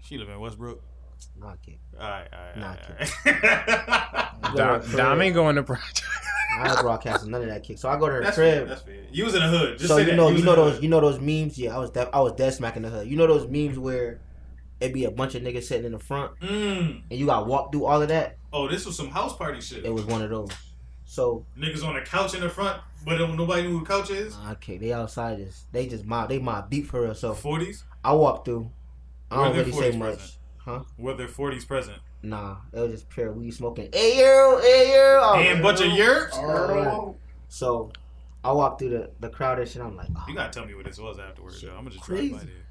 [SPEAKER 3] She live in Westbrook.
[SPEAKER 6] knock it.
[SPEAKER 3] All right, all
[SPEAKER 6] Nah,
[SPEAKER 3] right, all right.
[SPEAKER 6] I go to her
[SPEAKER 5] Dom,
[SPEAKER 6] crib.
[SPEAKER 5] Dom ain't going to project.
[SPEAKER 6] I ain't broadcasting none of that kick. So I go to her
[SPEAKER 3] that's fair.
[SPEAKER 6] crib.
[SPEAKER 3] That's fair. You was in the hood. Just
[SPEAKER 6] so
[SPEAKER 3] say
[SPEAKER 6] you
[SPEAKER 3] that.
[SPEAKER 6] know,
[SPEAKER 3] was
[SPEAKER 6] you
[SPEAKER 3] in
[SPEAKER 6] know
[SPEAKER 3] the
[SPEAKER 6] those,
[SPEAKER 3] hood.
[SPEAKER 6] you know those memes. Yeah, I was, def- I was dead smacking the hood. You know those memes where it be a bunch of niggas sitting in the front,
[SPEAKER 3] Mm.
[SPEAKER 6] and you got to walk through all of that.
[SPEAKER 3] Oh, this was some house party shit.
[SPEAKER 6] It was one of those. So
[SPEAKER 3] Niggas on a couch in the front, but don't- nobody knew who the couch is.
[SPEAKER 6] okay, they outside this. They just mob, they mob deep for real. So
[SPEAKER 3] Forties.
[SPEAKER 6] I walk through. I
[SPEAKER 3] Were
[SPEAKER 6] don't
[SPEAKER 3] there
[SPEAKER 6] really say
[SPEAKER 3] 40s
[SPEAKER 6] much.
[SPEAKER 3] present?
[SPEAKER 6] Huh?
[SPEAKER 3] Were there forties present?
[SPEAKER 6] Nah, it was just pure weed smoking. Hey yo, hey yo. I was
[SPEAKER 3] Damn, bunch of yurts.
[SPEAKER 6] like, So I walked through the, the crowd and shit. I'm like, oh.
[SPEAKER 3] You gotta tell me what this was afterwards, yo. I'm gonna just
[SPEAKER 6] Crazy.
[SPEAKER 3] drive by there.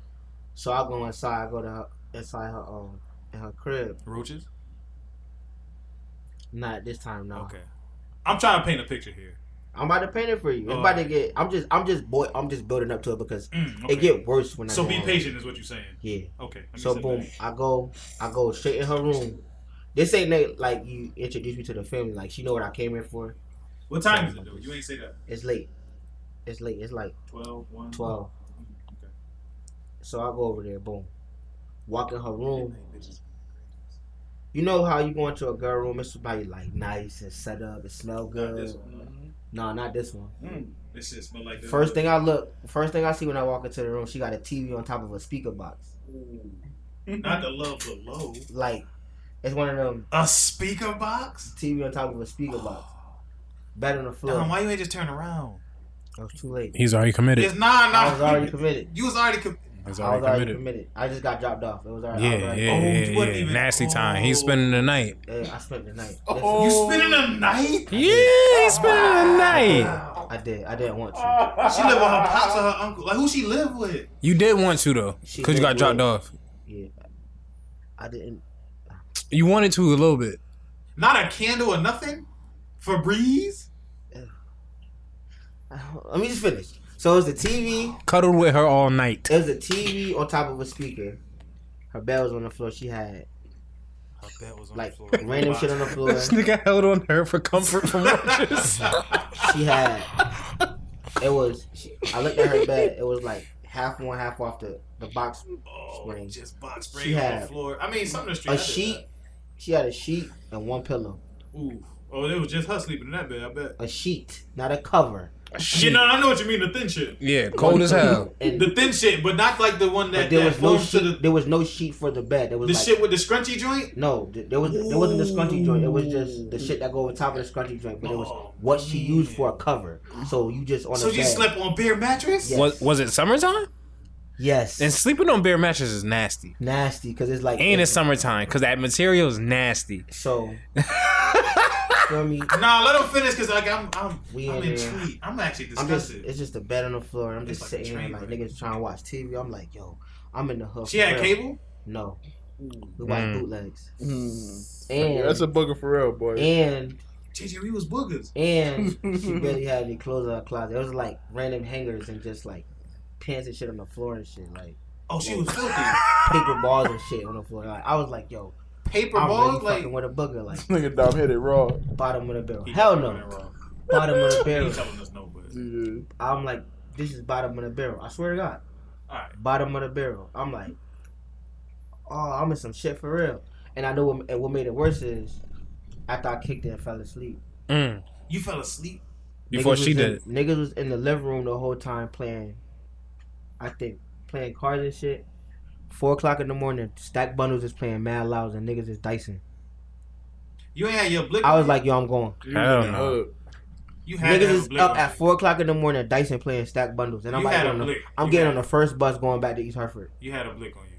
[SPEAKER 6] so I go inside. I go to her, inside her um in her crib.
[SPEAKER 3] Roaches.
[SPEAKER 6] Not this time, no.
[SPEAKER 3] Okay. I'm trying to paint a picture here.
[SPEAKER 6] I'm about to paint it for you. It's
[SPEAKER 3] Oh.
[SPEAKER 6] about to get. I'm just. I'm just. Boy, I'm just building up to it because
[SPEAKER 3] Mm,
[SPEAKER 6] it
[SPEAKER 3] okay.
[SPEAKER 6] get worse when I.
[SPEAKER 3] so
[SPEAKER 6] go
[SPEAKER 3] be
[SPEAKER 6] home.
[SPEAKER 3] patient is what you're saying.
[SPEAKER 6] Yeah.
[SPEAKER 3] Okay. let me
[SPEAKER 6] So
[SPEAKER 3] sit
[SPEAKER 6] boom,
[SPEAKER 3] back.
[SPEAKER 6] I go. I go straight in her room. This ain't like- like you introduced me to the family. Like she know what I came here for.
[SPEAKER 3] What time is it though? You ain't say that.
[SPEAKER 6] It's late. It's late. It's like
[SPEAKER 3] 12, 1.
[SPEAKER 6] 12. So I go over there, boom. Walk in her room. You know how you go into a girl room, it's somebody like nice and set up, it smell
[SPEAKER 3] Not
[SPEAKER 6] good.
[SPEAKER 3] this one.
[SPEAKER 6] No, not this one.
[SPEAKER 3] Mm. This shit smell like the
[SPEAKER 6] First thing I look, first thing I see when I walk into the room, she got a TV on top of a speaker box.
[SPEAKER 3] Not the love below.
[SPEAKER 6] Like, it's one of them
[SPEAKER 3] A speaker box?
[SPEAKER 6] TV on top of a speaker box. Bed on the floor.
[SPEAKER 3] Damn, why you ain't just turn around?
[SPEAKER 6] I was too late.
[SPEAKER 5] He's already committed.
[SPEAKER 3] It's nah, nah.
[SPEAKER 6] I was already committed.
[SPEAKER 3] You was already com-
[SPEAKER 5] He's
[SPEAKER 6] I was
[SPEAKER 5] already
[SPEAKER 6] already
[SPEAKER 5] committed.
[SPEAKER 6] committed. I just got dropped off. It was already. I was
[SPEAKER 5] Yeah,
[SPEAKER 6] already-
[SPEAKER 5] yeah,
[SPEAKER 3] Oh, you
[SPEAKER 5] yeah,
[SPEAKER 3] wasn't
[SPEAKER 5] yeah.
[SPEAKER 3] even-
[SPEAKER 5] Nasty time. He's
[SPEAKER 3] Oh.
[SPEAKER 5] spending the night.
[SPEAKER 6] Yeah, I spent the night.
[SPEAKER 3] You spending the night?
[SPEAKER 5] Yeah, he's spending the night.
[SPEAKER 6] I did. I didn't want to.
[SPEAKER 3] She live with her pops or her uncle. Like who she live with?
[SPEAKER 5] You did want to though,
[SPEAKER 6] She
[SPEAKER 5] because you got
[SPEAKER 6] did
[SPEAKER 5] dropped
[SPEAKER 6] win.
[SPEAKER 5] off.
[SPEAKER 6] Yeah. I didn't.
[SPEAKER 5] You wanted to a little bit.
[SPEAKER 3] Not a candle or nothing? Febreze?
[SPEAKER 6] Let me just finish. So it was the TV.
[SPEAKER 5] Cuddled with her all night.
[SPEAKER 6] It was a TV on top of a speaker. Her bell was on the floor. She had
[SPEAKER 3] Her bed was on
[SPEAKER 6] like
[SPEAKER 3] the floor.
[SPEAKER 6] random shit on the floor.
[SPEAKER 5] This nigga held on to her for comfort from roaches.
[SPEAKER 6] She had. It was. She, I looked at her bed. It was like half on, half off the the box.
[SPEAKER 3] Oh,
[SPEAKER 6] Spring.
[SPEAKER 3] just box
[SPEAKER 6] She
[SPEAKER 3] spray on the
[SPEAKER 6] had
[SPEAKER 3] floor. I mean, something to street. I
[SPEAKER 6] A
[SPEAKER 3] did
[SPEAKER 6] sheet. She had a sheet and one pillow.
[SPEAKER 3] that. Ooh. Oh, it was just her sleeping in that bed. I bet.
[SPEAKER 6] A sheet, not a cover.
[SPEAKER 3] You know, I know what you mean. The thin shit.
[SPEAKER 5] Yeah, cold as hell.
[SPEAKER 6] And
[SPEAKER 3] The thin shit, but not like the one that,
[SPEAKER 6] but there
[SPEAKER 3] that
[SPEAKER 6] was no
[SPEAKER 3] forms to
[SPEAKER 6] sheet.
[SPEAKER 3] the,
[SPEAKER 6] There was no sheet for the bed. There was
[SPEAKER 3] the
[SPEAKER 6] like,
[SPEAKER 3] shit with the scrunchy joint.
[SPEAKER 6] No, th- there was there wasn't the scrunchy joint. It was just the shit that go on top of the scrunchy joint. But it was
[SPEAKER 3] Oh,
[SPEAKER 6] what she used
[SPEAKER 3] man.
[SPEAKER 6] for a cover. So you just on
[SPEAKER 3] So
[SPEAKER 6] a
[SPEAKER 3] you
[SPEAKER 6] bed.
[SPEAKER 3] slept on bare mattress?
[SPEAKER 6] Yeah.
[SPEAKER 5] Was was it summertime?
[SPEAKER 6] yes,
[SPEAKER 5] And sleeping on bare mattress is nasty.
[SPEAKER 6] nasty because it's like
[SPEAKER 5] And it's summertime because that material is nasty.
[SPEAKER 6] So for me.
[SPEAKER 3] Nah, let him finish because like I'm I'm,
[SPEAKER 6] We
[SPEAKER 3] I'm
[SPEAKER 6] in
[SPEAKER 3] intrigued. I'm actually
[SPEAKER 6] I'm just,
[SPEAKER 3] disgusted.
[SPEAKER 6] it's just a bed on the floor. I'm just
[SPEAKER 3] It's like a
[SPEAKER 6] sitting here
[SPEAKER 3] train
[SPEAKER 6] like
[SPEAKER 3] wreck.
[SPEAKER 6] niggas trying to watch TV. I'm like, yo, I'm in the hood.
[SPEAKER 3] she
[SPEAKER 6] Oh, for
[SPEAKER 3] had
[SPEAKER 6] real.
[SPEAKER 3] cable.
[SPEAKER 6] No, we watch
[SPEAKER 5] Mm.
[SPEAKER 6] bootlegs.
[SPEAKER 2] Mm.
[SPEAKER 6] And
[SPEAKER 2] That's a booger for real, boy.
[SPEAKER 6] and
[SPEAKER 3] JJ, we was boogers.
[SPEAKER 6] and she barely had any clothes out of the closet. It was like random hangers and just like pants and shit on the floor and shit, like
[SPEAKER 3] Oh, she was filthy.
[SPEAKER 6] paper balls and shit on the floor. Like I was like, yo,
[SPEAKER 3] Paper
[SPEAKER 6] I'm
[SPEAKER 3] balls,
[SPEAKER 6] really
[SPEAKER 3] like
[SPEAKER 6] fucking with a booger, like
[SPEAKER 2] Nigga, Dom hit it raw.
[SPEAKER 6] bottom of the barrel.
[SPEAKER 3] He
[SPEAKER 6] Hell
[SPEAKER 3] definitely went
[SPEAKER 6] no,
[SPEAKER 3] wrong.
[SPEAKER 6] bottom of the
[SPEAKER 3] He
[SPEAKER 6] barrel.
[SPEAKER 3] ain't telling us no, but
[SPEAKER 2] Yeah.
[SPEAKER 6] I'm like, this is bottom of the barrel. I swear to God.
[SPEAKER 3] Alright.
[SPEAKER 6] Bottom of the barrel. I'm like, oh, I'm in some shit for real. And I know what, and what made it worse is after I kicked it and fell asleep.
[SPEAKER 5] Mm.
[SPEAKER 3] you fell asleep.
[SPEAKER 5] Before
[SPEAKER 6] Niggas
[SPEAKER 5] she
[SPEAKER 6] was
[SPEAKER 5] did.
[SPEAKER 6] in- Niggas was in the living room the whole time playing, I think, playing cards and shit. Four o'clock in the morning, Stack Bundles is playing Mad Louds and niggas is dicing.
[SPEAKER 3] You ain't had your blick.
[SPEAKER 6] I was like, yo, I'm going.
[SPEAKER 5] Hell no.
[SPEAKER 2] Uh,
[SPEAKER 3] you had to have a
[SPEAKER 6] Niggas is
[SPEAKER 3] blick
[SPEAKER 6] up
[SPEAKER 3] on
[SPEAKER 6] at
[SPEAKER 3] you.
[SPEAKER 6] four o'clock in the morning, dicing playing Stack Bundles. And I'm
[SPEAKER 3] You
[SPEAKER 6] like,
[SPEAKER 3] had
[SPEAKER 6] on
[SPEAKER 3] a
[SPEAKER 6] the-
[SPEAKER 3] blick.
[SPEAKER 6] I'm
[SPEAKER 3] You
[SPEAKER 6] getting on
[SPEAKER 3] had-
[SPEAKER 6] the first bus going back to East Hartford.
[SPEAKER 3] You had a blick on you.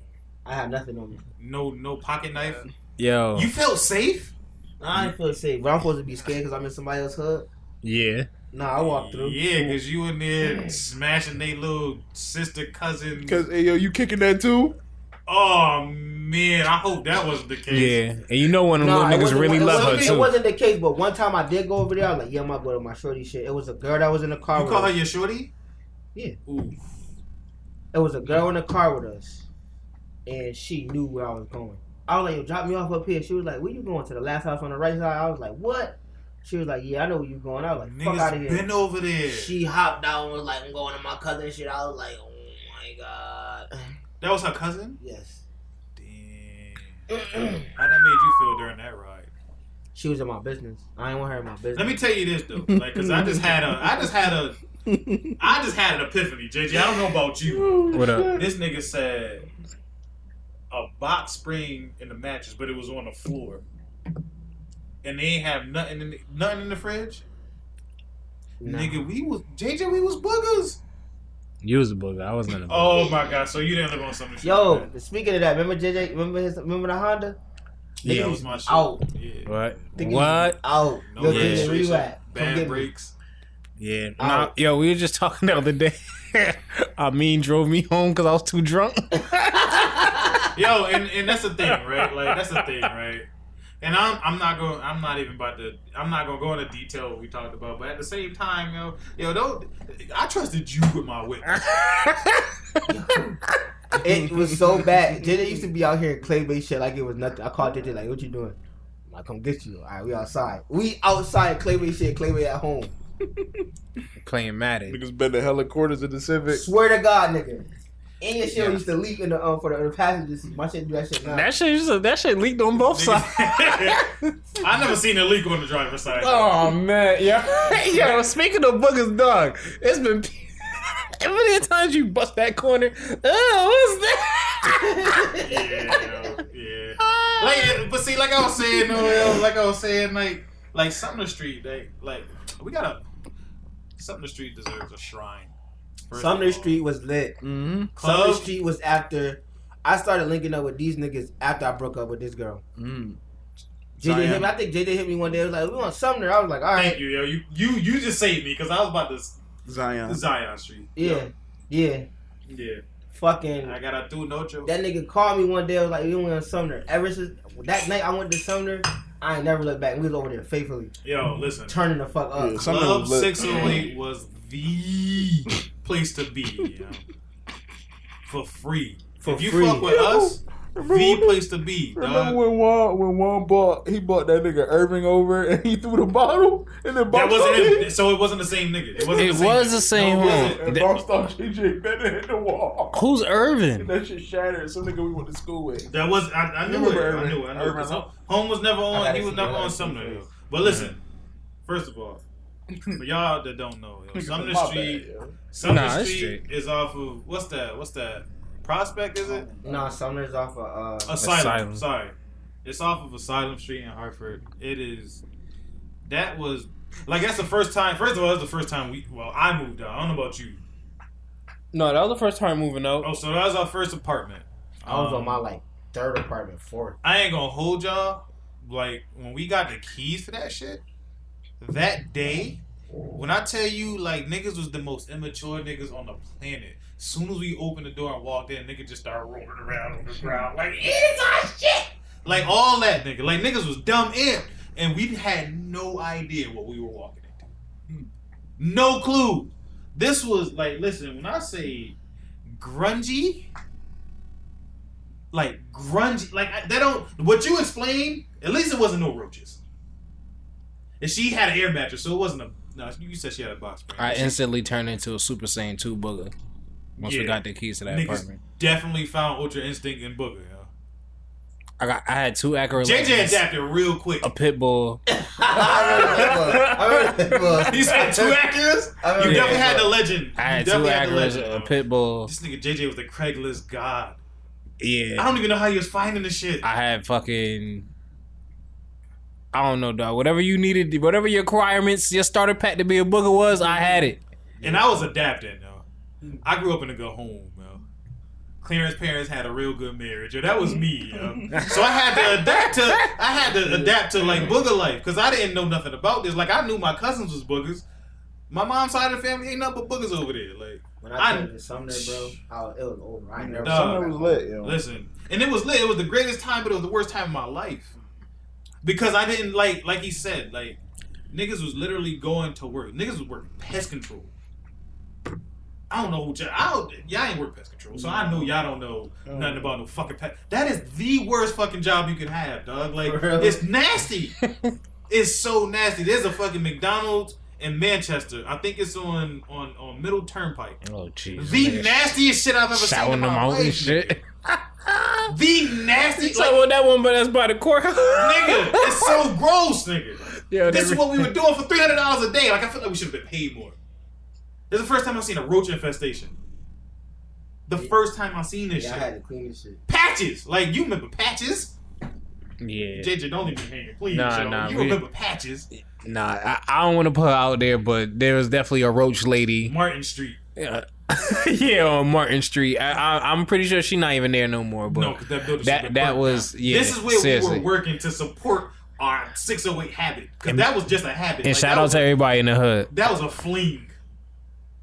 [SPEAKER 6] I had nothing on me.
[SPEAKER 3] No, no pocket knife.
[SPEAKER 5] Yo.
[SPEAKER 3] You felt safe.
[SPEAKER 6] I ain't feel safe, but I'm supposed to be scared because I'm in somebody else's hood.
[SPEAKER 5] Yeah.
[SPEAKER 6] Nah, I walked through.
[SPEAKER 3] Yeah, because you in there smashing they little sister cousin.
[SPEAKER 2] Cause hey, yo, you kicking that too?
[SPEAKER 3] Oh man, I hope that wasn't the case.
[SPEAKER 5] Yeah. And you know when them
[SPEAKER 6] Nah, it
[SPEAKER 5] little niggas
[SPEAKER 6] wasn't-
[SPEAKER 5] really
[SPEAKER 6] it
[SPEAKER 5] love
[SPEAKER 6] wasn't-
[SPEAKER 5] her
[SPEAKER 6] It
[SPEAKER 5] too.
[SPEAKER 6] wasn't the case, but one time I did go over there. I was like, yeah, I'm gonna go to my shorty shit. It was a girl that was in the car.
[SPEAKER 3] You
[SPEAKER 6] with
[SPEAKER 3] call her
[SPEAKER 6] us.
[SPEAKER 3] your shorty?
[SPEAKER 6] Yeah.
[SPEAKER 3] Ooh.
[SPEAKER 6] It was a girl in the car with us, and she knew where I was going. I was like, yo, drop me off up here. She was like, where you going to the last house on the right side? I was like, what? She was like, yeah, I know where you going. I was like, fuck
[SPEAKER 3] Niggas
[SPEAKER 6] out of here.
[SPEAKER 3] been over there.
[SPEAKER 6] She hopped out and was like, I'm going to my cousin shit. I was like, oh my god.
[SPEAKER 3] That was her cousin?
[SPEAKER 6] Yes.
[SPEAKER 3] Damn. How that made you feel during that ride?
[SPEAKER 6] She was in my business. I ain't want her in my business.
[SPEAKER 3] Let me tell you this though, like, cause I just had a, I just had a, I just had an epiphany, JJ. I don't know about you.
[SPEAKER 5] What up?
[SPEAKER 3] This nigga said a box spring in the mattress, but it was on the floor, and they ain't have nothing in the, nothing in the fridge.
[SPEAKER 6] Nah.
[SPEAKER 3] Nigga, we was JJ, we was boogers.
[SPEAKER 5] You was a booger. I wasn't in a booger.
[SPEAKER 3] Oh my god! So you didn't live on some shit.
[SPEAKER 6] Yo,
[SPEAKER 3] like
[SPEAKER 6] speaking of that, remember JJ? Remember his? Remember the Honda?
[SPEAKER 3] that. that
[SPEAKER 5] Yeah.
[SPEAKER 3] was my shit.
[SPEAKER 6] Out.
[SPEAKER 3] Yeah.
[SPEAKER 5] What?
[SPEAKER 6] Niggas
[SPEAKER 5] What?
[SPEAKER 6] Out.
[SPEAKER 3] No
[SPEAKER 6] Yo, JJ, where
[SPEAKER 3] registration,
[SPEAKER 6] you at? Come
[SPEAKER 3] bad
[SPEAKER 6] get me.
[SPEAKER 3] brakes.
[SPEAKER 5] Yeah. Nah,
[SPEAKER 6] Out.
[SPEAKER 5] yo, we were just talking the other day. I mean, drove me home because I was too drunk.
[SPEAKER 3] Yo, and, and that's the thing, right? Like that's the thing, right? And I'm I'm not going I'm not even about to I'm not gonna go into detail what we talked about, but at the same time, yo, yo, don't I trusted you with my whip.
[SPEAKER 6] It was so bad. JJ used to be out here in clay bay shit like it was nothing. I called JJ like, "What you doing?" I'm like, "Come get you." All right, we outside. We outside clay bay shit. Clay bay at home.
[SPEAKER 5] Playing Madden.
[SPEAKER 2] Niggas been the hella quarters in the Civic.
[SPEAKER 6] Swear to God, nigga. And your shit used to leak in the um for the, the passenger seat. My shit do that shit now.
[SPEAKER 5] That shit, just- that shit leaked on both sides.
[SPEAKER 3] I never seen a leak on the driver's side.
[SPEAKER 5] Oh man, yo, yo. Speaking of boogers, dog, it's been how many times you bust that corner. Oh, what's that?
[SPEAKER 3] Yeah, yo, yeah. Like, but see, like I was saying, Noel, like I was saying, like, like Sumner Street, they like, we gotta. Sumner Street deserves a shrine. First
[SPEAKER 6] Sumner
[SPEAKER 3] of all.
[SPEAKER 6] Street was lit.
[SPEAKER 2] Mm-hmm.
[SPEAKER 6] Sumner
[SPEAKER 3] club.
[SPEAKER 6] Street was after. I started linking up with these niggas after I broke up with this girl.
[SPEAKER 2] Mm.
[SPEAKER 6] JJ
[SPEAKER 2] Zion.
[SPEAKER 6] hit me. I think JJ hit me one day. It was like, we want Sumner. I was like, all
[SPEAKER 3] Thank
[SPEAKER 6] right.
[SPEAKER 3] you, yo. You you you just saved me because I was about to s-
[SPEAKER 2] Zion.
[SPEAKER 3] Zion Street.
[SPEAKER 6] Yeah. Yeah.
[SPEAKER 3] Yeah,
[SPEAKER 6] Fucking.
[SPEAKER 3] I got a through no joke.
[SPEAKER 6] That nigga called me one day. I was like, we want Sumner. Ever since that night I went to Sumner, I ain't never looked back. We was over there faithfully
[SPEAKER 3] Yo, listen,
[SPEAKER 6] turning the fuck up.
[SPEAKER 2] Yeah, Sumner
[SPEAKER 3] Club
[SPEAKER 2] was lit.
[SPEAKER 3] Six Hundred Eight was the place to be yo. for free.
[SPEAKER 6] For
[SPEAKER 3] if you
[SPEAKER 6] free.
[SPEAKER 3] fuck with us, the
[SPEAKER 2] Remember-
[SPEAKER 3] place to be, dog.
[SPEAKER 2] Remember when Juan when Juan bought he bought that nigga Irving over and he threw the bottle and then
[SPEAKER 3] That
[SPEAKER 2] boxed
[SPEAKER 3] wasn't
[SPEAKER 2] off
[SPEAKER 3] him.
[SPEAKER 2] him.
[SPEAKER 3] So it wasn't the same nigga. It wasn't.
[SPEAKER 5] It
[SPEAKER 3] the same
[SPEAKER 5] was
[SPEAKER 3] nigga.
[SPEAKER 5] the same
[SPEAKER 3] No, it
[SPEAKER 5] one.
[SPEAKER 3] wasn't.
[SPEAKER 2] And
[SPEAKER 5] That-
[SPEAKER 2] boxed off JJ Bennett hit the wall.
[SPEAKER 5] Who's
[SPEAKER 2] And
[SPEAKER 5] Irvin?
[SPEAKER 2] that shit shattered. Some nigga we went to school with.
[SPEAKER 3] That was. I, I knew it.
[SPEAKER 2] remember
[SPEAKER 3] I
[SPEAKER 2] Irvin.
[SPEAKER 3] knew. it, I knew. it.
[SPEAKER 2] Irvin,
[SPEAKER 3] 'Cause
[SPEAKER 2] huh?
[SPEAKER 3] Home was never
[SPEAKER 6] I
[SPEAKER 3] on.
[SPEAKER 6] gotta
[SPEAKER 3] He was
[SPEAKER 6] see-
[SPEAKER 3] never
[SPEAKER 6] I gotta
[SPEAKER 3] on
[SPEAKER 6] see
[SPEAKER 3] Sumner.
[SPEAKER 6] this.
[SPEAKER 3] yo. But listen, first of all, for y'all that don't know, yo, Sumner
[SPEAKER 2] My bad,
[SPEAKER 3] Street.
[SPEAKER 2] yo.
[SPEAKER 3] Sumner
[SPEAKER 5] Nah, it's
[SPEAKER 3] Street is off of what's that? What's that? Prospect is it?
[SPEAKER 6] Nah, Sumner's off of. Uh,
[SPEAKER 3] Asylum.
[SPEAKER 5] Asylum.
[SPEAKER 3] Sorry, it's off of Asylum Street in Hartford. It is. That was like that's the first time. First of all, that's the first time we. Well, I moved out. I don't know about you.
[SPEAKER 5] No, that was the first time moving out.
[SPEAKER 3] Oh, so that was our first apartment.
[SPEAKER 6] I was on
[SPEAKER 3] Um,
[SPEAKER 6] my like third apartment, fourth.
[SPEAKER 3] I ain't gonna hold y'all. Like when we got the keys to that shit, that day, when I tell you, like, niggas was the most immature niggas on the planet. Soon as we opened the door and walked in, nigga just started rolling around on the ground, like, it's our shit! Like, all that, nigga. Like, niggas was dumb in. And we had no idea what we were walking into. No clue. This was, like, listen, when I say grungy, like, grungy, like, I- that don't, what you explained, at least it wasn't no roaches. And she had an air mattress, so it wasn't a. No, you said she had a box spring.
[SPEAKER 5] I instantly turned into a Super Saiyan 2 booger once we
[SPEAKER 3] Yeah.
[SPEAKER 5] got the keys to that
[SPEAKER 3] Niggas
[SPEAKER 5] apartment.
[SPEAKER 3] definitely found Ultra Instinct and Booger. Yo.
[SPEAKER 5] I got I had two accurate
[SPEAKER 3] JJ adapted real quick.
[SPEAKER 5] a pit bull.
[SPEAKER 6] I remember that book.
[SPEAKER 3] He said two actors.
[SPEAKER 6] I remember
[SPEAKER 3] You
[SPEAKER 6] that
[SPEAKER 3] definitely had the
[SPEAKER 6] book.
[SPEAKER 3] legend.
[SPEAKER 5] I
[SPEAKER 3] you
[SPEAKER 5] had two
[SPEAKER 3] definitely had the
[SPEAKER 5] accurate
[SPEAKER 3] legend.
[SPEAKER 5] a
[SPEAKER 3] yo.
[SPEAKER 5] pit bull.
[SPEAKER 3] This nigga JJ was the Craigslist god. I
[SPEAKER 5] Yeah.
[SPEAKER 3] don't even know how he was finding this shit.
[SPEAKER 5] I had fucking I don't know, dog. Whatever you needed, whatever your requirements, your starter pack to be a booger was, I had it.
[SPEAKER 3] And I was adapting though. I grew up in a good home, yo. Clarence parents had a real good marriage, yo. That was me, yo. So I had to adapt to I had to adapt to like booger life because I didn't know nothing about this. Like I knew my cousins was boogers. My mom's side of the family ain't nothing but boogers over there. Like
[SPEAKER 6] When I
[SPEAKER 3] I-
[SPEAKER 6] came to Sumner, bro, I was, it was over. I ain't never.
[SPEAKER 3] Dog.
[SPEAKER 6] seen
[SPEAKER 2] Summer
[SPEAKER 6] that
[SPEAKER 2] was
[SPEAKER 6] before.
[SPEAKER 2] lit, yo.
[SPEAKER 3] Listen, and it was lit. It was the greatest time, but it was the worst time of my life because I didn't like, like he said, like niggas was literally going to work. Niggas was working pest control. I don't know who y'all. I don't- Y'all ain't work pest control, so I know y'all don't know nothing about no fucking pest. That is the worst fucking job you can have, dog. Like
[SPEAKER 6] For real?
[SPEAKER 3] it's nasty. it's so nasty. There's a fucking McDonald's in Manchester. I think it's on on on Middle Turnpike.
[SPEAKER 5] Oh jeez.
[SPEAKER 3] The nastiest shit I've ever seen
[SPEAKER 5] shouting
[SPEAKER 3] in
[SPEAKER 5] them
[SPEAKER 3] my
[SPEAKER 5] out and
[SPEAKER 3] life.
[SPEAKER 5] shit.
[SPEAKER 3] The nastiest. Like,
[SPEAKER 5] about that one, but that's by the court.
[SPEAKER 3] nigga, it's so gross, nigga.
[SPEAKER 5] Yo,
[SPEAKER 3] this
[SPEAKER 5] they
[SPEAKER 3] is
[SPEAKER 5] re-
[SPEAKER 3] what we were doing for three hundred dollars a day. Like I feel like we should have been paid more. This is the first time I've seen a roach infestation. The first time I've seen this
[SPEAKER 6] Yeah, I
[SPEAKER 3] shit.
[SPEAKER 6] had to clean this shit.
[SPEAKER 3] Patches, like you remember patches?
[SPEAKER 5] Yeah.
[SPEAKER 3] JJ, don't leave me hanging, please.
[SPEAKER 5] Nah,
[SPEAKER 3] yo.
[SPEAKER 5] nah,
[SPEAKER 3] you
[SPEAKER 5] we-
[SPEAKER 3] remember patches?
[SPEAKER 5] Nah, I, I don't want to put her out there, but there was definitely a roach lady.
[SPEAKER 3] Martin Street.
[SPEAKER 5] Uh, yeah, on Martin Street. I, I, I'm pretty sure she's not even there no more. But
[SPEAKER 3] No, 'cause that building should've
[SPEAKER 5] that
[SPEAKER 3] been
[SPEAKER 5] that
[SPEAKER 3] burnt
[SPEAKER 5] was
[SPEAKER 3] down.
[SPEAKER 5] yeah.
[SPEAKER 3] This is where we
[SPEAKER 5] seriously.
[SPEAKER 3] were working to support our six oh eight habit because
[SPEAKER 5] And-
[SPEAKER 3] that was just a habit. Like,
[SPEAKER 5] And shout
[SPEAKER 3] that
[SPEAKER 5] out
[SPEAKER 3] was
[SPEAKER 5] to
[SPEAKER 3] a-
[SPEAKER 5] everybody in the hood.
[SPEAKER 3] That was a fling.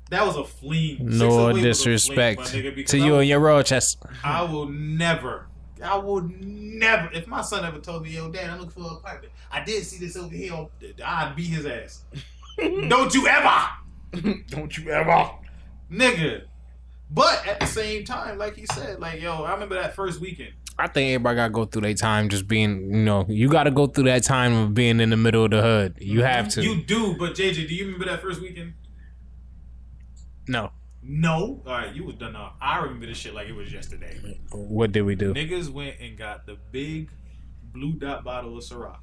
[SPEAKER 3] That was a fling. 608 was a
[SPEAKER 5] No
[SPEAKER 3] fling, my
[SPEAKER 5] disrespect
[SPEAKER 3] nigga, because
[SPEAKER 5] to
[SPEAKER 3] I
[SPEAKER 5] you
[SPEAKER 3] was-
[SPEAKER 5] and your Rochester.
[SPEAKER 3] I will never, I will never. If my son ever told me, "Yo, Dad, I'm looking for an apartment," I did see this over here. on- I'd beat his ass. Don't you ever,
[SPEAKER 2] Don't you ever?
[SPEAKER 3] nigga. But at the same time, like he said, like yo, I remember that first weekend.
[SPEAKER 5] I think everybody got to go through their time just being, you know, you got to go through that time of being in the middle of the hood. You have to.
[SPEAKER 3] You do, but JJ, do you remember that first weekend?
[SPEAKER 5] no.
[SPEAKER 3] No. All right, you was done off. I remember this shit like it was yesterday.
[SPEAKER 5] What did we do?
[SPEAKER 3] Niggas went and got the big blue dot bottle of Ciroc.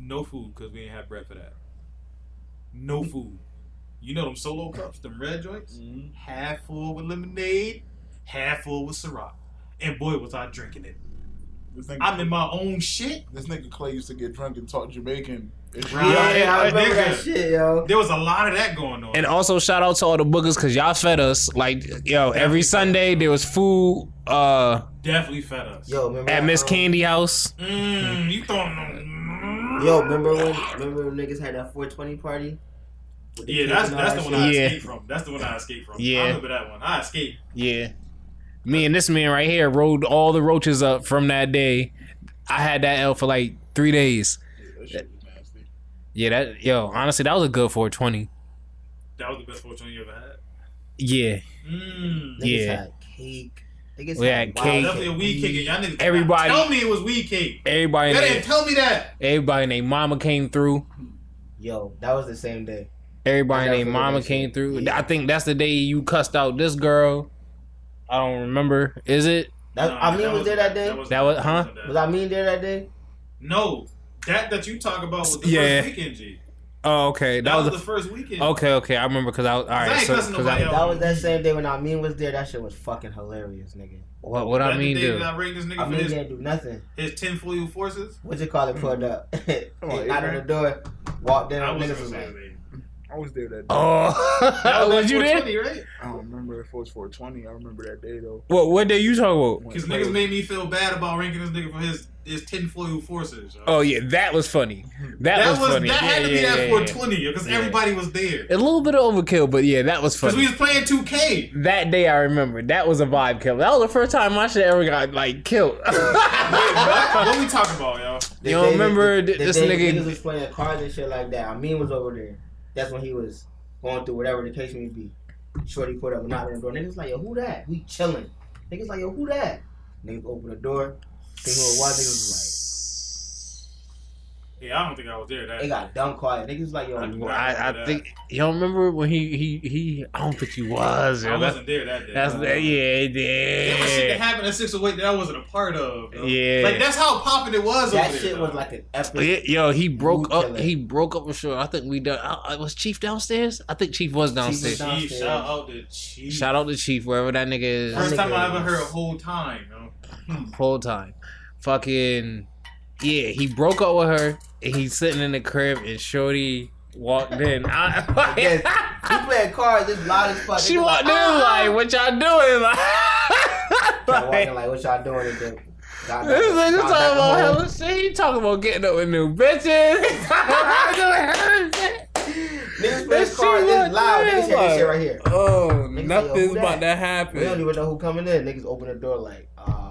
[SPEAKER 3] No food because we ain't have bread for that. No food. You know them solo cups, them red joints? Half full with lemonade, half full with Ciroc. And boy, was I drinking it.
[SPEAKER 2] This nigga,
[SPEAKER 3] I'm in my own shit.
[SPEAKER 2] this nigga Clay used to get drunk and talk Jamaican. It's
[SPEAKER 3] Right.
[SPEAKER 2] real.
[SPEAKER 6] Yeah, I remember
[SPEAKER 3] nigga.
[SPEAKER 6] that shit, yo.
[SPEAKER 3] There was a lot of that going on.
[SPEAKER 5] And also shout out to all the boogers because y'all fed us. Like yo, every Sunday there was food uh
[SPEAKER 3] Definitely fed us.
[SPEAKER 6] Yo, remember
[SPEAKER 5] at
[SPEAKER 6] that,
[SPEAKER 5] Miss
[SPEAKER 6] um,
[SPEAKER 5] Candy House.
[SPEAKER 3] Mm, you throwing them.
[SPEAKER 6] Yo, remember when? Remember when niggas had that 420 party? With the
[SPEAKER 3] Yeah,
[SPEAKER 6] kids
[SPEAKER 3] that's
[SPEAKER 6] and all
[SPEAKER 3] that's
[SPEAKER 6] that
[SPEAKER 3] the one I
[SPEAKER 6] shit?
[SPEAKER 5] Yeah.
[SPEAKER 3] escaped from. That's the one I escaped from.
[SPEAKER 5] Yeah.
[SPEAKER 3] I remember that one. I escaped.
[SPEAKER 5] Yeah. Me and this man right here rode all the roaches up from that day. I had that L for like three days.
[SPEAKER 2] That shit was nasty.
[SPEAKER 5] Yeah, that yo, honestly, that was a good 420.
[SPEAKER 3] That was the best fortune you ever had.
[SPEAKER 5] Yeah.
[SPEAKER 3] Mm.
[SPEAKER 6] Niggas
[SPEAKER 5] Yeah.
[SPEAKER 6] had cake. Niggas
[SPEAKER 5] We
[SPEAKER 6] had,
[SPEAKER 5] had
[SPEAKER 6] wild
[SPEAKER 5] cake.
[SPEAKER 3] Definitely a weed cake. and Y'all niggas
[SPEAKER 5] Everybody-
[SPEAKER 3] tell me it was weed cake.
[SPEAKER 5] Everybody
[SPEAKER 3] Y'all
[SPEAKER 5] and
[SPEAKER 3] didn't
[SPEAKER 5] they,
[SPEAKER 3] tell me that.
[SPEAKER 5] everybody and their mama came through.
[SPEAKER 6] Yo, that was the same day.
[SPEAKER 5] Everybody and
[SPEAKER 6] I
[SPEAKER 5] their
[SPEAKER 6] forgot
[SPEAKER 5] mama
[SPEAKER 6] that shit.
[SPEAKER 5] came through.
[SPEAKER 6] Yeah.
[SPEAKER 5] I think that's the day you cussed out this girl. I don't remember. Is it?
[SPEAKER 6] That
[SPEAKER 3] Nah,
[SPEAKER 6] I mean was, there that day. was,
[SPEAKER 5] That was- huh?
[SPEAKER 3] wasn't that.
[SPEAKER 6] I mean there that day?
[SPEAKER 3] No, that that you talk about was the
[SPEAKER 5] Yeah.
[SPEAKER 3] first weekend. G.
[SPEAKER 5] Oh, okay.
[SPEAKER 3] That,
[SPEAKER 5] That,
[SPEAKER 3] was,
[SPEAKER 5] was,
[SPEAKER 3] the first weekend.
[SPEAKER 5] okay. Okay, I remember because I was all
[SPEAKER 3] I
[SPEAKER 5] right.
[SPEAKER 3] ain't
[SPEAKER 5] so,
[SPEAKER 3] cussing
[SPEAKER 5] 'cause
[SPEAKER 3] nobody
[SPEAKER 5] I,
[SPEAKER 3] out.
[SPEAKER 6] That was that same day when I mean was there. That shit was fucking hilarious, nigga.
[SPEAKER 5] what what
[SPEAKER 3] That
[SPEAKER 5] I mean,
[SPEAKER 3] the day
[SPEAKER 5] dude.
[SPEAKER 3] that I ranked this nigga
[SPEAKER 6] I
[SPEAKER 3] for
[SPEAKER 6] mean
[SPEAKER 3] his,
[SPEAKER 6] didn't do nothing.
[SPEAKER 3] his tinfoil forces.
[SPEAKER 6] What you call it? Pulled up,
[SPEAKER 2] on,
[SPEAKER 6] He knocked on the door, walked in.
[SPEAKER 3] I was
[SPEAKER 6] Niggas
[SPEAKER 3] gonna
[SPEAKER 6] was
[SPEAKER 3] say
[SPEAKER 6] like,
[SPEAKER 3] that.
[SPEAKER 2] I was there that day.
[SPEAKER 5] Oh, was you there?
[SPEAKER 7] 420, Right?
[SPEAKER 2] I don't remember if it was 420. I remember that day though.
[SPEAKER 5] What what day you talking about?
[SPEAKER 3] Because niggas made me feel bad about ranking this nigga for his his tinfoil forces. yo.
[SPEAKER 5] Oh yeah, that was funny. That,
[SPEAKER 3] that
[SPEAKER 5] was,
[SPEAKER 3] was
[SPEAKER 5] funny.
[SPEAKER 3] that had
[SPEAKER 5] Yeah,
[SPEAKER 3] to be
[SPEAKER 5] yeah,
[SPEAKER 3] that
[SPEAKER 5] yeah, yeah.
[SPEAKER 3] 420 because everybody was there.
[SPEAKER 5] A little bit of overkill, but yeah, that was
[SPEAKER 3] Because we
[SPEAKER 5] funny.
[SPEAKER 3] was playing 2K.
[SPEAKER 5] that day I remember. That was a vibe killer. That was the first time my shit ever got like killed. you
[SPEAKER 3] what we talking about, y'all?
[SPEAKER 5] don't remember
[SPEAKER 6] the,
[SPEAKER 5] th- this
[SPEAKER 6] day niggas
[SPEAKER 5] nigga?
[SPEAKER 6] was playing cards and shit like that. Amin was over there. That's when he was going through whatever the case may be. Shorty put up knock on the door. Niggas like, yo, who that? We chilling. Niggas like, yo, who that? Niggas open the door. See who it was. Niggas was
[SPEAKER 3] Yeah, I don't think I was there that
[SPEAKER 6] like, it got dumb quiet. Niggas like, yo, who that?
[SPEAKER 5] I, I think you don't remember when he he he. I don't think he was.
[SPEAKER 3] I
[SPEAKER 5] Yo. That's
[SPEAKER 3] wasn't there that day.
[SPEAKER 5] that's yeah
[SPEAKER 3] There was shit that
[SPEAKER 5] yeah.
[SPEAKER 3] happened at 608 that I wasn't a part of. yo.
[SPEAKER 5] Yeah.
[SPEAKER 3] Like, that's how popping it was
[SPEAKER 6] That
[SPEAKER 3] over there.
[SPEAKER 6] shit
[SPEAKER 3] yo.
[SPEAKER 6] was like an epic.
[SPEAKER 5] Yeah, Yo, he broke
[SPEAKER 6] Mood
[SPEAKER 5] up.
[SPEAKER 6] killer.
[SPEAKER 5] He broke up with sure. I think we done. I, I- was Chief downstairs. I think Chief was downstairs.
[SPEAKER 6] down-
[SPEAKER 3] Chief, shout out to Chief.
[SPEAKER 5] Shout out to Chief wherever that nigga is.
[SPEAKER 3] First time I
[SPEAKER 6] nigga
[SPEAKER 3] ever
[SPEAKER 6] was-
[SPEAKER 3] heard a whole time, yo.
[SPEAKER 5] full time. Fucking yeah, he broke up with her and he's sitting in the crib and Shorty walked in. I,
[SPEAKER 6] Yes. You playing cards, it's loud as fuck.
[SPEAKER 5] she
[SPEAKER 6] Niggas
[SPEAKER 5] walked in like, what y'all doing? Like,
[SPEAKER 6] like,
[SPEAKER 5] like,
[SPEAKER 6] walking like, what y'all doing? And then, got-
[SPEAKER 5] this nigga
[SPEAKER 6] got back
[SPEAKER 5] talking about
[SPEAKER 6] home.
[SPEAKER 5] hella shit. He talking about getting up with new bitches. He talking about doing hella shit.
[SPEAKER 6] Niggas
[SPEAKER 5] That
[SPEAKER 6] playing
[SPEAKER 5] shit
[SPEAKER 6] cards,
[SPEAKER 5] was
[SPEAKER 6] it's loud. Niggas hear this
[SPEAKER 5] like-
[SPEAKER 6] shit right here.
[SPEAKER 5] Oh,
[SPEAKER 6] Niggas like,
[SPEAKER 5] nothing's
[SPEAKER 6] who
[SPEAKER 5] about
[SPEAKER 6] that?
[SPEAKER 5] to
[SPEAKER 6] We don't
[SPEAKER 5] happen.
[SPEAKER 6] even know who coming in. Niggas open the door like, uh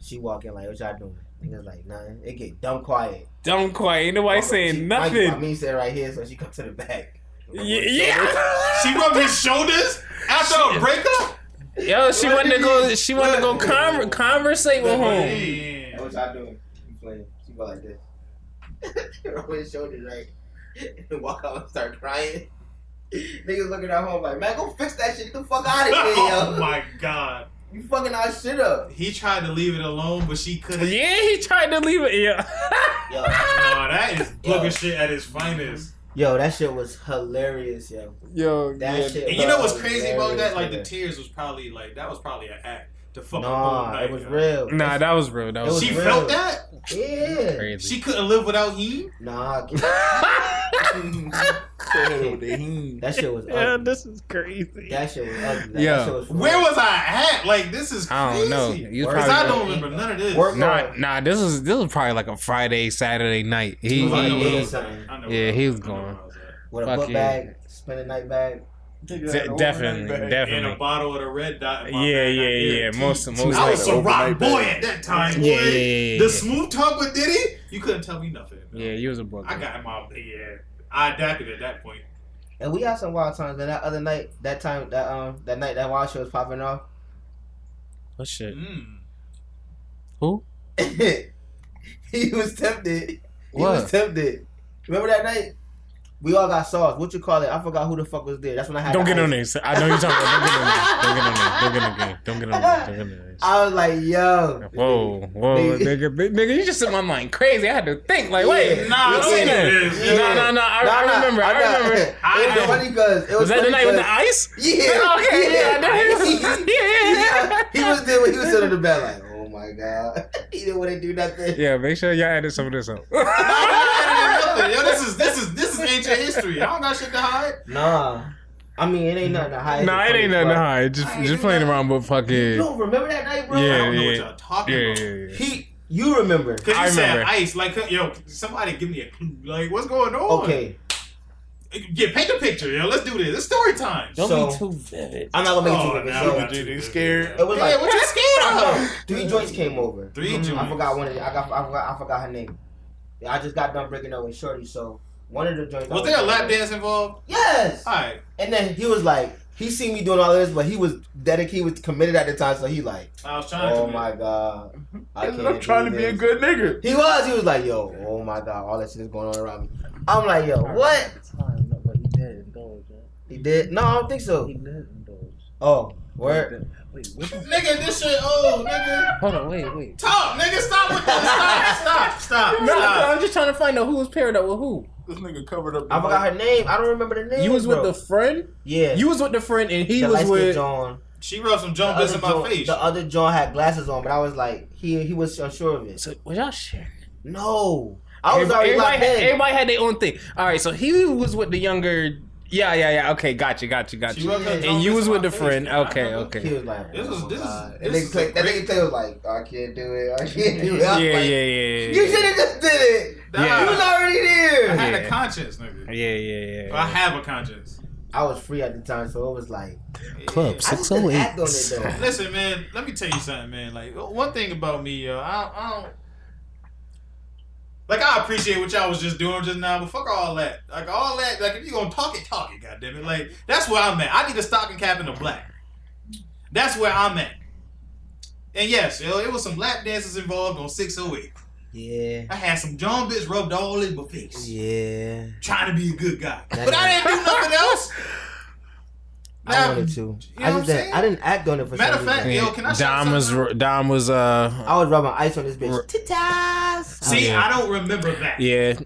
[SPEAKER 6] she walk in like, what y'all doing? Niggas like, nothing. It get dumb quiet.
[SPEAKER 5] Don't quite. Ain't nobody saying
[SPEAKER 6] I
[SPEAKER 5] nothing.
[SPEAKER 6] mean, said right here, so she come to the back.
[SPEAKER 5] Yeah. yeah.
[SPEAKER 3] She rubbed his shoulders after a breakup?
[SPEAKER 5] Yo, she
[SPEAKER 3] What
[SPEAKER 5] wanted to
[SPEAKER 3] do
[SPEAKER 5] go.
[SPEAKER 3] you-
[SPEAKER 5] She wanted to go
[SPEAKER 6] what-
[SPEAKER 5] conver- conversate with him.
[SPEAKER 3] Man.
[SPEAKER 6] What y'all doing? You playing? She go like this. Roll his shoulders right, and walk out and start crying. Niggas looking at home like, man, go fix that shit. Get the fuck out of here,
[SPEAKER 3] Oh
[SPEAKER 6] yo.
[SPEAKER 3] my god.
[SPEAKER 6] You fucking our shit up.
[SPEAKER 3] He tried to leave it alone, but she couldn't.
[SPEAKER 5] Yeah, he tried to leave it. Yeah.
[SPEAKER 6] Yo,
[SPEAKER 3] Nah, that is booger shit at its finest.
[SPEAKER 6] yo, that shit was hilarious, yo.
[SPEAKER 5] Yo,
[SPEAKER 6] That shit.
[SPEAKER 3] And you know what's
[SPEAKER 6] was
[SPEAKER 3] crazy about that? Like the
[SPEAKER 6] hilarious,
[SPEAKER 3] tears was probably like that was probably an act to fuck
[SPEAKER 6] nigga.
[SPEAKER 3] up all
[SPEAKER 6] Nah,
[SPEAKER 3] night,
[SPEAKER 6] it was
[SPEAKER 3] yo.
[SPEAKER 6] real.
[SPEAKER 5] Nah, that was real. That
[SPEAKER 6] It
[SPEAKER 5] was,
[SPEAKER 6] was
[SPEAKER 3] She
[SPEAKER 6] real.
[SPEAKER 3] felt that.
[SPEAKER 6] Yeah.
[SPEAKER 5] crazy.
[SPEAKER 3] She couldn't live without him.
[SPEAKER 6] Nah,
[SPEAKER 2] Damn.
[SPEAKER 6] that shit was
[SPEAKER 3] Oh.
[SPEAKER 6] ugly.
[SPEAKER 5] yeah, this is crazy.
[SPEAKER 6] that shit was ugly. Like,
[SPEAKER 5] Yeah.
[SPEAKER 6] That shit was
[SPEAKER 3] Where was I at? Like this is crazy.
[SPEAKER 5] I don't know. You
[SPEAKER 3] Cause
[SPEAKER 5] probably
[SPEAKER 3] I don't remember none of this.
[SPEAKER 6] Work
[SPEAKER 5] Nah, nah. This was this was probably like a Friday, Saturday night. He,
[SPEAKER 3] I
[SPEAKER 6] Like,
[SPEAKER 3] know
[SPEAKER 5] he,
[SPEAKER 3] where I
[SPEAKER 5] he
[SPEAKER 3] was at. I know
[SPEAKER 5] yeah,
[SPEAKER 3] where I
[SPEAKER 5] he
[SPEAKER 3] was
[SPEAKER 5] was
[SPEAKER 3] at. I know where
[SPEAKER 5] gone.
[SPEAKER 3] I was at.
[SPEAKER 6] with a
[SPEAKER 5] Fuck
[SPEAKER 6] book
[SPEAKER 5] yeah.
[SPEAKER 6] bag, spend a night bag.
[SPEAKER 5] de- definitely,
[SPEAKER 3] And a
[SPEAKER 5] definitely.
[SPEAKER 3] bottle of the red dot. in my
[SPEAKER 5] Yeah,
[SPEAKER 3] bag, I
[SPEAKER 5] yeah, yeah.
[SPEAKER 3] guarantee.
[SPEAKER 5] Most, most.
[SPEAKER 3] I was
[SPEAKER 5] Like,
[SPEAKER 2] like
[SPEAKER 3] a
[SPEAKER 2] an
[SPEAKER 3] rock
[SPEAKER 2] overnight
[SPEAKER 3] boy
[SPEAKER 2] bag.
[SPEAKER 3] at that time.
[SPEAKER 5] yeah,
[SPEAKER 3] boy.
[SPEAKER 5] yeah, yeah,
[SPEAKER 3] The
[SPEAKER 5] yeah.
[SPEAKER 3] smooth talk with Diddy, you couldn't tell me nothing.
[SPEAKER 5] yeah, you was a book.
[SPEAKER 3] I got my yeah. I adapted at that point.
[SPEAKER 6] And we had some wild times. And that other night, that time, that um, that night, that wild show was popping off.
[SPEAKER 5] What Oh, shit?
[SPEAKER 3] Mm.
[SPEAKER 5] Who?
[SPEAKER 6] he was tempted. He
[SPEAKER 5] What?
[SPEAKER 6] was tempted. Remember that night? We all got sauce. What you call it? I forgot who the fuck was there. That's when I had.
[SPEAKER 5] Don't
[SPEAKER 6] the
[SPEAKER 5] get
[SPEAKER 6] ice.
[SPEAKER 5] on this. I know you're talking. About. Don't get on this. Don't get on this. Don't get on this. Don't get on this. Don't get on this.
[SPEAKER 6] I was like, yo.
[SPEAKER 5] Whoa, whoa, nigga, bi- nigga, you just in my mind crazy. I had to think, like, wait,
[SPEAKER 6] Yeah.
[SPEAKER 3] Nah,
[SPEAKER 5] you
[SPEAKER 3] don't
[SPEAKER 5] seen
[SPEAKER 3] do
[SPEAKER 5] that?
[SPEAKER 3] this.
[SPEAKER 6] Yeah.
[SPEAKER 5] No, no, no, I, I
[SPEAKER 6] Nah, nah,
[SPEAKER 5] remember, I,
[SPEAKER 6] know.
[SPEAKER 5] remember.
[SPEAKER 6] It
[SPEAKER 3] I-
[SPEAKER 6] was funny because it was.
[SPEAKER 5] Was that the
[SPEAKER 6] funny
[SPEAKER 5] night with
[SPEAKER 6] 'cause-
[SPEAKER 5] the ice?
[SPEAKER 6] Yeah.
[SPEAKER 5] Okay, yeah, I know he was- yeah.
[SPEAKER 6] He, he was there when he was sitting in the bed like, oh my god, he didn't want to do nothing.
[SPEAKER 5] Yeah, make sure y'all edit some of this out.
[SPEAKER 3] Nothing. Yo, this is this is this is ancient history. I don't got shit to hide.
[SPEAKER 6] Nah, I mean it ain't nothing to hide.
[SPEAKER 5] nah, it ain't nothing
[SPEAKER 6] Fuck.
[SPEAKER 5] hard. Just, just playing around, but
[SPEAKER 6] You
[SPEAKER 5] fucking,
[SPEAKER 6] don't remember that night, bro?
[SPEAKER 3] I
[SPEAKER 5] Yeah,
[SPEAKER 3] don't know
[SPEAKER 5] yeah.
[SPEAKER 3] what y'all talking
[SPEAKER 5] yeah, yeah,
[SPEAKER 3] about.
[SPEAKER 5] yeah.
[SPEAKER 6] He, you remember?
[SPEAKER 3] Cause you
[SPEAKER 5] I
[SPEAKER 3] said
[SPEAKER 5] remember.
[SPEAKER 3] ice, like yo, somebody give me a clue. Like, what's going on?
[SPEAKER 6] Okay,
[SPEAKER 3] yeah, paint the picture, yo. Let's do this. It's story time.
[SPEAKER 6] Don't be
[SPEAKER 5] too vivid.
[SPEAKER 6] I'm not gonna make
[SPEAKER 3] Oh,
[SPEAKER 6] it too
[SPEAKER 3] now we
[SPEAKER 6] so,
[SPEAKER 3] got too
[SPEAKER 2] They
[SPEAKER 3] good.
[SPEAKER 2] scared.
[SPEAKER 6] It was
[SPEAKER 3] Yeah,
[SPEAKER 6] like
[SPEAKER 3] what you scared of?
[SPEAKER 6] three joints came over. Mm-hmm.
[SPEAKER 3] Three
[SPEAKER 6] I
[SPEAKER 3] joints.
[SPEAKER 6] forgot one. Of the, I got. I forgot. I forgot her name. Yeah, I just got done breaking up with Shorty, so one of the joints. I
[SPEAKER 3] Was there a lap
[SPEAKER 6] breaking up-
[SPEAKER 3] dance involved?
[SPEAKER 6] Yes.
[SPEAKER 3] All right,
[SPEAKER 6] And then he was like, he seen me doing all this, but he was dedicated, he was committed at the time, so he like,
[SPEAKER 3] I was trying
[SPEAKER 6] oh
[SPEAKER 3] to.
[SPEAKER 6] my god, I can't.
[SPEAKER 2] I'm trying to
[SPEAKER 6] do
[SPEAKER 2] be a
[SPEAKER 6] this."
[SPEAKER 2] good nigga.
[SPEAKER 6] He was, he was like, yo, oh my god, all that shit is going on around me. I'm like, yo, what?
[SPEAKER 8] But he did indulge. huh?
[SPEAKER 6] He did? No, I don't think so.
[SPEAKER 8] He did indulge.
[SPEAKER 6] Oh, where?
[SPEAKER 8] Wait, what?
[SPEAKER 3] Nigga, this shit old, nigga.
[SPEAKER 5] Hold on, wait, wait.
[SPEAKER 3] Talk, nigga. Stop with this. Stop, stop, stop,
[SPEAKER 5] No,
[SPEAKER 3] stop.
[SPEAKER 5] I'm just trying to find out who was paired up with who.
[SPEAKER 2] This nigga covered up. The
[SPEAKER 6] I forgot her name. I don't remember the name.
[SPEAKER 5] You was with
[SPEAKER 6] bro.
[SPEAKER 5] the friend.
[SPEAKER 6] yeah.
[SPEAKER 5] You was with the friend, and he
[SPEAKER 6] the
[SPEAKER 5] was
[SPEAKER 6] light-skinned
[SPEAKER 5] with.
[SPEAKER 6] John.
[SPEAKER 3] She rubbed some jump
[SPEAKER 6] The
[SPEAKER 3] bits
[SPEAKER 6] other
[SPEAKER 3] in my
[SPEAKER 6] John-
[SPEAKER 3] face.
[SPEAKER 6] The other John had glasses on, but I was like, he he was unsure of it.
[SPEAKER 5] So was y'all sharing?
[SPEAKER 6] No, I was already
[SPEAKER 5] everybody,
[SPEAKER 6] locked
[SPEAKER 5] had,
[SPEAKER 6] in.
[SPEAKER 5] everybody had their own thing. All right, so he was with the younger. Yeah, yeah, yeah. Okay, gotcha, gotcha, gotcha.
[SPEAKER 3] She wasn't
[SPEAKER 5] and
[SPEAKER 3] drunk,
[SPEAKER 5] you
[SPEAKER 3] this
[SPEAKER 5] was
[SPEAKER 3] is my
[SPEAKER 5] with the friend.
[SPEAKER 3] face, man. I
[SPEAKER 5] Okay,
[SPEAKER 3] remember.
[SPEAKER 6] He
[SPEAKER 5] okay.
[SPEAKER 6] was like,
[SPEAKER 3] This is-
[SPEAKER 6] oh,
[SPEAKER 3] this is-
[SPEAKER 6] God.
[SPEAKER 3] this
[SPEAKER 6] That
[SPEAKER 3] is
[SPEAKER 6] nigga play- that
[SPEAKER 3] great.
[SPEAKER 6] nigga Tay was like, I can't do it. I can't do it.
[SPEAKER 5] Yeah,
[SPEAKER 6] I was
[SPEAKER 5] yeah, yeah,
[SPEAKER 6] like, You
[SPEAKER 5] yeah.
[SPEAKER 6] should have just did it.
[SPEAKER 5] Yeah.
[SPEAKER 6] You was already
[SPEAKER 3] I
[SPEAKER 6] there.
[SPEAKER 3] had
[SPEAKER 5] Yeah.
[SPEAKER 3] a conscience, nigga.
[SPEAKER 5] Yeah, yeah,
[SPEAKER 3] I
[SPEAKER 5] yeah.
[SPEAKER 3] have a conscience.
[SPEAKER 6] I was free at the time, so it was like,
[SPEAKER 5] Club
[SPEAKER 6] I just didn't act on
[SPEAKER 5] 608.
[SPEAKER 6] it though.
[SPEAKER 3] Listen, man. Let me tell you something, man. Like one thing about me, yo, I, don't- I don't. Like I appreciate what y'all was just doing just now, but fuck all that. Like all that. Like if you gonna talk it, talk it. Goddamn it. Like that's where I'm at. I need a stocking cap and a black. That's where I'm at. And yes, yo, it was some lap dances involved on 608.
[SPEAKER 6] Yeah.
[SPEAKER 3] I had some John bits rubbed all in my face,
[SPEAKER 6] Yeah.
[SPEAKER 3] trying to be a good guy, but I didn't do nothing else.
[SPEAKER 6] I
[SPEAKER 3] Now-
[SPEAKER 6] wanted to.
[SPEAKER 3] know
[SPEAKER 6] I
[SPEAKER 3] what I'm
[SPEAKER 6] just didn't,
[SPEAKER 3] saying?
[SPEAKER 6] I didn't act on it for
[SPEAKER 3] Matter
[SPEAKER 6] some
[SPEAKER 3] of fact,
[SPEAKER 6] reason.
[SPEAKER 3] yo, can I shout
[SPEAKER 5] Dom was
[SPEAKER 3] something out?
[SPEAKER 5] Dom was uh
[SPEAKER 6] I was rubbing ice on this
[SPEAKER 5] R-
[SPEAKER 6] bitch. Titas.
[SPEAKER 3] See,
[SPEAKER 5] Oh, yeah.
[SPEAKER 3] I don't remember that.
[SPEAKER 5] yeah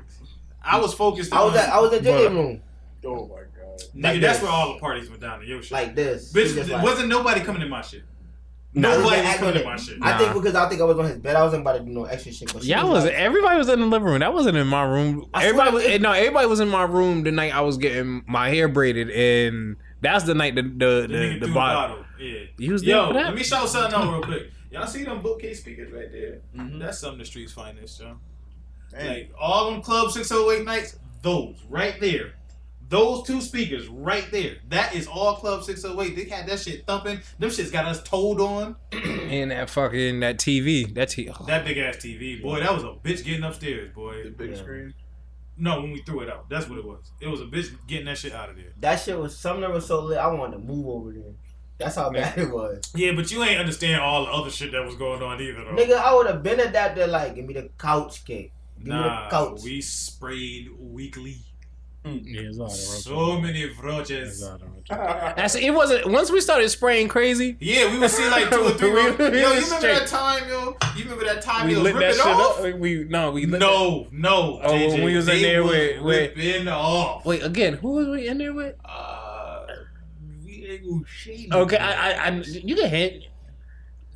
[SPEAKER 3] I was focused.
[SPEAKER 6] I was
[SPEAKER 3] on-
[SPEAKER 6] at, I was in the
[SPEAKER 5] Bruh.
[SPEAKER 6] JJ room
[SPEAKER 2] Oh my god.
[SPEAKER 3] Nigga,
[SPEAKER 6] Like
[SPEAKER 3] that's
[SPEAKER 6] this.
[SPEAKER 3] where all the parties went down to your shit.
[SPEAKER 6] like this. He
[SPEAKER 3] Bitch,
[SPEAKER 6] just
[SPEAKER 3] th-
[SPEAKER 6] like-
[SPEAKER 3] wasn't nobody coming in my shit.
[SPEAKER 5] No.
[SPEAKER 6] I
[SPEAKER 3] Nobody
[SPEAKER 6] didn't
[SPEAKER 3] was
[SPEAKER 6] act
[SPEAKER 3] coming
[SPEAKER 6] on
[SPEAKER 3] in
[SPEAKER 6] it.
[SPEAKER 3] my shit.
[SPEAKER 6] I think
[SPEAKER 5] Nah.
[SPEAKER 6] because I think I was on his bed. I wasn't about to do no extra shit. But she
[SPEAKER 5] y'all was
[SPEAKER 6] like,
[SPEAKER 5] everybody was in the living room that wasn't in my room
[SPEAKER 6] I
[SPEAKER 5] everybody
[SPEAKER 6] swear
[SPEAKER 5] was eh, no everybody was in my room the night I was getting my hair braided and that's the night the
[SPEAKER 3] The,
[SPEAKER 5] the
[SPEAKER 3] nigga threw
[SPEAKER 5] the, the
[SPEAKER 3] a
[SPEAKER 5] bottle
[SPEAKER 3] bottle. Yeah.
[SPEAKER 5] you was there
[SPEAKER 3] Yo,
[SPEAKER 5] for that
[SPEAKER 3] let me show something out real quick. Y'all see them bookcase speakers right there?
[SPEAKER 6] Mm-hmm.
[SPEAKER 3] That's some of the streets finest, yo. Like all them club 608 nights, those right there. Those two speakers right there. That is all Club 608. They had that shit thumping. Them shits got us told on.
[SPEAKER 5] and that fucking that TV that TV oh,
[SPEAKER 3] That big ass TV. Boy, that was a bitch getting upstairs, boy.
[SPEAKER 2] The big
[SPEAKER 6] Yeah.
[SPEAKER 2] screen.
[SPEAKER 3] No, when we threw it out. That's what it was. It was a bitch getting that shit out of there.
[SPEAKER 6] That shit was Sumner was so lit. I wanted to move over there. That's how bad it was.
[SPEAKER 3] Yeah, but you ain't understand all the other shit that was going on either, though.
[SPEAKER 6] Nigga, I would have been at that. They're like, give me the couch cake. Give me the
[SPEAKER 3] nah,
[SPEAKER 6] couch.
[SPEAKER 3] we sprayed weekly.
[SPEAKER 5] Oh,
[SPEAKER 8] Yeah, it's all right.
[SPEAKER 3] So many roaches.
[SPEAKER 5] that's it wasn't once we started spraying crazy
[SPEAKER 3] Yeah, we would see like two or three.
[SPEAKER 5] We-
[SPEAKER 3] roaches. yo, you
[SPEAKER 5] we
[SPEAKER 3] remember
[SPEAKER 5] was
[SPEAKER 3] that time, yo? You remember that time
[SPEAKER 5] we
[SPEAKER 3] they was
[SPEAKER 5] lit that
[SPEAKER 3] ripping
[SPEAKER 5] shit
[SPEAKER 3] off?
[SPEAKER 5] up we no we lit that-
[SPEAKER 3] No, no.
[SPEAKER 5] Oh,
[SPEAKER 3] JJ,
[SPEAKER 5] when we was in
[SPEAKER 3] they
[SPEAKER 5] there
[SPEAKER 3] was
[SPEAKER 5] with- with-
[SPEAKER 3] ripping off.
[SPEAKER 5] wait again who was we in there with
[SPEAKER 3] Uh, we ain't gonna shame.
[SPEAKER 5] okay I I, I you can hint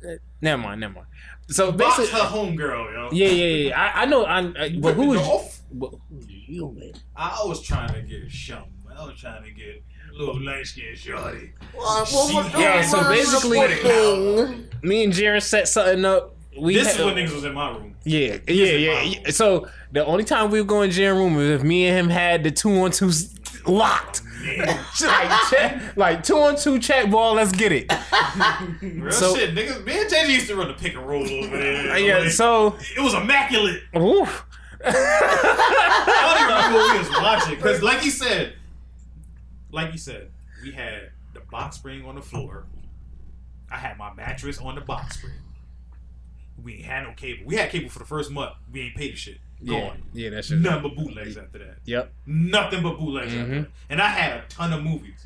[SPEAKER 5] Uh, never mind never mind so
[SPEAKER 3] Box
[SPEAKER 5] basically
[SPEAKER 3] her homegirl, yo.
[SPEAKER 5] Yeah, yeah, yeah. I, I know. I, I but who
[SPEAKER 3] Ripping
[SPEAKER 5] was
[SPEAKER 3] off?
[SPEAKER 5] but who was you with?
[SPEAKER 3] I was trying to get something. I was trying to get a little light skinned shorty. She
[SPEAKER 5] Yeah,
[SPEAKER 3] had
[SPEAKER 5] so
[SPEAKER 3] some
[SPEAKER 5] basically-
[SPEAKER 3] sweater now.
[SPEAKER 5] Me and Jared set something up. We
[SPEAKER 3] this
[SPEAKER 5] had-
[SPEAKER 3] is when niggas was in my room.
[SPEAKER 5] yeah, yeah,
[SPEAKER 3] in
[SPEAKER 5] yeah,
[SPEAKER 3] my
[SPEAKER 5] yeah. So the only time we would go in Jared's room is if me and him had the two on two locked.
[SPEAKER 3] Yeah.
[SPEAKER 5] like, check, like two on two check ball, let's get it.
[SPEAKER 3] Real
[SPEAKER 5] So-
[SPEAKER 3] shit, niggas. Me and JJ used to run the pick and roll over there.
[SPEAKER 5] yeah,
[SPEAKER 3] Like,
[SPEAKER 5] so
[SPEAKER 3] it was immaculate.
[SPEAKER 5] oof.
[SPEAKER 3] I don't even know what we was watching because, like he said, like he said, we had the box spring on the floor. I had my mattress on the box spring. We ain't had no cable. We had cable for the first month. We ain't paid the shit.
[SPEAKER 5] yeah,
[SPEAKER 3] Gone.
[SPEAKER 5] yeah, that shit.
[SPEAKER 3] Nothing but bootlegs after that.
[SPEAKER 5] Yep.
[SPEAKER 3] Nothing but bootlegs.
[SPEAKER 5] Mhm.
[SPEAKER 3] after that. And I had a ton of movies.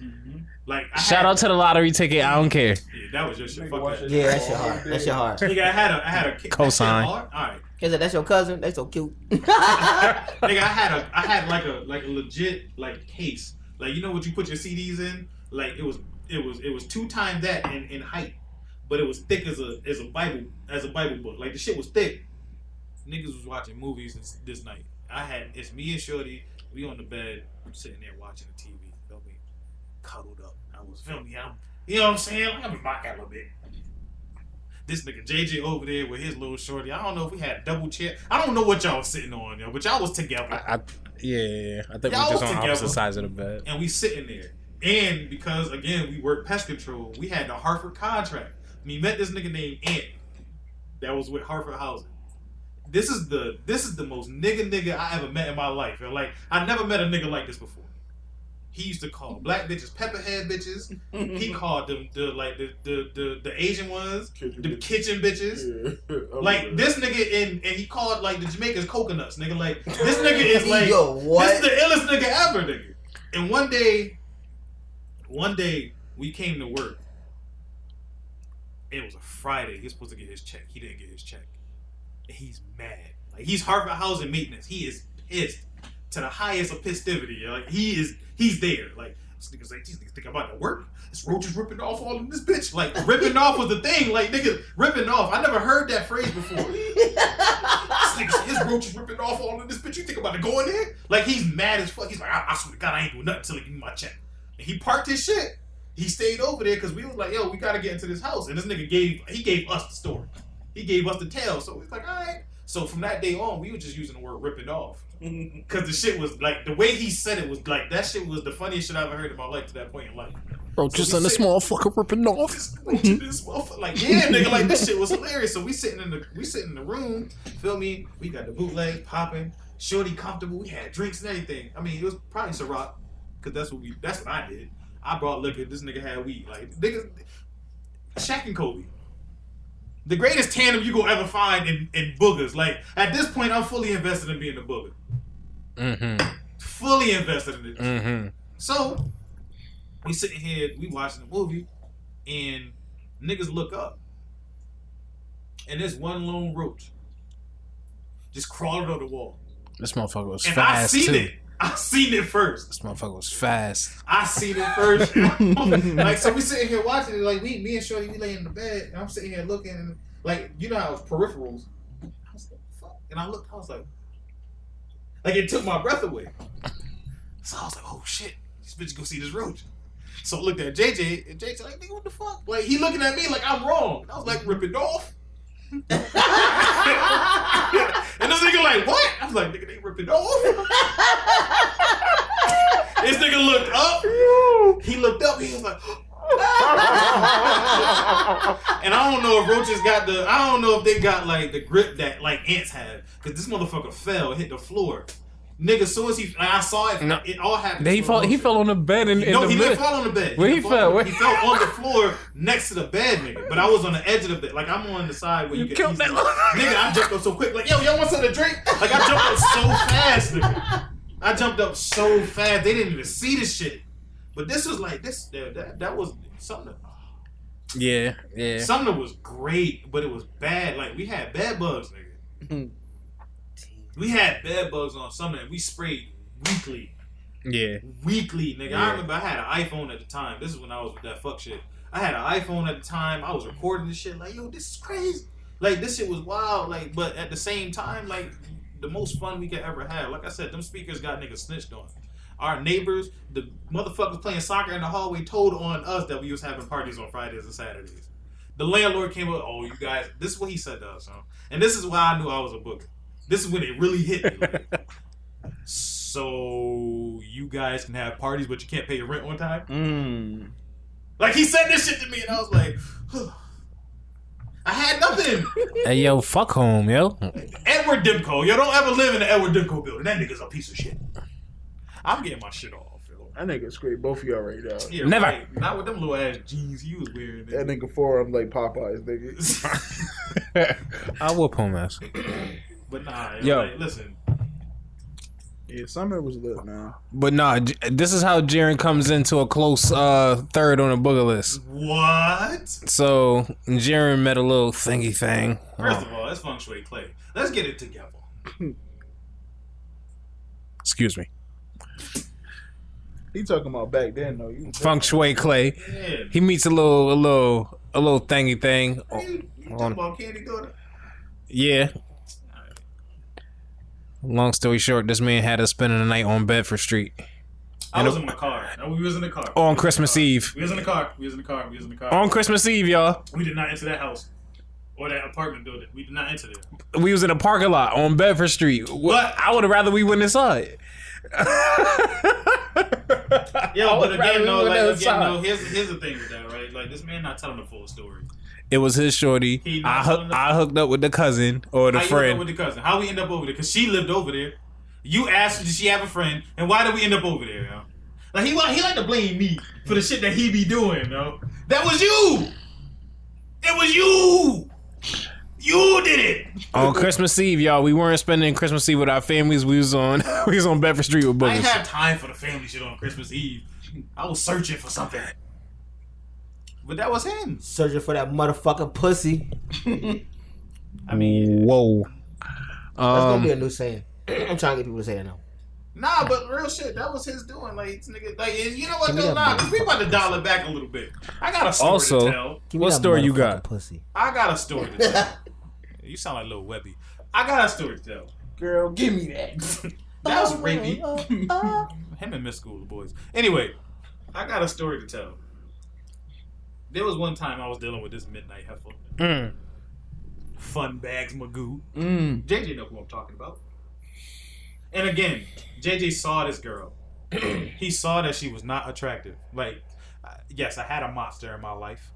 [SPEAKER 3] Like I
[SPEAKER 5] Shout
[SPEAKER 3] had,
[SPEAKER 5] out to the lottery ticket. I don't care.
[SPEAKER 3] yeah, that was your shit. Fuck that.
[SPEAKER 6] yeah, that's your heart. That's your heart.
[SPEAKER 3] Nigga, I had a I had a kid.
[SPEAKER 5] Cosign.
[SPEAKER 3] All right.
[SPEAKER 6] He said, that's your cousin. They so cute.
[SPEAKER 3] Nigga, I had a I had like a like a legit like case. Like you know what you put your CDs in? Like it was it was it was two times that in, in height. But it was thick as a as a Bible as a Bible book. Like the shit was thick. Niggas was watching movies this, this night. I had it's me and Shorty, we on the bed, sitting there watching the TV. Feel me? Cuddled up. I was filming. I'm, you know what I'm saying? Like, I'm in my element. This nigga JJ over there with his little shorty. I don't know if we had double chair. I don't know what y'all was sitting on, yo, but y'all was together
[SPEAKER 5] I, I yeah, yeah, yeah. I think
[SPEAKER 3] Y'all
[SPEAKER 5] we're just on
[SPEAKER 3] together.
[SPEAKER 5] opposite sides of the bed.
[SPEAKER 3] and we sitting there. And because again, we work pest control, we had the Hartford contract. We met this nigga named Ant that was with Hartford Housing. This is the this is the most nigga nigga I ever met in my life. And like I never met a nigga like this before. He used to call black bitches pepperhead bitches. He called them the like the the the, the Asian ones,
[SPEAKER 2] Kitchen
[SPEAKER 3] the
[SPEAKER 2] bitch.
[SPEAKER 3] kitchen bitches.
[SPEAKER 2] Yeah. I'm
[SPEAKER 3] Like
[SPEAKER 2] good.
[SPEAKER 3] this nigga in and he called like the Jamaicans coconuts, nigga. Like this nigga is like
[SPEAKER 6] Yo, what?
[SPEAKER 3] this is the illest nigga ever, nigga. And one day, one day we came to work. It was a Friday. He was supposed to get his check. He didn't get his check. And he's mad. Like he's Harvard Housing Maintenance. He is pissed to the highest of pistivity. yo. Like he is, he's there. Like this nigga's like these niggas think I'm about to work. This roach is ripping off all of this bitch. Like ripping off was the thing. Like niggas ripping off. I never heard that phrase before. nigga, his roach is ripping off all of this bitch. You think I'm about to go in there? Like he's mad as fuck. He's like, I, I swear to God, I ain't doing nothing until they give me my check. And he parked his shit. He stayed over there because we was like, yo, we gotta get into this house. And this nigga gave he gave us the story. He gave us the tale. So it's like, all right. So from that day on, we were just using the word ripping off. Cause the shit was like the way he said it was like that shit was the funniest shit I ever heard in my life to that point in life.
[SPEAKER 5] Bro, Oh, just in this motherfucker ripping off.
[SPEAKER 3] This- this motherfucker- Like yeah, nigga, like this shit was hilarious. So we sitting in the we sitting in the room, feel me? We got the bootleg popping, shorty comfortable. We had drinks and everything. I mean, it was probably Ciroc, cause that's what we that's what I did. I brought liquor. This nigga had weed. Like niggas, Shaq and Kobe, the greatest tandem you gonna ever find in, in boogers. Like at this point, I'm fully invested in being a booger.
[SPEAKER 5] Mm-hmm.
[SPEAKER 3] Fully invested in it.
[SPEAKER 5] Mm-hmm.
[SPEAKER 3] So we sitting here, we watching the movie, and niggas look up, and there's one lone roach just crawling on the wall,
[SPEAKER 5] This motherfucker was
[SPEAKER 3] and I
[SPEAKER 5] fast
[SPEAKER 3] seen
[SPEAKER 5] too.
[SPEAKER 3] it. I seen it first.
[SPEAKER 5] This motherfucker was fast.
[SPEAKER 3] I seen it first. like so, we sitting here watching it. Like we, me and Shorty, we laying in the bed, and I'm sitting here looking, and like you know how it's peripherals. I was like, fuck, and I looked. I was like, like it took my breath away. So I was like, oh shit, this bitch go see this roach. So I looked at JJ, and JJ like, nigga, what the fuck? Like he looking at me like I'm wrong. And I was like, rip it off. and this nigga like, what? I was like, nigga, they ripped it off. this nigga looked up. He looked up. He was like. and I don't know if roaches got the. I don't know if they got like the grip that like ants have. Cause this motherfucker fell, hit the floor. Nigga, as soon as he, like, I saw it.
[SPEAKER 5] No.
[SPEAKER 3] It all happened.
[SPEAKER 5] Then he
[SPEAKER 3] to a
[SPEAKER 5] fell. He
[SPEAKER 3] roach
[SPEAKER 5] fell on the bed in, in
[SPEAKER 3] no,
[SPEAKER 5] the
[SPEAKER 3] he
[SPEAKER 5] middle.
[SPEAKER 3] didn't fall on the bed.
[SPEAKER 5] Where he
[SPEAKER 3] didn't
[SPEAKER 5] fell?
[SPEAKER 3] fall on-
[SPEAKER 5] Where-
[SPEAKER 3] He fell on the floor next to the bed, nigga. But I was on the edge of the bed. Like I'm on the side where you,
[SPEAKER 5] You
[SPEAKER 3] can
[SPEAKER 5] killed
[SPEAKER 3] easily-
[SPEAKER 5] that motherfucker.
[SPEAKER 3] Nigga, I jumped up so quick. Like, yo, y'all want something to drink? Like I jumped up so fast, nigga. I jumped up so fast. They didn't even see the shit. But this was like this. That, that, that was something.
[SPEAKER 5] Yeah, yeah.
[SPEAKER 3] Something that was great, but it was bad. Like we had bed bugs, nigga.
[SPEAKER 5] Hmm.
[SPEAKER 3] we had bed bugs on summer, and we sprayed weekly
[SPEAKER 5] Yeah.
[SPEAKER 3] weekly, nigga. I
[SPEAKER 5] Yeah.
[SPEAKER 3] remember I had an iPhone at the time. This is when I was with that fuck shit. I had an iPhone at the time. I was recording this shit like, yo, this is crazy. Like this shit was wild. Like, but at the same time, like the most fun we could ever have. Like I said, them speakers got niggas snitched on. Our neighbors, the motherfuckers playing soccer in the hallway, told on us that we was having parties on Fridays and Saturdays. The landlord came up, oh, you guys, this is what he said to us, huh? And this is why I knew I was a booker. This is when it really hit me. like, so you guys can have parties, but you can't pay your rent on time.
[SPEAKER 5] Hmm.
[SPEAKER 4] Mm.
[SPEAKER 3] Like he said this shit to me, and I was like, I had nothing.
[SPEAKER 5] Hey yo, fuck home, yo.
[SPEAKER 3] Edward Dimko, yo, don't ever live in the Edward Dimko building. That nigga's a piece of shit. I'm getting my shit off. yo.
[SPEAKER 2] That nigga scraped both of y'all right now.
[SPEAKER 3] Yeah,
[SPEAKER 5] Never.
[SPEAKER 3] right. Not with them little ass jeans he was wearing.
[SPEAKER 2] That nigga forearm like Popeyes, nigga.
[SPEAKER 5] I whoop home ass.
[SPEAKER 3] but nah, yo,
[SPEAKER 5] Yo.
[SPEAKER 3] like, listen,
[SPEAKER 2] Yeah, summer was lit, man.
[SPEAKER 5] But nah, J- this is how Jaren comes into a close uh third on the booger list.
[SPEAKER 3] what?
[SPEAKER 5] So Jaren met a little thingy thing.
[SPEAKER 3] First
[SPEAKER 5] Oh,
[SPEAKER 3] of all, that's feng shui clay. Let's get it together.
[SPEAKER 5] excuse me,
[SPEAKER 2] He talking about back then though. You
[SPEAKER 5] feng shui clay.
[SPEAKER 3] Yeah.
[SPEAKER 5] He meets a little, a little, a little thingy thing. Oh,
[SPEAKER 3] You, you
[SPEAKER 5] on.
[SPEAKER 3] talking about candy goat?
[SPEAKER 5] yeah. Long story short, this man had us spending the night on Bedford Street
[SPEAKER 3] I
[SPEAKER 5] And
[SPEAKER 3] was
[SPEAKER 5] it-
[SPEAKER 3] in my car. No, we was in the car.
[SPEAKER 5] on Christmas Eve.
[SPEAKER 3] We was in the car. We was in the car. We was in the car.
[SPEAKER 5] On Christmas Eve, y'all.
[SPEAKER 3] We did not enter that house or that apartment building. We did not enter there.
[SPEAKER 5] we was in a parking lot on Bedford Street. What? I would have rather we went inside.
[SPEAKER 3] Yeah,
[SPEAKER 5] I
[SPEAKER 3] but
[SPEAKER 5] would rather
[SPEAKER 3] again,
[SPEAKER 5] Oh,
[SPEAKER 3] no,
[SPEAKER 5] we went
[SPEAKER 3] like, again,
[SPEAKER 5] outside.
[SPEAKER 3] no. Here's here's the thing with that, right? Like this man not telling the full story.
[SPEAKER 5] It was his shorty.
[SPEAKER 3] He
[SPEAKER 5] I
[SPEAKER 3] not
[SPEAKER 5] hooked.
[SPEAKER 3] telling the-
[SPEAKER 5] I hooked up with the cousin or
[SPEAKER 3] How you end
[SPEAKER 5] the
[SPEAKER 3] up
[SPEAKER 5] friend.
[SPEAKER 3] with the cousin? How we end up over there? Because she lived over there. You asked, her, did she have a friend? And why did we end up over there? Yo? Like he wa- he like to blame me for the shit that he be doing. Yo, that was you. It was you. You did it.
[SPEAKER 5] on Christmas Eve, y'all. We weren't spending Christmas Eve with our families. We was on. we was on Bedford Street with
[SPEAKER 3] I ain't
[SPEAKER 5] boogers.
[SPEAKER 3] have time for the family shit on Christmas Eve. I was searching for something. But that was him.
[SPEAKER 6] Searching for that motherfucking pussy.
[SPEAKER 8] I mean,
[SPEAKER 5] Whoa.
[SPEAKER 6] That's gonna be
[SPEAKER 5] Um,
[SPEAKER 6] a new saying. I'm trying to get people to say that now.
[SPEAKER 3] Nah, but real shit, that was his doing. Like, this nigga, like, and you know what
[SPEAKER 6] Give me
[SPEAKER 3] though?
[SPEAKER 6] that
[SPEAKER 3] Nah, cause we about to dial it back a little bit. I got a story
[SPEAKER 5] Also-
[SPEAKER 3] to tell.
[SPEAKER 6] Give me
[SPEAKER 5] What
[SPEAKER 6] that
[SPEAKER 5] story you
[SPEAKER 6] motherfucking
[SPEAKER 5] got?
[SPEAKER 6] Pussy.
[SPEAKER 3] I got a story to tell. you sound like Lil Webby. I got a story to tell.
[SPEAKER 6] Girl, give me that.
[SPEAKER 3] That was rapey. Him and Miss School, the boys. Anyway, I got a story to tell. There was one time I was dealing with this midnight heifer.
[SPEAKER 5] Mm.
[SPEAKER 3] Fun bags Magoo.
[SPEAKER 4] Mm.
[SPEAKER 3] JJ know who I'm talking about. And again, JJ saw this girl. he saw that she was not attractive. Like, I- yes, I had a monster in my life,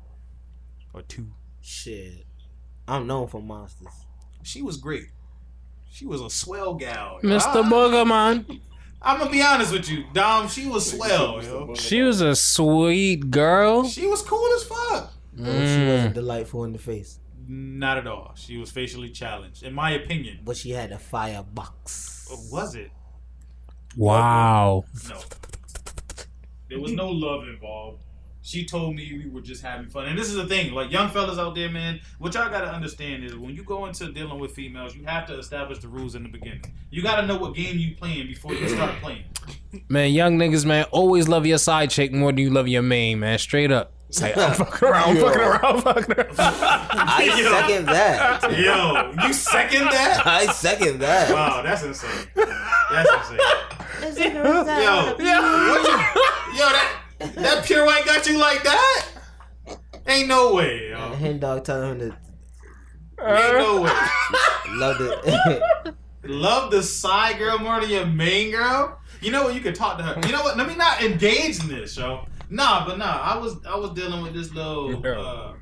[SPEAKER 3] or two.
[SPEAKER 6] Shit. I'm known for monsters.
[SPEAKER 3] She was great. She was a swell gal.
[SPEAKER 5] Mr. Boogerman.
[SPEAKER 3] I'm gonna be honest with you, Dom. She was swell, yo.
[SPEAKER 5] She was a sweet girl. Mm.
[SPEAKER 3] She was cool as fuck.
[SPEAKER 6] Though She wasn't delightful in the face,
[SPEAKER 3] Not at all. She was facially challenged, in my opinion.
[SPEAKER 6] but she had a firebox.
[SPEAKER 3] Was it?
[SPEAKER 8] Wow.
[SPEAKER 3] No. There was no love involved. She told me we were just having fun. And this is the thing, like young fellas out there, man, what y'all gotta understand is when you go into dealing with females, you have to establish the rules in the beginning. You gotta know what game you playing before you start playing.
[SPEAKER 5] Man, young niggas, man, always love your side chick more than you love your main, man. Straight up. It's like, I'm fucking around, I'm fucking around, I'm fucking around.
[SPEAKER 6] I
[SPEAKER 3] Yo.
[SPEAKER 6] second that.
[SPEAKER 3] Yo, you second that?
[SPEAKER 6] I second that.
[SPEAKER 3] Wow, that's insane. That's insane. Yo,
[SPEAKER 9] Yo.
[SPEAKER 3] what you- yo, that that pure white got you like that? Ain't no way, yo.
[SPEAKER 6] And Hen dog telling him to
[SPEAKER 3] Ain't no way.
[SPEAKER 6] love it.
[SPEAKER 3] love the side girl more than your main girl. You know what? You could talk to her. You know what? Let me not engage in this, yo. Nah, but nah, I was I was dealing with this little. Uh,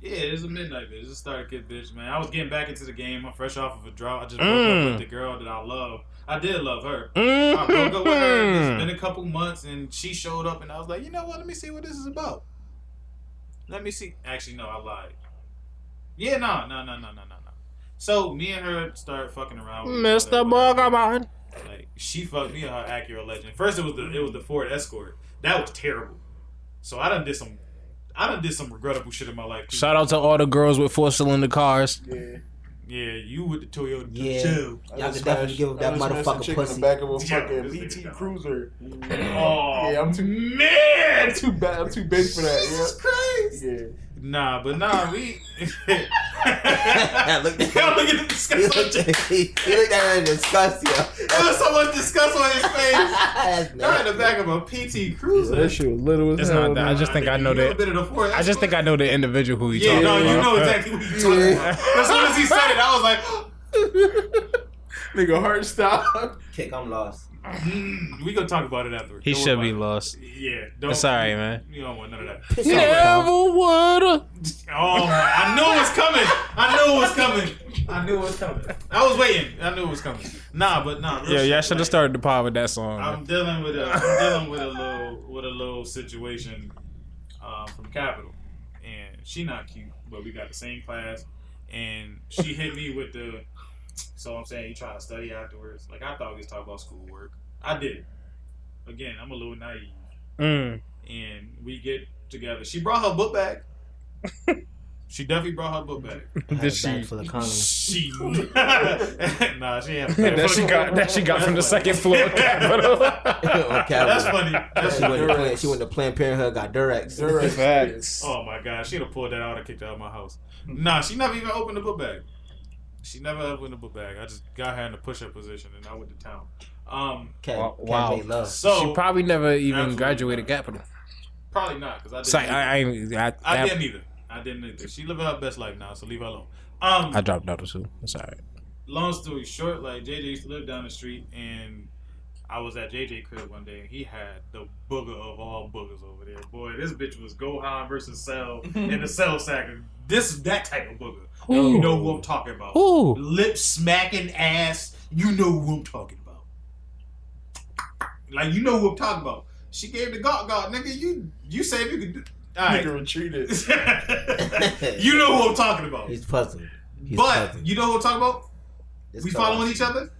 [SPEAKER 3] yeah, it was a midnight bitch. It's a starter kid bitch, man. I was getting back into the game. I'm fresh off of a drought. I just broke
[SPEAKER 5] Mm.
[SPEAKER 3] up with the girl that I love. I did love her. I broke up with her. It's
[SPEAKER 5] Mm.
[SPEAKER 3] been a couple months, and she showed up, and I was like, you know what? Let me see what this is about. Let me see. Actually, no, I lied. Yeah, no, no, no, no, no, no, no. So me and her started fucking around. with each
[SPEAKER 5] Mr.
[SPEAKER 3] other, whatever.
[SPEAKER 5] Boogerman.
[SPEAKER 3] Like she fucked me in her Acura Legend. First, it was the it was the Ford Escort. That was terrible. So I done did some, I done did some regrettable shit in my life. too.
[SPEAKER 5] Shout out to all the girls with four cylinder cars.
[SPEAKER 2] Yeah.
[SPEAKER 3] Yeah, you with the Toyota
[SPEAKER 6] Yeah.
[SPEAKER 3] too.
[SPEAKER 2] I
[SPEAKER 6] Y'all
[SPEAKER 2] just
[SPEAKER 6] could definitely
[SPEAKER 2] smashed-
[SPEAKER 6] give him that
[SPEAKER 2] I just smashed a
[SPEAKER 6] motherfucker
[SPEAKER 2] chick
[SPEAKER 6] pussy.
[SPEAKER 2] In the back of a
[SPEAKER 3] Yeah,
[SPEAKER 2] fucking
[SPEAKER 3] this
[SPEAKER 2] BT
[SPEAKER 3] nigga down.
[SPEAKER 2] Cruiser.
[SPEAKER 3] Oh
[SPEAKER 2] Yeah, I'm too,
[SPEAKER 3] man,
[SPEAKER 2] too bad. I'm too big for
[SPEAKER 3] Jesus
[SPEAKER 2] that.
[SPEAKER 3] Christ.
[SPEAKER 2] Yeah. yeah.
[SPEAKER 3] Nah, but nah, we.
[SPEAKER 6] Look-
[SPEAKER 3] look at the
[SPEAKER 6] he
[SPEAKER 3] disgust. on
[SPEAKER 6] looked
[SPEAKER 3] Jay-
[SPEAKER 6] at he looked at her and disgust yo.
[SPEAKER 3] There was so much disgust on his face.
[SPEAKER 6] That's
[SPEAKER 3] Not in the
[SPEAKER 6] nasty.
[SPEAKER 3] back of a PT Cruiser.
[SPEAKER 4] shit little as
[SPEAKER 5] It's not that. I just think I know
[SPEAKER 3] You a
[SPEAKER 5] that.
[SPEAKER 3] bit of the Ford
[SPEAKER 5] I just
[SPEAKER 3] Escort.
[SPEAKER 5] think I know the individual who you
[SPEAKER 3] Yeah,
[SPEAKER 5] talking
[SPEAKER 3] no,
[SPEAKER 5] about.
[SPEAKER 3] you know exactly what you're talking about. As soon as he said it, I was like,
[SPEAKER 2] Nigga, heart stop.
[SPEAKER 6] Kick, I'm lost.
[SPEAKER 3] mm, we gonna talk about it afterwards.
[SPEAKER 5] He
[SPEAKER 3] Don't
[SPEAKER 5] should
[SPEAKER 3] worry
[SPEAKER 5] be
[SPEAKER 3] about
[SPEAKER 5] lost.
[SPEAKER 3] it. Yeah, don't.
[SPEAKER 5] It's all right, man.
[SPEAKER 3] You don't want none of that.
[SPEAKER 6] Piss off,
[SPEAKER 5] Never would've.
[SPEAKER 3] Oh, I knew it was coming. I knew it was coming. I knew it was coming. I was waiting. I knew it was coming. Nah, but nah. real
[SPEAKER 5] Yeah,
[SPEAKER 3] shit,
[SPEAKER 5] y'all should have
[SPEAKER 3] like,
[SPEAKER 5] started the pod with that song. man.
[SPEAKER 3] I'm dealing with a I'm dealing with a little with a little situation um, from Capital, and she not cute, but we got the same class, and she hit me with the. So I'm saying you trying to study afterwards. Like I thought we was talking about schoolwork. I did. Again, I'm a little naive,
[SPEAKER 5] Mm.
[SPEAKER 3] and we get together. She brought her book back. she definitely brought her book back.
[SPEAKER 6] dog.
[SPEAKER 5] Did
[SPEAKER 6] I had a
[SPEAKER 5] she?
[SPEAKER 6] bag full of condoms.
[SPEAKER 3] She nah, she ain't.
[SPEAKER 5] That she got. That she got from the second floor of Capitol.
[SPEAKER 6] On Capitol.
[SPEAKER 3] That's funny. That's
[SPEAKER 6] She
[SPEAKER 3] funny.
[SPEAKER 6] went, to Planned, she went to Planned Parenthood, got Durex.
[SPEAKER 2] Durex.
[SPEAKER 4] Facts.
[SPEAKER 3] Oh my god, she'd have pulled that out and kicked her out of my house. Nah, she never even opened the book bag. She never opened the book bag. I just got her in the push up position and I went to town. Um,
[SPEAKER 6] Cat,
[SPEAKER 5] Wow.
[SPEAKER 6] wow. Cat love.
[SPEAKER 3] so
[SPEAKER 5] She probably never even
[SPEAKER 3] Absolutely.
[SPEAKER 5] graduated Capitol.
[SPEAKER 3] probably not because I didn't.
[SPEAKER 5] Sorry, I, I, I,
[SPEAKER 3] I
[SPEAKER 5] that-
[SPEAKER 3] didn't either. I didn't either. She living her best life now, so leave her alone. Um,
[SPEAKER 5] I dropped out of two. It's all right.
[SPEAKER 3] long story short, like JJ used to live down the street, and I was at JJ crib one day, and he had the booger of all boogers over there. Boy, this bitch was Gohan versus Cell in the Cell saga. This that type of booger. You know who I'm talking about.
[SPEAKER 5] Ooh.
[SPEAKER 3] Lip smacking ass. You know who I'm talking about. Like you know who I'm talking about. She gave the god god nigga. You you say if you could do. All right.
[SPEAKER 2] Nigga retreated.
[SPEAKER 3] you know who I'm talking about.
[SPEAKER 6] He's puzzled. He's
[SPEAKER 3] But
[SPEAKER 6] puzzled.
[SPEAKER 3] you know who I'm talking about?
[SPEAKER 6] It's
[SPEAKER 3] we
[SPEAKER 6] called-
[SPEAKER 3] following each other?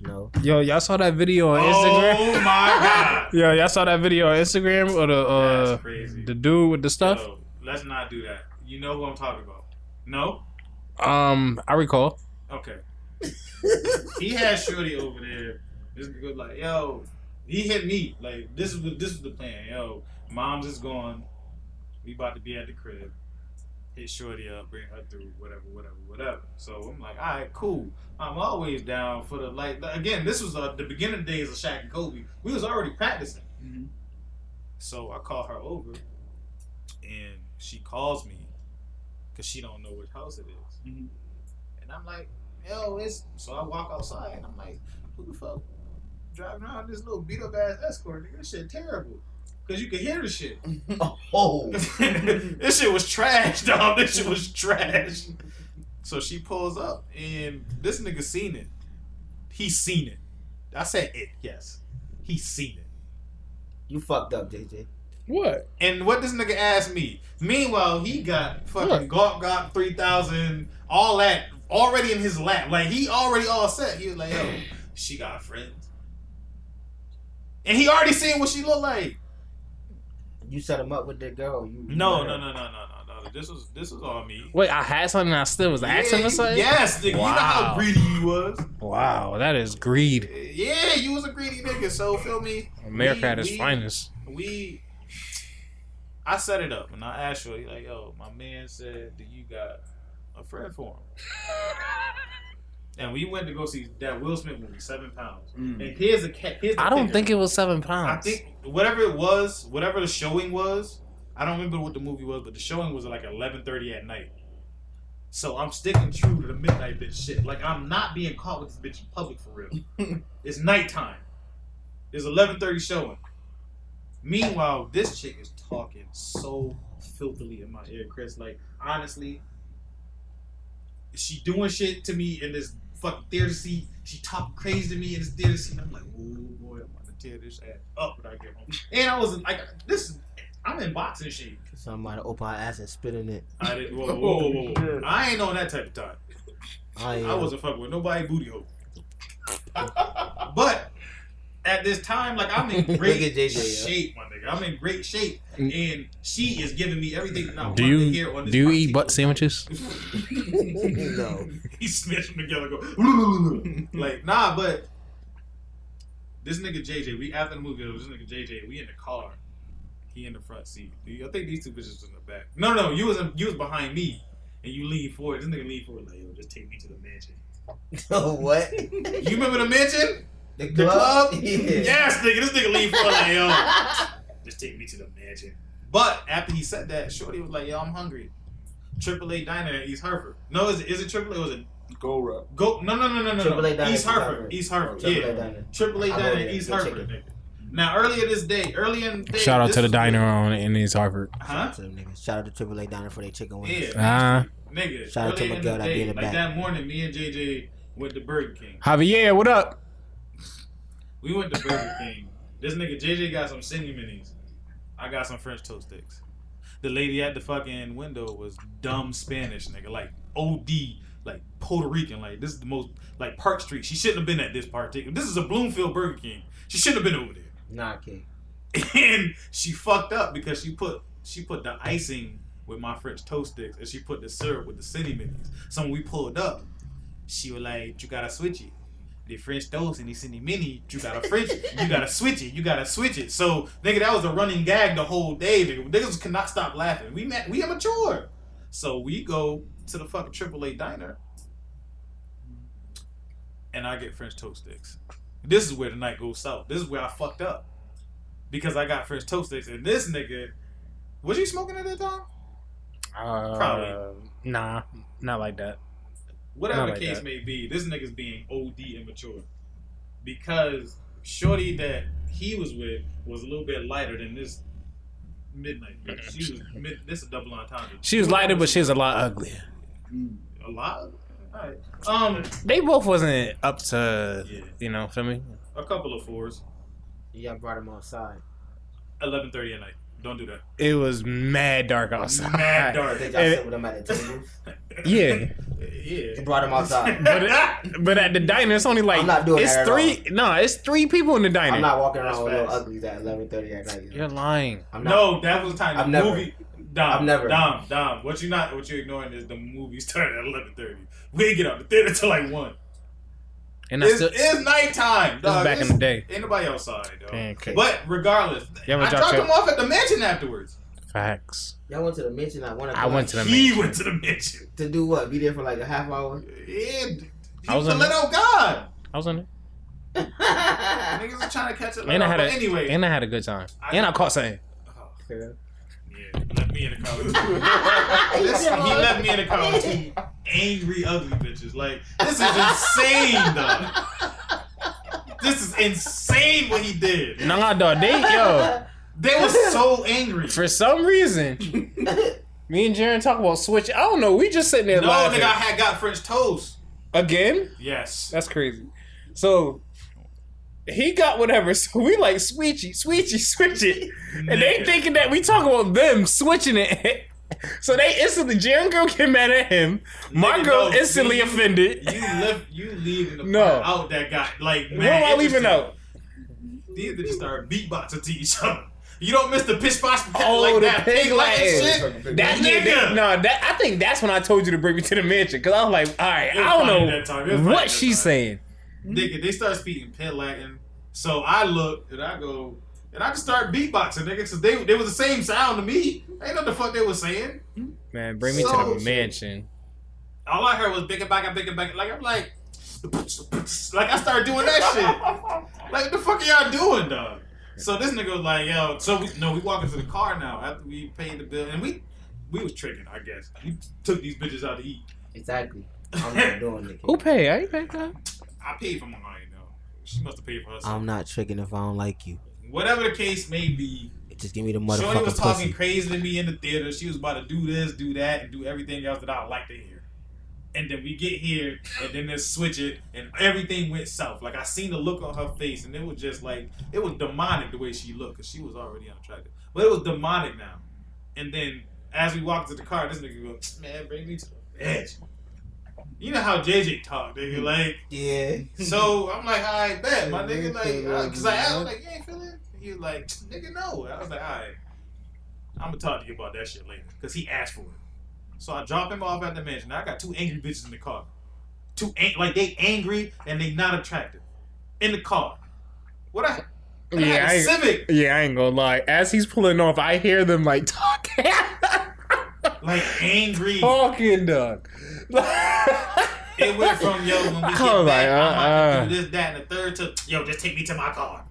[SPEAKER 6] No.
[SPEAKER 5] Yo, y'all saw that video on Instagram?
[SPEAKER 3] Oh my god.
[SPEAKER 5] Yo, y'all saw that video on Instagram or the uh
[SPEAKER 3] That's crazy.
[SPEAKER 5] the dude with the stuff?
[SPEAKER 3] Yo, let's not do that. You know who I'm talking about. No?
[SPEAKER 5] Um, I recall.
[SPEAKER 3] Okay. he had Shorty over there. This nigga was like, yo, he hit me. Like, this is what this is the plan. Yo, mom's is gone. We about to be at the crib. hit Shorty up, bring her through, whatever, whatever, whatever. So I'm like, all right, cool. I'm always down for the like. Again, this was uh, the beginning days of Shaq and Kobe. We was already practicing.
[SPEAKER 2] Mhm.
[SPEAKER 3] So I call her over, and she calls me because she don't know which house it is.
[SPEAKER 2] Mhm.
[SPEAKER 3] And I'm like, yo, it's. So I walk outside, and I'm like, who the fuck driving around this little beat up ass Escort? Nigga, this shit terrible. Cause you could hear the shit.
[SPEAKER 6] Oh,
[SPEAKER 3] this shit was trash, dog. This shit was trash. So she pulls up, and this nigga seen it. He seen it. I said it, yes. He seen it.
[SPEAKER 6] you fucked up, JJ.
[SPEAKER 5] What?
[SPEAKER 3] And what this nigga asked me. Meanwhile, he got fucking Gawk Gawk 3000, all that already in his lap. Like, he already all set. He was like, yo, she got friends. And he already seen what she looked like.
[SPEAKER 6] You set him up with that girl. You
[SPEAKER 3] No, no, no, no, no, no, no. This was this was all me.
[SPEAKER 5] Wait, I had something and I still was asking
[SPEAKER 3] Yeah,
[SPEAKER 5] for
[SPEAKER 3] you-
[SPEAKER 5] something?
[SPEAKER 3] Yes, nigga. You know how
[SPEAKER 5] Wow.
[SPEAKER 3] greedy you was.
[SPEAKER 5] Wow, that is greed.
[SPEAKER 3] Yeah, you was a greedy nigga. So feel me.
[SPEAKER 5] America at its
[SPEAKER 3] We- we-
[SPEAKER 5] finest.
[SPEAKER 3] We, I set it up and I asked her like, "Yo, my man said that you got a friend for him." and we went to go see that Will Smith movie, Seven Pounds. And here's a cat. Here's the
[SPEAKER 5] I don't
[SPEAKER 3] kicker.
[SPEAKER 5] think it was seven
[SPEAKER 3] I
[SPEAKER 5] pounds.
[SPEAKER 3] think whatever it was, whatever the showing was, I don't remember what the movie was, but the showing was like eleven thirty at night. So I'm sticking true to the midnight bitch shit. Like I'm not being caught with this bitch in public for real. it's nighttime. It's eleven thirty showing. Meanwhile, this chick is talking so filthily in my ear, Chris. Like honestly, she doing shit to me in this fucking theater seat. She talking crazy to me in this theater seat. And I'm like, oh boy, I'm about to tear this ass up when I get home. And I was like, this is, I'm in boxing shape. Oh,
[SPEAKER 6] Somebody open her ass and spit in it.
[SPEAKER 3] I didn't, whoa, whoa, whoa, whoa, whoa. I ain't on that type of time.
[SPEAKER 6] I,
[SPEAKER 3] I wasn't fucking with nobody booty hole. but at this time, like I'm in
[SPEAKER 6] Look
[SPEAKER 3] great
[SPEAKER 6] at JJ, yeah. Mm.
[SPEAKER 3] shape, my nigga. I'm in great shape, and she is giving me everything that I want
[SPEAKER 8] Do
[SPEAKER 3] to
[SPEAKER 8] you
[SPEAKER 3] hear on this.
[SPEAKER 8] do you
[SPEAKER 3] particular-
[SPEAKER 8] eat butt sandwiches?
[SPEAKER 6] no.
[SPEAKER 3] he snitched them together. Go like nah, but this nigga JJ, we after the movie, it was this nigga JJ, we in the car. He in the front seat. I think these two bitches was in the back. No, no, you was in, you was behind me, and you lean forward. This nigga lean forward like yo, just take me to the mansion.
[SPEAKER 6] No, what?
[SPEAKER 3] You remember the mansion?
[SPEAKER 6] The
[SPEAKER 3] The club?
[SPEAKER 6] Yeah.
[SPEAKER 3] Yes, nigga. This nigga lean forward like yo, just take me to the mansion. But after he said that, Shorty was like, yo, I'm hungry. Triple A Diner in East Hartford. No, is it, is it Triple A? Was it
[SPEAKER 2] Go rap.
[SPEAKER 3] Go no no no no no
[SPEAKER 6] Triple A
[SPEAKER 3] no
[SPEAKER 6] Diner,
[SPEAKER 3] East Hartford
[SPEAKER 6] Diner.
[SPEAKER 3] East Hartford
[SPEAKER 6] Triple
[SPEAKER 3] yeah
[SPEAKER 6] A Diner.
[SPEAKER 3] Triple A
[SPEAKER 6] I go
[SPEAKER 3] Diner
[SPEAKER 6] there,
[SPEAKER 3] East
[SPEAKER 6] good
[SPEAKER 3] Hartford nigga. Now earlier this day earlier in the day
[SPEAKER 8] Shout out
[SPEAKER 3] this
[SPEAKER 8] to the
[SPEAKER 3] was-
[SPEAKER 8] diner on in East Harvard.
[SPEAKER 3] huh
[SPEAKER 6] To them niggas. Shout out to Triple A Diner for their chicken
[SPEAKER 3] yeah
[SPEAKER 6] wings.
[SPEAKER 8] Ah,
[SPEAKER 3] nigga
[SPEAKER 6] Shout out to
[SPEAKER 3] earlier
[SPEAKER 6] my
[SPEAKER 3] in
[SPEAKER 6] girl
[SPEAKER 3] the
[SPEAKER 6] that be
[SPEAKER 3] day
[SPEAKER 6] in the
[SPEAKER 3] like
[SPEAKER 6] back.
[SPEAKER 3] that morning me and JJ went to Burger King
[SPEAKER 8] Javier, what up?
[SPEAKER 3] we went to Burger King this nigga JJ got some Cindy minis I got some French toast sticks the lady at the fucking window was dumb Spanish nigga like OD like Puerto Rican like this is the most like Park Street she shouldn't have been at this particular this is a Bloomfield Burger King she shouldn't have been over there.
[SPEAKER 6] Nah, kid.
[SPEAKER 3] and she fucked up because she put she put the icing with my French toast sticks and she put the syrup with the city minis. So when we pulled up, she was like, "You gotta switch it." The French toast and the city mini, you gotta French, it. you gotta switch it, you gotta switch it. So nigga, that was a running gag the whole day. Nigga, niggas could not stop laughing. We met, we immature. So we go to the fucking AAA diner, and I get French toast sticks. This is where the night goes south. This is where I fucked up because I got French toast sticks. And this nigga, was you smoking at that time?
[SPEAKER 5] Uh,
[SPEAKER 3] Probably.
[SPEAKER 5] Nah, not like that.
[SPEAKER 3] Whatever
[SPEAKER 5] Not like
[SPEAKER 3] the case
[SPEAKER 5] that.
[SPEAKER 3] may be, this nigga's being OD immature because shorty that he was with was a little bit lighter than this midnight bitch. She was mid, this a double entendre.
[SPEAKER 8] She was lighter, but she was a lot uglier.
[SPEAKER 3] a lot. All right. Um,
[SPEAKER 5] They both wasn't up to,
[SPEAKER 3] Yeah.
[SPEAKER 5] you know, feel me?
[SPEAKER 3] a couple of fours.
[SPEAKER 6] Yeah, I brought him outside.
[SPEAKER 3] Eleven thirty at night. Don't do that.
[SPEAKER 8] It was mad dark outside.
[SPEAKER 3] Mad dark.
[SPEAKER 6] I think y'all
[SPEAKER 8] Eh.
[SPEAKER 6] sit with him at the table.
[SPEAKER 8] Yeah,
[SPEAKER 3] Yeah.
[SPEAKER 6] You brought him outside.
[SPEAKER 8] but it, but at the diner, it's only like
[SPEAKER 6] I'm not doing
[SPEAKER 8] it's
[SPEAKER 6] that at
[SPEAKER 8] three. No, it's three people in the diner.
[SPEAKER 6] I'm not walking around
[SPEAKER 3] That's
[SPEAKER 6] with little
[SPEAKER 3] fast.
[SPEAKER 6] uglies at 11:30 at night.
[SPEAKER 5] You're lying.
[SPEAKER 6] I'm not.
[SPEAKER 3] No, that was the time. The
[SPEAKER 6] I've never-
[SPEAKER 3] movie. Dom,
[SPEAKER 6] I've never-
[SPEAKER 3] Dom, Dom. What you not? What you ignoring is the movie started at eleven thirty. We didn't get out the theater till like one.
[SPEAKER 5] And I
[SPEAKER 3] It's,
[SPEAKER 5] still.
[SPEAKER 3] it's nighttime.
[SPEAKER 5] This is
[SPEAKER 3] Dog.
[SPEAKER 5] back in the day.
[SPEAKER 3] Ain't nobody outside, dog.
[SPEAKER 5] Pancake.
[SPEAKER 3] But regardless,
[SPEAKER 5] You ever
[SPEAKER 3] I
[SPEAKER 5] dropped
[SPEAKER 3] dropped
[SPEAKER 5] your-
[SPEAKER 3] him off at the mansion afterwards.
[SPEAKER 5] Facts.
[SPEAKER 6] Y'all went to the mansion at one o'clock.
[SPEAKER 5] I went to the
[SPEAKER 3] He
[SPEAKER 5] mansion.
[SPEAKER 3] went to the mansion.
[SPEAKER 6] to do what? Be there for like a half hour.
[SPEAKER 3] And
[SPEAKER 5] I
[SPEAKER 3] I
[SPEAKER 5] was
[SPEAKER 3] was
[SPEAKER 5] on
[SPEAKER 3] let
[SPEAKER 5] the-
[SPEAKER 3] out God.
[SPEAKER 5] I was in there.
[SPEAKER 3] Niggas are trying to catch up.
[SPEAKER 5] And I had a
[SPEAKER 3] But anyway.
[SPEAKER 5] and I had a good time. and I caught something.
[SPEAKER 3] yeah, left me in the car. Listen, he left me in the car with two angry, ugly bitches. Like this is insane, dog. This is insane what he did.
[SPEAKER 5] Nah, dog. They yo.
[SPEAKER 3] They were so angry.
[SPEAKER 5] For some reason, me and Jaren talk about switch. I don't know. We just sitting there
[SPEAKER 3] No,
[SPEAKER 5] laughing
[SPEAKER 3] nigga, I had got French toast.
[SPEAKER 5] again.
[SPEAKER 3] Yes.
[SPEAKER 5] That's crazy. So he got whatever. So we like switchy, switchy, switch it, and they
[SPEAKER 3] Nigga.
[SPEAKER 5] thinking that we talking about them switching it. So they instantly, Jaren girl get mad at him. My
[SPEAKER 3] Nigga,
[SPEAKER 5] girl
[SPEAKER 3] no,
[SPEAKER 5] instantly
[SPEAKER 3] you-
[SPEAKER 5] offended.
[SPEAKER 3] You left. You leaving the
[SPEAKER 5] No.
[SPEAKER 3] part out that guy. Like, man,
[SPEAKER 5] What am I leaving
[SPEAKER 3] interesting.
[SPEAKER 5] out?
[SPEAKER 3] These niggas start beatboxing to each other. You don't miss the pitch box
[SPEAKER 5] Oh,
[SPEAKER 3] like
[SPEAKER 5] the
[SPEAKER 3] that
[SPEAKER 5] pig
[SPEAKER 3] pig Latin
[SPEAKER 5] Latin.
[SPEAKER 3] shit.
[SPEAKER 5] That
[SPEAKER 3] Nigga.
[SPEAKER 5] nigga, no, that I think that's when I told you to bring me to the mansion because I was like, all right,
[SPEAKER 3] It was
[SPEAKER 5] I don't
[SPEAKER 3] probably that time. It was
[SPEAKER 5] know
[SPEAKER 3] probably
[SPEAKER 5] what
[SPEAKER 3] that
[SPEAKER 5] she's
[SPEAKER 3] time.
[SPEAKER 5] saying.
[SPEAKER 3] Nigga, they start speaking pit Latin. So I look and I go and I just start beatboxing, nigga, because they they was the same sound to me. Ain't know the fuck they was saying.
[SPEAKER 5] Man, bring me to
[SPEAKER 3] So-
[SPEAKER 5] the mansion.
[SPEAKER 3] All I heard was bigger back, bigger back. Like I'm like, like I started doing that shit. Like the fuck are y'all doing, dog? So this nigga was like, yo. So we no, we walk into the car now after we paid the bill and we we was tricking, I guess. We took these bitches out to eat.
[SPEAKER 6] Exactly. I'm not doing it.
[SPEAKER 5] Who pay? I ain't pay that.
[SPEAKER 3] I paid for mine though. She must have paid for herself.
[SPEAKER 6] I'm not tricking if I don't like you.
[SPEAKER 3] Whatever the case may be,
[SPEAKER 6] Just give me the
[SPEAKER 3] Shorty was
[SPEAKER 6] motherfucking
[SPEAKER 3] talking
[SPEAKER 6] pussy.
[SPEAKER 3] crazy to me in the theater. She was about to do this, do that, and do everything else that I would like to hear. And then we get here, and then they switch it, and everything went south. Like I seen the look on her face, and it was just like it was demonic the way she looked, cause she was already unattractive, but it was demonic now. And then as we walked to the car, this nigga goes, "Man, bring me to the edge." You know how JJ talk,
[SPEAKER 6] Hmm.
[SPEAKER 3] nigga. Like
[SPEAKER 6] Yeah.
[SPEAKER 3] so I'm like, all right, bet, my nigga. Like, because I asked, him, like, you ain't feeling it? He was like, nigga, no. I was like, all right, I'm going to talk to you about that shit later. Because he asked for it. So I drop him off at the mansion. Now I got two angry bitches in the car. Two, ang- like, they angry and they not attractive. In the car. What I, and I
[SPEAKER 5] Yeah,
[SPEAKER 3] had a
[SPEAKER 5] I-
[SPEAKER 3] Civic.
[SPEAKER 5] Yeah, I ain't gonna lie. As he's pulling off, I hear them like talking,
[SPEAKER 3] Like, angry.
[SPEAKER 5] talking, dog.
[SPEAKER 3] It went from, yo, when we get back,
[SPEAKER 5] Oh, like,
[SPEAKER 3] I'm about to
[SPEAKER 5] uh,
[SPEAKER 3] do this, that, and the third to, yo, just take me to my car.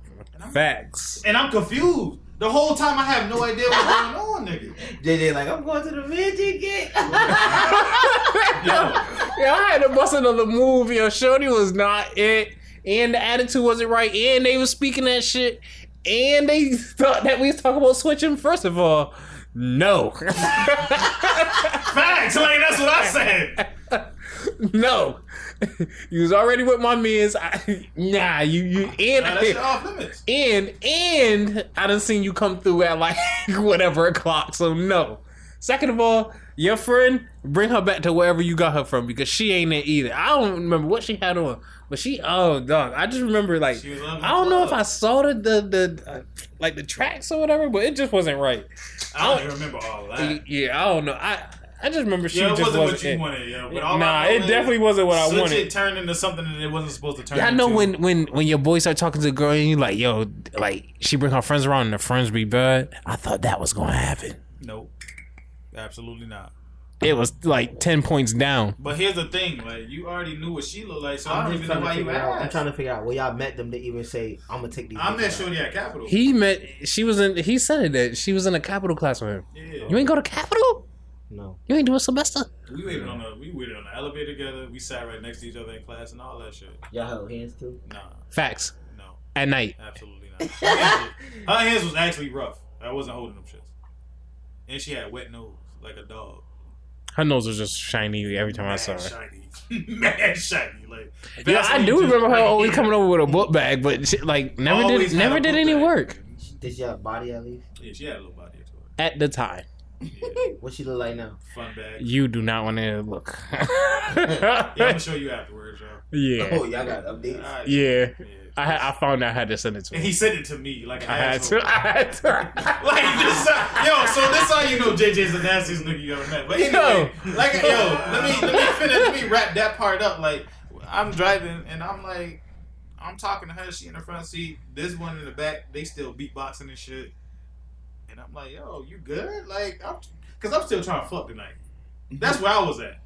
[SPEAKER 5] Facts.
[SPEAKER 3] And I'm confused. The whole time I have no idea what's going on, nigga.
[SPEAKER 6] JJ like, I'm going to the midget gate.
[SPEAKER 3] Yo,
[SPEAKER 5] Yeah, I had to bust another move. Yo, Shorty was not it, and the attitude wasn't right, and they was speaking that shit, and they thought that we was talking about switching. First of all, no,
[SPEAKER 3] facts. Like that's what I said.
[SPEAKER 5] no. you was already with my mans. I, nah, you you and
[SPEAKER 3] Nah, that shit off limits.
[SPEAKER 5] and and I done seen you come through at like whatever o'clock. So no. Second of all, your friend bring her back to wherever you got her from because she ain't there either. I don't remember what she had on, but she oh dog. I just remember like
[SPEAKER 3] She was on the
[SPEAKER 5] I don't know if
[SPEAKER 3] club.
[SPEAKER 5] I saw the the, the uh, like the tracks or whatever, but it just wasn't right.
[SPEAKER 3] I don't even remember all that.
[SPEAKER 5] Yeah, I don't know. I I just remember she
[SPEAKER 3] yeah, it
[SPEAKER 5] just
[SPEAKER 3] wasn't,
[SPEAKER 5] wasn't,
[SPEAKER 3] what you
[SPEAKER 5] it.
[SPEAKER 3] wanted. Yeah, but all
[SPEAKER 5] Nah,
[SPEAKER 3] I know
[SPEAKER 5] it
[SPEAKER 3] is
[SPEAKER 5] definitely wasn't what I
[SPEAKER 3] switch
[SPEAKER 5] wanted.
[SPEAKER 3] It turned into something that it wasn't supposed to turn.
[SPEAKER 5] Yeah, I know
[SPEAKER 3] into.
[SPEAKER 5] when when when your boys start talking to a girl and you like, yo, like she bring her friends around and the friends be bad. I thought that was gonna happen.
[SPEAKER 3] Nope, absolutely not.
[SPEAKER 5] It was like ten points down.
[SPEAKER 3] But here's the thing: like you already knew what she looked like, so I'm I
[SPEAKER 6] I'm
[SPEAKER 3] do not
[SPEAKER 6] just
[SPEAKER 3] even know why you
[SPEAKER 6] trying to figure out. I'm
[SPEAKER 3] asked.
[SPEAKER 6] trying to figure out where y'all met them to even say I'm gonna take these.
[SPEAKER 3] I'm
[SPEAKER 6] bitches
[SPEAKER 3] at Shorty at Capital.
[SPEAKER 5] He met. She was in. He said it that she was in a capital class with him.
[SPEAKER 3] yeah,
[SPEAKER 5] You ain't go to capital.
[SPEAKER 6] out." No.
[SPEAKER 5] You ain't do a semester.
[SPEAKER 3] we waited on the we waited on the elevator together. We sat right next to each other in class and all that shit.
[SPEAKER 6] Y'all held hands too.
[SPEAKER 3] Nah,
[SPEAKER 5] Facts
[SPEAKER 3] no,
[SPEAKER 5] at night.
[SPEAKER 3] absolutely not. Her hands was- her hands was actually rough. I wasn't holding them shits, and she had wet nose like a dog.
[SPEAKER 5] Her nose was just shiny every time I
[SPEAKER 3] Mad
[SPEAKER 5] saw her.
[SPEAKER 3] shiny, mad shiny. Like
[SPEAKER 5] Yeah, I
[SPEAKER 3] Vaseline
[SPEAKER 5] do
[SPEAKER 3] just
[SPEAKER 5] remember her
[SPEAKER 3] right
[SPEAKER 5] always
[SPEAKER 3] here.
[SPEAKER 5] coming over with a book bag, but she, like never
[SPEAKER 3] Always had
[SPEAKER 5] did never
[SPEAKER 3] a
[SPEAKER 5] did
[SPEAKER 3] book
[SPEAKER 5] any
[SPEAKER 3] bag.
[SPEAKER 5] work
[SPEAKER 6] Did she have body at least?
[SPEAKER 3] Yeah, she had a little body to her.
[SPEAKER 5] at the time.
[SPEAKER 6] What she look like now?
[SPEAKER 3] Fun bag.
[SPEAKER 5] You do not want to look.
[SPEAKER 3] Yeah, I'm gonna show you afterwards, y'all.
[SPEAKER 5] yeah,
[SPEAKER 6] Oh, y'all got
[SPEAKER 3] All
[SPEAKER 6] updates.
[SPEAKER 3] right.
[SPEAKER 5] yeah.
[SPEAKER 3] Yeah.
[SPEAKER 5] I had, I found out I had to send it to
[SPEAKER 3] And
[SPEAKER 5] him.
[SPEAKER 3] he sent it to me like an
[SPEAKER 5] I had
[SPEAKER 3] asshole.
[SPEAKER 5] to. I had to.
[SPEAKER 3] Like this, uh, yo. So this how you know JJ's the nastiest nigga you ever met. But anyway, like yo, let me let me finish. Let me wrap that part up. Like I'm driving and I'm like, I'm talking to her. She in the front seat. This one in the back. They still beatboxing and shit. And And I'm like, yo, you good? Like, I'm, cause I'm still trying to fuck tonight. That's where I was at.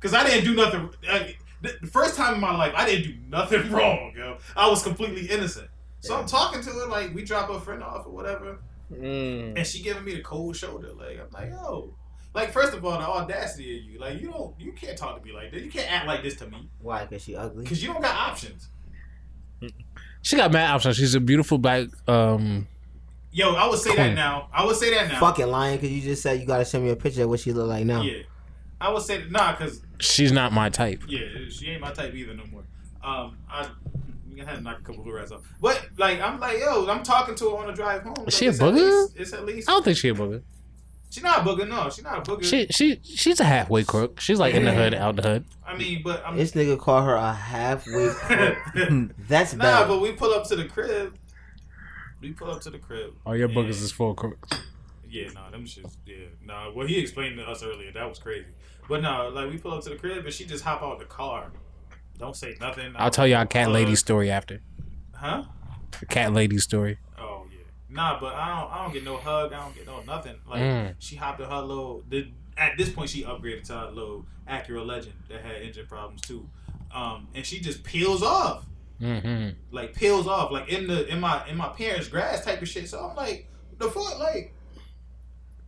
[SPEAKER 3] Cause I didn't do nothing. Like, the the first time in my life, I didn't do nothing wrong, yo. I was completely innocent. So I'm talking to her, like we drop a friend off or whatever,
[SPEAKER 10] Mm.
[SPEAKER 3] and she giving me the cold shoulder. Like I'm like, yo, like first of all, the audacity of you, like you don't, you can't talk to me like this. You can't act like this to me,
[SPEAKER 6] Why? Because she ugly.
[SPEAKER 3] cause you don't got options.
[SPEAKER 5] She got mad options. She's a beautiful black. Um,
[SPEAKER 3] Yo, I would say that now. I would say that now.
[SPEAKER 6] Fucking lying because you just said you gotta send me a picture of what she look like now.
[SPEAKER 3] Yeah, I would say that, nah, cause
[SPEAKER 5] she's not my type.
[SPEAKER 3] yeah, she ain't my type either no more. Um, I. I had to knock a couple of rats off, but like I'm like yo, I'm talking to her on the drive home. Like,
[SPEAKER 5] she a
[SPEAKER 3] it's at
[SPEAKER 5] booger?
[SPEAKER 3] least- It's at least
[SPEAKER 5] I don't think she a booger.
[SPEAKER 3] she not a booger. No, she not a booger.
[SPEAKER 5] She she she's a halfway crook. She's like in the hood, out the hood.
[SPEAKER 3] I mean, but I'm
[SPEAKER 6] This nigga called her a halfway. crook. That's
[SPEAKER 3] Nah,
[SPEAKER 6] bad.
[SPEAKER 3] but we pull up to the crib. We pull up to the crib.
[SPEAKER 5] All Oh, your
[SPEAKER 3] and-
[SPEAKER 5] boogers is full of crooks.
[SPEAKER 3] Yeah, nah, them shits. Yeah, nah. What he explained to us earlier, that was crazy. But nah, like we pull up to the crib and she just hop out the car. Don't say nothing.
[SPEAKER 5] I'll tell y'all cat
[SPEAKER 3] Uh,
[SPEAKER 5] lady story after.
[SPEAKER 3] Huh?
[SPEAKER 5] Cat lady story.
[SPEAKER 3] Oh yeah. Nah, but I don't. I don't get no hug. I don't get no nothing. Like
[SPEAKER 5] Mm.
[SPEAKER 3] she hopped in her little. The, at this point, she upgraded to her little Acura Legend that had engine problems too. Um, and she just peels off.
[SPEAKER 5] hmm
[SPEAKER 3] like peels off like in the in my in my parents' grass type of shit. So I'm like, the fuck, like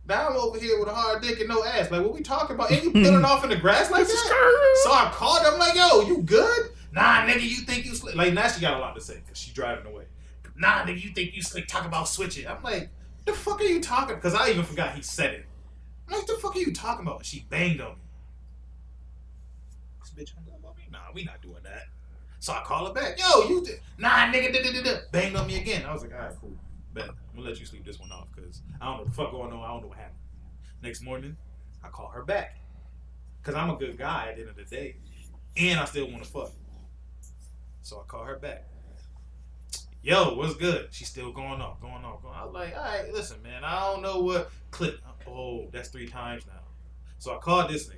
[SPEAKER 3] now I'm over here with a hard dick and no ass. Like what we talking about? And you peeling off in the grass like that? So I called her. I'm like, yo, you good? Nah, nigga, you think you slick? Like now she got a lot to say because she driving away. Nah, nigga, you think you slick? Talk about switching. I'm like, the fuck are you talking? Because I even forgot he said it. I'm like, the fuck are you talking about? She banged on me. This bitch hung up on me. Nah, we not doing that. So I call her back. Yo, you did. Nah, nigga, da, da, da, da. banged on me again. I was like, all right, cool. Bet. I'm going to let you sleep this one off because I don't know what the fuck going on. I don't know what happened. Next morning, I call her back because I'm a good guy at the end of the day and I still want to fuck. So I call her back. Yo, what's good? She's still going off, going off, going. I was like, all right, listen, man, I don't know what clip. Oh, that's three times now. So I called this nigga.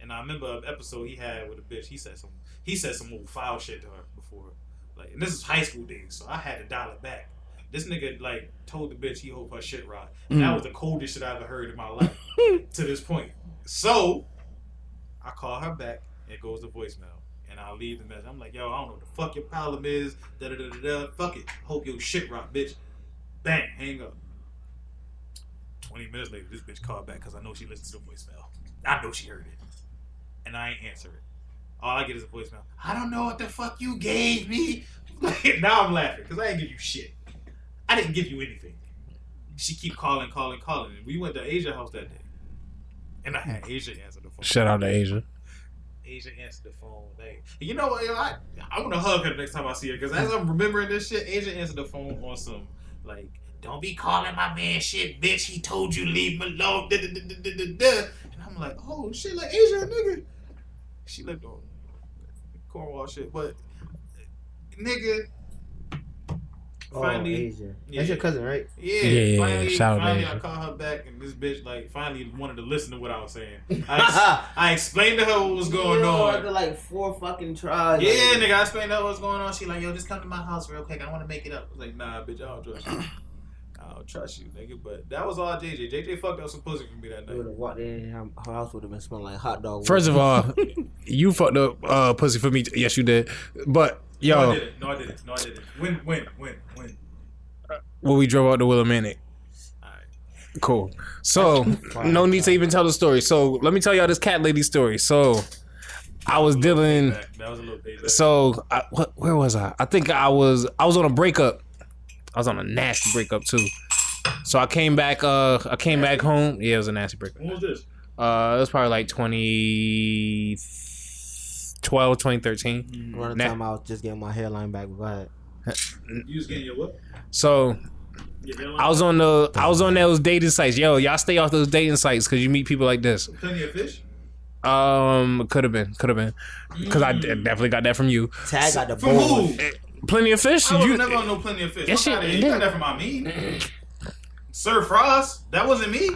[SPEAKER 3] And I remember an episode he had with a bitch. He said some he said some old foul shit to her before. Like and this is high school days, so I had to dial it back. This nigga like told the bitch he hope her shit rot. And that was the coldest shit I ever heard in my life to this point. So I call her back, it goes to voicemail. And I leave the message. I'm like, yo, I don't know what the fuck your problem is. Da da da da da. Fuck it. Hope your shit rot, bitch. Bang, hang up. 20 minutes later, this bitch called back because I know she listened to the voicemail. I know she heard it. And I ain't answer it. All I get is a voicemail. I don't know what the fuck you gave me. Like, now I'm laughing because I didn't give you shit. I didn't give you anything. She keep calling, calling, calling. And we went to Asia house that day. And I had Asia answer the phone.
[SPEAKER 5] Shout out to Asia.
[SPEAKER 3] Asia answered the phone. Like, you know what? yo, I I want to hug her the next time I see her because
[SPEAKER 6] Hmm.
[SPEAKER 3] as I'm remembering this shit, Asia answered the phone on some like, "Don't be calling my man shit, bitch. He told you leave him alone." Da, da, da, da, da, da, da. And I'm like, "Oh shit, like Asia, a nigga." She lived on Cornwall shit, but nigga,
[SPEAKER 6] Oh,
[SPEAKER 3] finally,
[SPEAKER 6] Asia.
[SPEAKER 3] Yeah.
[SPEAKER 6] That's your cousin, right?
[SPEAKER 3] yeah,
[SPEAKER 5] Yeah, yeah, yeah.
[SPEAKER 3] finally,
[SPEAKER 5] Shout out to
[SPEAKER 3] finally I
[SPEAKER 5] Asia.
[SPEAKER 3] called her back, and this bitch like finally wanted to listen to what I was saying. I, ex- I explained to her what was going
[SPEAKER 6] Yo,
[SPEAKER 3] on.
[SPEAKER 6] after, like four fucking tries.
[SPEAKER 3] Yeah,
[SPEAKER 6] like,
[SPEAKER 3] nigga, I explained out what's going on. She like, yo, just come to my house real quick. I want to make it up. I was like, nah, bitch, I don't trust you. I don't trust you, nigga. But that was all JJ. JJ fucked up some pussy for me that
[SPEAKER 6] You would
[SPEAKER 3] night.
[SPEAKER 6] have walked in and her- her house would have been smelling like hot dog.
[SPEAKER 5] First of all, you fucked up uh, pussy for me. Yes, you did. But
[SPEAKER 3] No, I
[SPEAKER 5] yo,
[SPEAKER 3] didn't. No, I didn't. No, I didn't. Win, win, win, win.
[SPEAKER 5] when we drove out to Willimantic.
[SPEAKER 3] Alright.
[SPEAKER 5] Cool. So no need to even tell the story. So let me tell y'all this cat lady story. So I was dealing.
[SPEAKER 3] Back. That was a little baby.
[SPEAKER 5] So I, what, where was I? I think I was I was on a breakup. I was on a nasty breakup too. So I came back. Uh, I came back home. Yeah, it was a nasty breakup.
[SPEAKER 3] When was this?
[SPEAKER 5] Uh, it was probably like 2012, 2013.
[SPEAKER 6] Around the
[SPEAKER 5] Nah.
[SPEAKER 6] time I was just getting my hairline back. Go ahead.
[SPEAKER 3] You was getting your what?
[SPEAKER 5] So
[SPEAKER 3] Your hairline?
[SPEAKER 5] I was on the I was on those dating sites. Yo, y'all stay off those dating sites because you meet people like this.
[SPEAKER 3] plenty of fish.
[SPEAKER 5] Um, could have been, could have been, because I d- definitely got that from you.
[SPEAKER 6] Tag got the
[SPEAKER 3] From
[SPEAKER 6] bone.
[SPEAKER 3] who?
[SPEAKER 5] Plenty of fish.
[SPEAKER 3] I was
[SPEAKER 5] Oh, You
[SPEAKER 3] never on no plenty of fish.
[SPEAKER 5] That
[SPEAKER 3] I'm
[SPEAKER 5] shit-
[SPEAKER 3] outta here. You got that from my mean. Sir Frost, that wasn't me.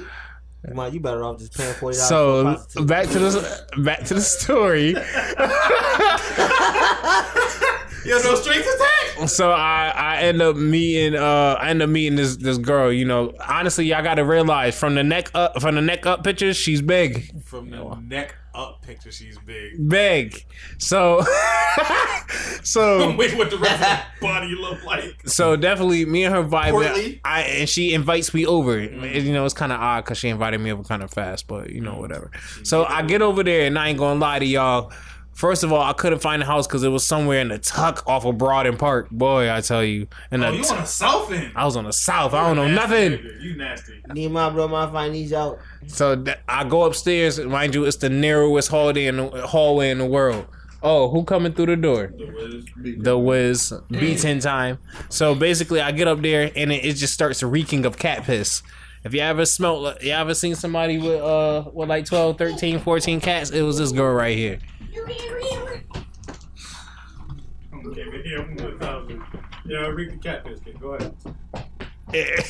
[SPEAKER 6] Man, you better off just paying forty dollars.
[SPEAKER 5] so back to the back to the story.
[SPEAKER 3] Yo, no strings attached.
[SPEAKER 5] so I, I end up meeting uh I end up meeting this this girl. You know, honestly, y'all got to realize from the neck up from the neck up pictures, she's big,
[SPEAKER 3] From the neck up picture, she's big.
[SPEAKER 5] big. So, so
[SPEAKER 3] Wait, what the rest of her body look like?
[SPEAKER 5] so definitely me and her vibe.
[SPEAKER 3] Courtly?
[SPEAKER 5] I and she invites me over. And, You know, it's kind of odd because she invited me over kind of fast, but you know, whatever. So I get over there and I ain't gonna lie to y'all. First of all, I couldn't find the house because it was somewhere in the tuck off of Broad and Park. Boy, I tell you, and
[SPEAKER 3] Oh, you on the south end?
[SPEAKER 5] I was on the south. I don't know nothing.
[SPEAKER 3] Nigga, You nasty.
[SPEAKER 6] Need my bro, my find these out.
[SPEAKER 5] So th- I go upstairs. Mind you, it's the narrowest hallway in the, hallway in the world. Oh, who coming through the door? The Wiz beaten time. So basically, I get up there and it, it just starts reeking of cat piss. If you ever smelled, like- you ever seen somebody with uh with like 12, 13, 14 cats, it was this girl right here.
[SPEAKER 3] Okay, but yeah, I'm on the south end. Yeah, read the catfish kid. Go ahead.
[SPEAKER 5] it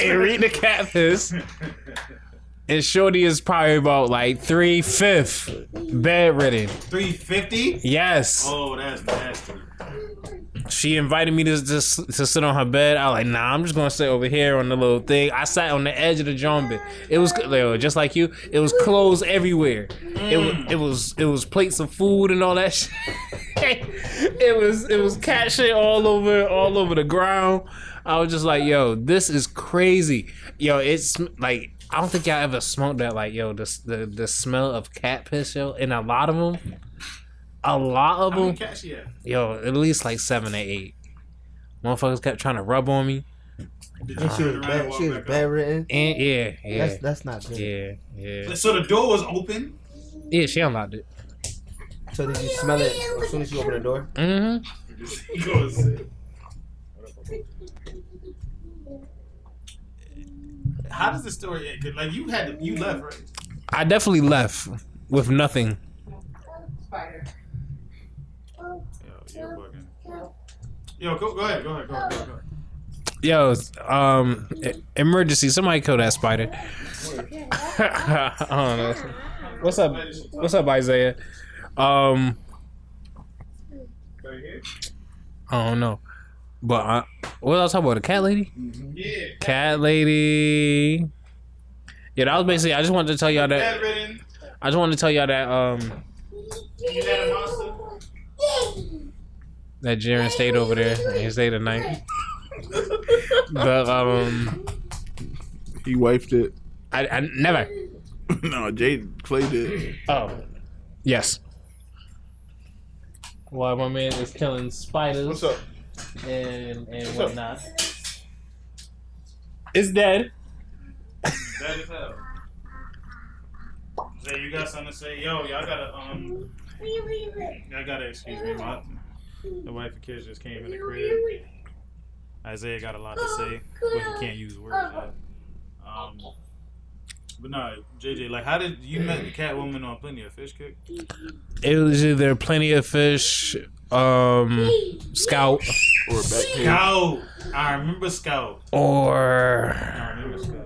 [SPEAKER 5] it reeked of cat piss. And Shorty is probably about like three fifth bedridden.
[SPEAKER 3] 350?
[SPEAKER 5] Yes.
[SPEAKER 3] Oh, that's nasty.
[SPEAKER 5] she invited me to just to sit on her bed. I was like, nah, I'm just gonna sit over here on the little thing. I sat on the edge of the drum bed. It was like, just like you. It was clothes everywhere. It was it was it was plates of food and all that shit. it was it was cat shit all over all over the ground. I was just like, yo, this is crazy. Yo, it's like I don't think y'all ever smoked that. Like, yo, the the, the smell of cat piss, yo, and a lot of them. A lot of
[SPEAKER 3] How many
[SPEAKER 5] them
[SPEAKER 3] cats she had?
[SPEAKER 5] yo, at least like seven or eight. Motherfuckers kept trying to rub on me,
[SPEAKER 3] Did you
[SPEAKER 6] And she
[SPEAKER 3] turn
[SPEAKER 6] was
[SPEAKER 3] around and
[SPEAKER 6] bad,
[SPEAKER 3] walk
[SPEAKER 6] she was
[SPEAKER 3] back up?
[SPEAKER 6] bedridden.
[SPEAKER 5] and yeah, yeah,
[SPEAKER 6] That's that's not good.
[SPEAKER 5] yeah, yeah,
[SPEAKER 3] So the door was open?
[SPEAKER 5] yeah. She unlocked it.
[SPEAKER 6] So did you smell it as soon as you open the door?
[SPEAKER 5] hmm
[SPEAKER 3] You know what I'm saying? How does the story end? 'Cause, Like you had you left right?
[SPEAKER 5] I definitely left with nothing.
[SPEAKER 3] Yo, you're bugging. Yo, go, go ahead, go ahead, go ahead, go ahead. Go ahead.
[SPEAKER 5] Yo, um, e- emergency! Somebody kill that spider. I don't know. What's up? What's up, Isaiah? Um,
[SPEAKER 8] Right here?
[SPEAKER 5] I don't know, but I, what else? How about the cat lady?
[SPEAKER 8] Yeah.
[SPEAKER 5] Cat lady. Yeah, that was basically. I just wanted to tell y'all that.
[SPEAKER 8] Bad ridden.
[SPEAKER 5] I just wanted to tell y'all that. Um,
[SPEAKER 8] You had a monster.
[SPEAKER 5] that Jaren stayed over there. and He stayed the night. but um,
[SPEAKER 4] He wiped it.
[SPEAKER 5] I, I never.
[SPEAKER 4] no, Jade Clay did.
[SPEAKER 5] Oh, yes. Why my man is killing spiders?
[SPEAKER 4] What's up?
[SPEAKER 5] And and
[SPEAKER 4] up?
[SPEAKER 5] whatnot. It's dead.
[SPEAKER 3] That is hell. Zay, you got something to say? Yo, y'all gotta um, y'all gotta excuse me. My the wife and kids just came in the crib. Isaiah got a lot to say, but he can't use words. yet. Um, but no, JJ, like, how did you met the Catwoman on Plenty of Fish Cook?
[SPEAKER 5] It was either plenty of fish, um, scout,
[SPEAKER 4] Or back here.
[SPEAKER 3] Scout, I remember Scout.
[SPEAKER 5] or
[SPEAKER 3] I remember Scout.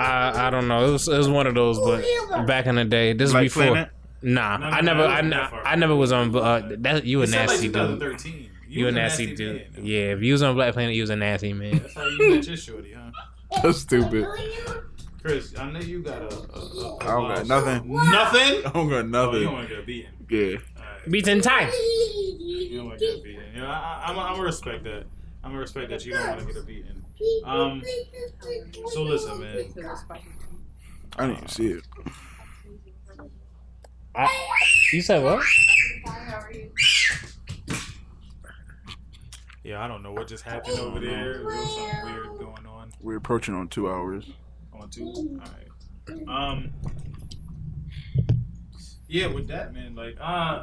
[SPEAKER 5] I I don't know. It was, it was one of those, but back in the day, this is
[SPEAKER 4] Black
[SPEAKER 5] before.
[SPEAKER 4] Planet?
[SPEAKER 5] Nah,
[SPEAKER 3] No, no, no,
[SPEAKER 5] I
[SPEAKER 3] it
[SPEAKER 5] never, I,
[SPEAKER 3] wasn't
[SPEAKER 5] ne-
[SPEAKER 3] that far.
[SPEAKER 5] I never was on. Uh, that you a
[SPEAKER 3] It sound
[SPEAKER 5] nasty
[SPEAKER 3] like
[SPEAKER 5] dude.
[SPEAKER 3] 2013.
[SPEAKER 5] You a nasty, dude. Yeah, if you was on Black Planet, you was a nasty man.
[SPEAKER 3] That's how you met your shorty, huh?
[SPEAKER 4] That's stupid.
[SPEAKER 3] Chris, I know you got a. a, a
[SPEAKER 4] I don't got nothing.
[SPEAKER 3] Nothing?
[SPEAKER 4] I don't got
[SPEAKER 3] Oh, you don't
[SPEAKER 4] nothing.
[SPEAKER 3] want to get beaten.
[SPEAKER 4] Yeah.
[SPEAKER 3] Alright.
[SPEAKER 5] Beats in time.
[SPEAKER 3] You don't want to get beaten. You know, I, I, I'm going to respect that. I'm going to respect that you don't want to get beaten. Um, so listen, man.
[SPEAKER 4] I didn't even see it.
[SPEAKER 5] You said what?
[SPEAKER 3] Yeah, I don't know what just happened over there. There was something weird going on.
[SPEAKER 4] We're approaching on two hours.
[SPEAKER 3] On two. Alright. Um. Yeah, with that man, like uh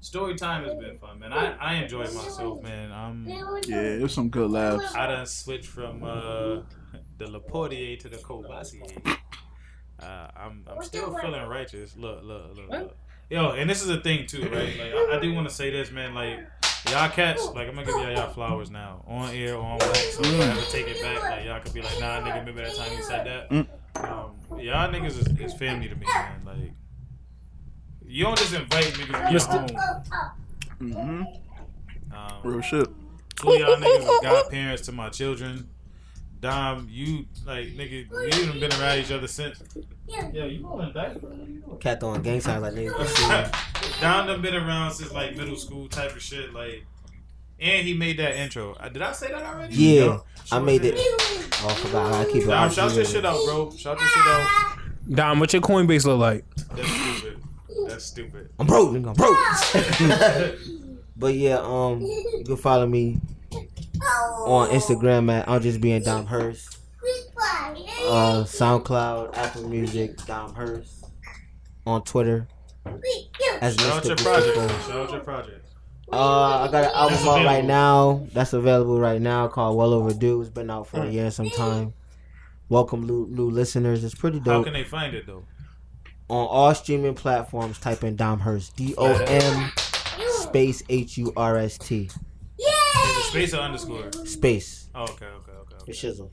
[SPEAKER 3] story time has been fun, man. I, I enjoyed myself, man. Um
[SPEAKER 4] Yeah, it was some good laughs.
[SPEAKER 3] I done switched from uh the Laportier to the Courvoisier. Uh, I'm I'm still feeling righteous. Look, look, look, look. Yo, and this is a thing too, right? Like I, I do want to say this, man. Like y'all cats, like I'm gonna give y'all y'all flowers now, on air, on wax. So if I ever take it back, like y'all could be like, nah, nigga, remember that time you said that? Um, y'all niggas is, is family to me, man. Like you don't just invite niggas to your home. Um,
[SPEAKER 2] Mm-hmm. Real shit.
[SPEAKER 3] two of y'all niggas was godparents to my children. Dom, you like nigga, we even been around each other since. Yeah, you rolling dice, bro. What you doing?
[SPEAKER 6] Cat throwing gang signs like niggas.
[SPEAKER 3] Don done been around since like middle school type of shit. Like, and he made that intro. Uh, Did I say that already?
[SPEAKER 6] Yeah,
[SPEAKER 3] No.
[SPEAKER 6] I made it. Oh, I forgot. I gotta keep it.
[SPEAKER 3] Dom,
[SPEAKER 6] on
[SPEAKER 3] shout your
[SPEAKER 6] here.
[SPEAKER 3] shit out, bro. Shout your shit out.
[SPEAKER 8] Dom, what your Coinbase look like?
[SPEAKER 3] That's stupid. That's stupid.
[SPEAKER 6] I'm broke, nigga. I'm broke. but yeah, um, you can follow me on Instagram at I'm just being Dom Hurst. Uh, SoundCloud, Apple Music, Dom Hurst. On Twitter. As
[SPEAKER 3] Shout out
[SPEAKER 6] Mr.
[SPEAKER 3] your
[SPEAKER 6] Beast
[SPEAKER 3] project.
[SPEAKER 6] Boy.
[SPEAKER 3] Shout out your project.
[SPEAKER 6] Uh, I got an album
[SPEAKER 3] That's
[SPEAKER 6] out right
[SPEAKER 3] available.
[SPEAKER 6] now. That's available right now called Well Overdue. It's been out for a year and some time. Welcome, new, new listeners. It's pretty
[SPEAKER 3] How
[SPEAKER 6] dope.
[SPEAKER 3] can they find it though?
[SPEAKER 6] on all streaming platforms, type in Dom Hurst. D O M space H U R S T
[SPEAKER 3] Is it space or underscore?
[SPEAKER 6] space.
[SPEAKER 3] Oh, okay, okay, okay. okay.
[SPEAKER 6] Shizzle.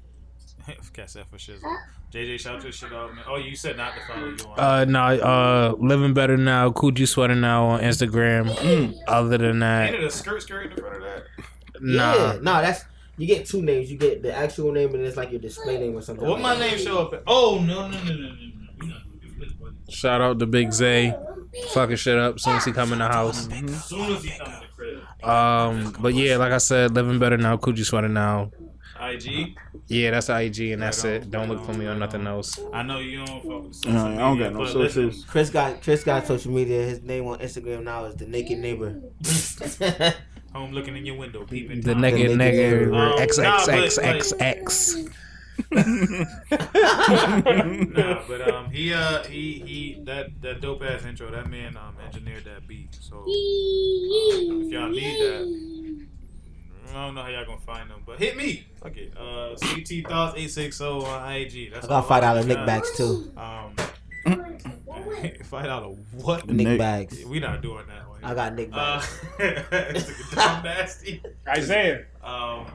[SPEAKER 3] Cats that for shizzle. JJ, shout your shit out, man. Oh, you said not to follow you on.
[SPEAKER 8] Uh, no, uh, living better now. Could you sweater now on Instagram? Other than
[SPEAKER 3] Ain't
[SPEAKER 8] that,
[SPEAKER 3] it a skirt skirt in the front of that?
[SPEAKER 8] nah.
[SPEAKER 6] Yeah, nah, that's you get two names. You get the actual name and it's like your display name or something.
[SPEAKER 3] What my name show up? at? Oh no no no no no no. We not gonna do this, buddy.
[SPEAKER 8] Shout out to Big Zay, fucking shit up since he come in the house.
[SPEAKER 3] As soon as he comes to the crib.
[SPEAKER 8] Um, but yeah, like I said, living better now. Could you sweater now?
[SPEAKER 3] IG.
[SPEAKER 8] Yeah, that's IG and that's it. Don't look for me on nothing else.
[SPEAKER 3] I know you don't fuck with social
[SPEAKER 2] Nah, I don't
[SPEAKER 3] media,
[SPEAKER 2] got no
[SPEAKER 3] but
[SPEAKER 2] socials.
[SPEAKER 6] Chris got Chris got social media. His name on Instagram now is the Naked Neighbor.
[SPEAKER 3] Listen, home looking in your window, peeping.
[SPEAKER 8] The naked
[SPEAKER 6] naked
[SPEAKER 8] nigga
[SPEAKER 3] nigga. Um, nah, but,
[SPEAKER 8] XXXXX.
[SPEAKER 3] nah, but um, he uh, he he that that dope ass intro. That man um engineered that beat. So if y'all need that, I don't know how y'all gonna find them, but hit me. Fuck it. Uh, CT thoughts eight six zero on IG. That's
[SPEAKER 6] I got
[SPEAKER 3] all
[SPEAKER 6] five dollar
[SPEAKER 3] got.
[SPEAKER 6] nickbacks too.
[SPEAKER 3] Um, five dollar what?
[SPEAKER 6] Nickbacks.
[SPEAKER 3] We not doing that one.
[SPEAKER 6] I got nickbacks.
[SPEAKER 3] Uh, it's a dumb nasty.
[SPEAKER 5] Isaiah.
[SPEAKER 3] Um,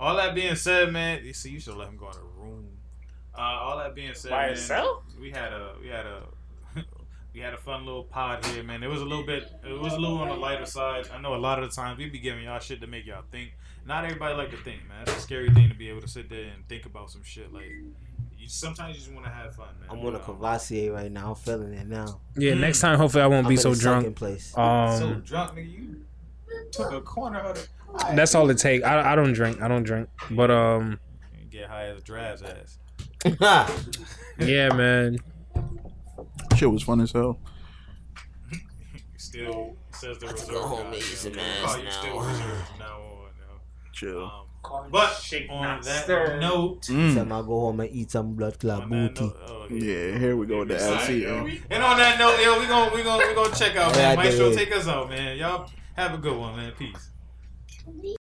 [SPEAKER 3] all that being said, man, you see, you should let him go in a room. Uh, all that being said,
[SPEAKER 5] By
[SPEAKER 3] man,
[SPEAKER 5] himself?
[SPEAKER 3] we had a we had a we had a fun little pod here, man. It was a little bit, it was a little on the lighter side. I know a lot of the times we be giving y'all shit to make y'all think. Not everybody like to think, man. It's a scary thing to be able to sit there and think about some shit. Like, you sometimes you just want to have fun, man.
[SPEAKER 6] I'm on a
[SPEAKER 3] Um,
[SPEAKER 6] Cavassier right now. I'm feeling it now.
[SPEAKER 8] Yeah, next time hopefully I won't
[SPEAKER 6] I'm
[SPEAKER 8] be
[SPEAKER 6] in
[SPEAKER 8] so
[SPEAKER 6] the
[SPEAKER 8] drunk.
[SPEAKER 6] Second place.
[SPEAKER 3] so
[SPEAKER 8] Um,
[SPEAKER 3] drunk, nigga. You took a corner of the
[SPEAKER 8] that's all it take. I, I don't drink. I don't drink. But um,
[SPEAKER 3] get high as a drab's ass.
[SPEAKER 8] yeah, man.
[SPEAKER 2] Shit was fun as hell.
[SPEAKER 3] Still says the reserve.
[SPEAKER 6] go home
[SPEAKER 3] guy,
[SPEAKER 6] and eat some
[SPEAKER 3] you know,
[SPEAKER 6] ass
[SPEAKER 3] oh, you still reserve from now on. you know.
[SPEAKER 2] Chill.
[SPEAKER 3] Um, but on that note,
[SPEAKER 6] Time I go home and eat some blood clot
[SPEAKER 3] on that
[SPEAKER 6] booty.
[SPEAKER 3] note, oh, yeah.
[SPEAKER 2] Mm. Yeah, here we go with the
[SPEAKER 3] All right,
[SPEAKER 2] LC.
[SPEAKER 3] yo. And on that note, yo, we gonna we gonna we gonna check out,
[SPEAKER 6] Yeah, I
[SPEAKER 3] man.
[SPEAKER 6] did
[SPEAKER 3] Maestro,
[SPEAKER 6] it.
[SPEAKER 3] take us out, man. Y'all have a good one, man. Peace.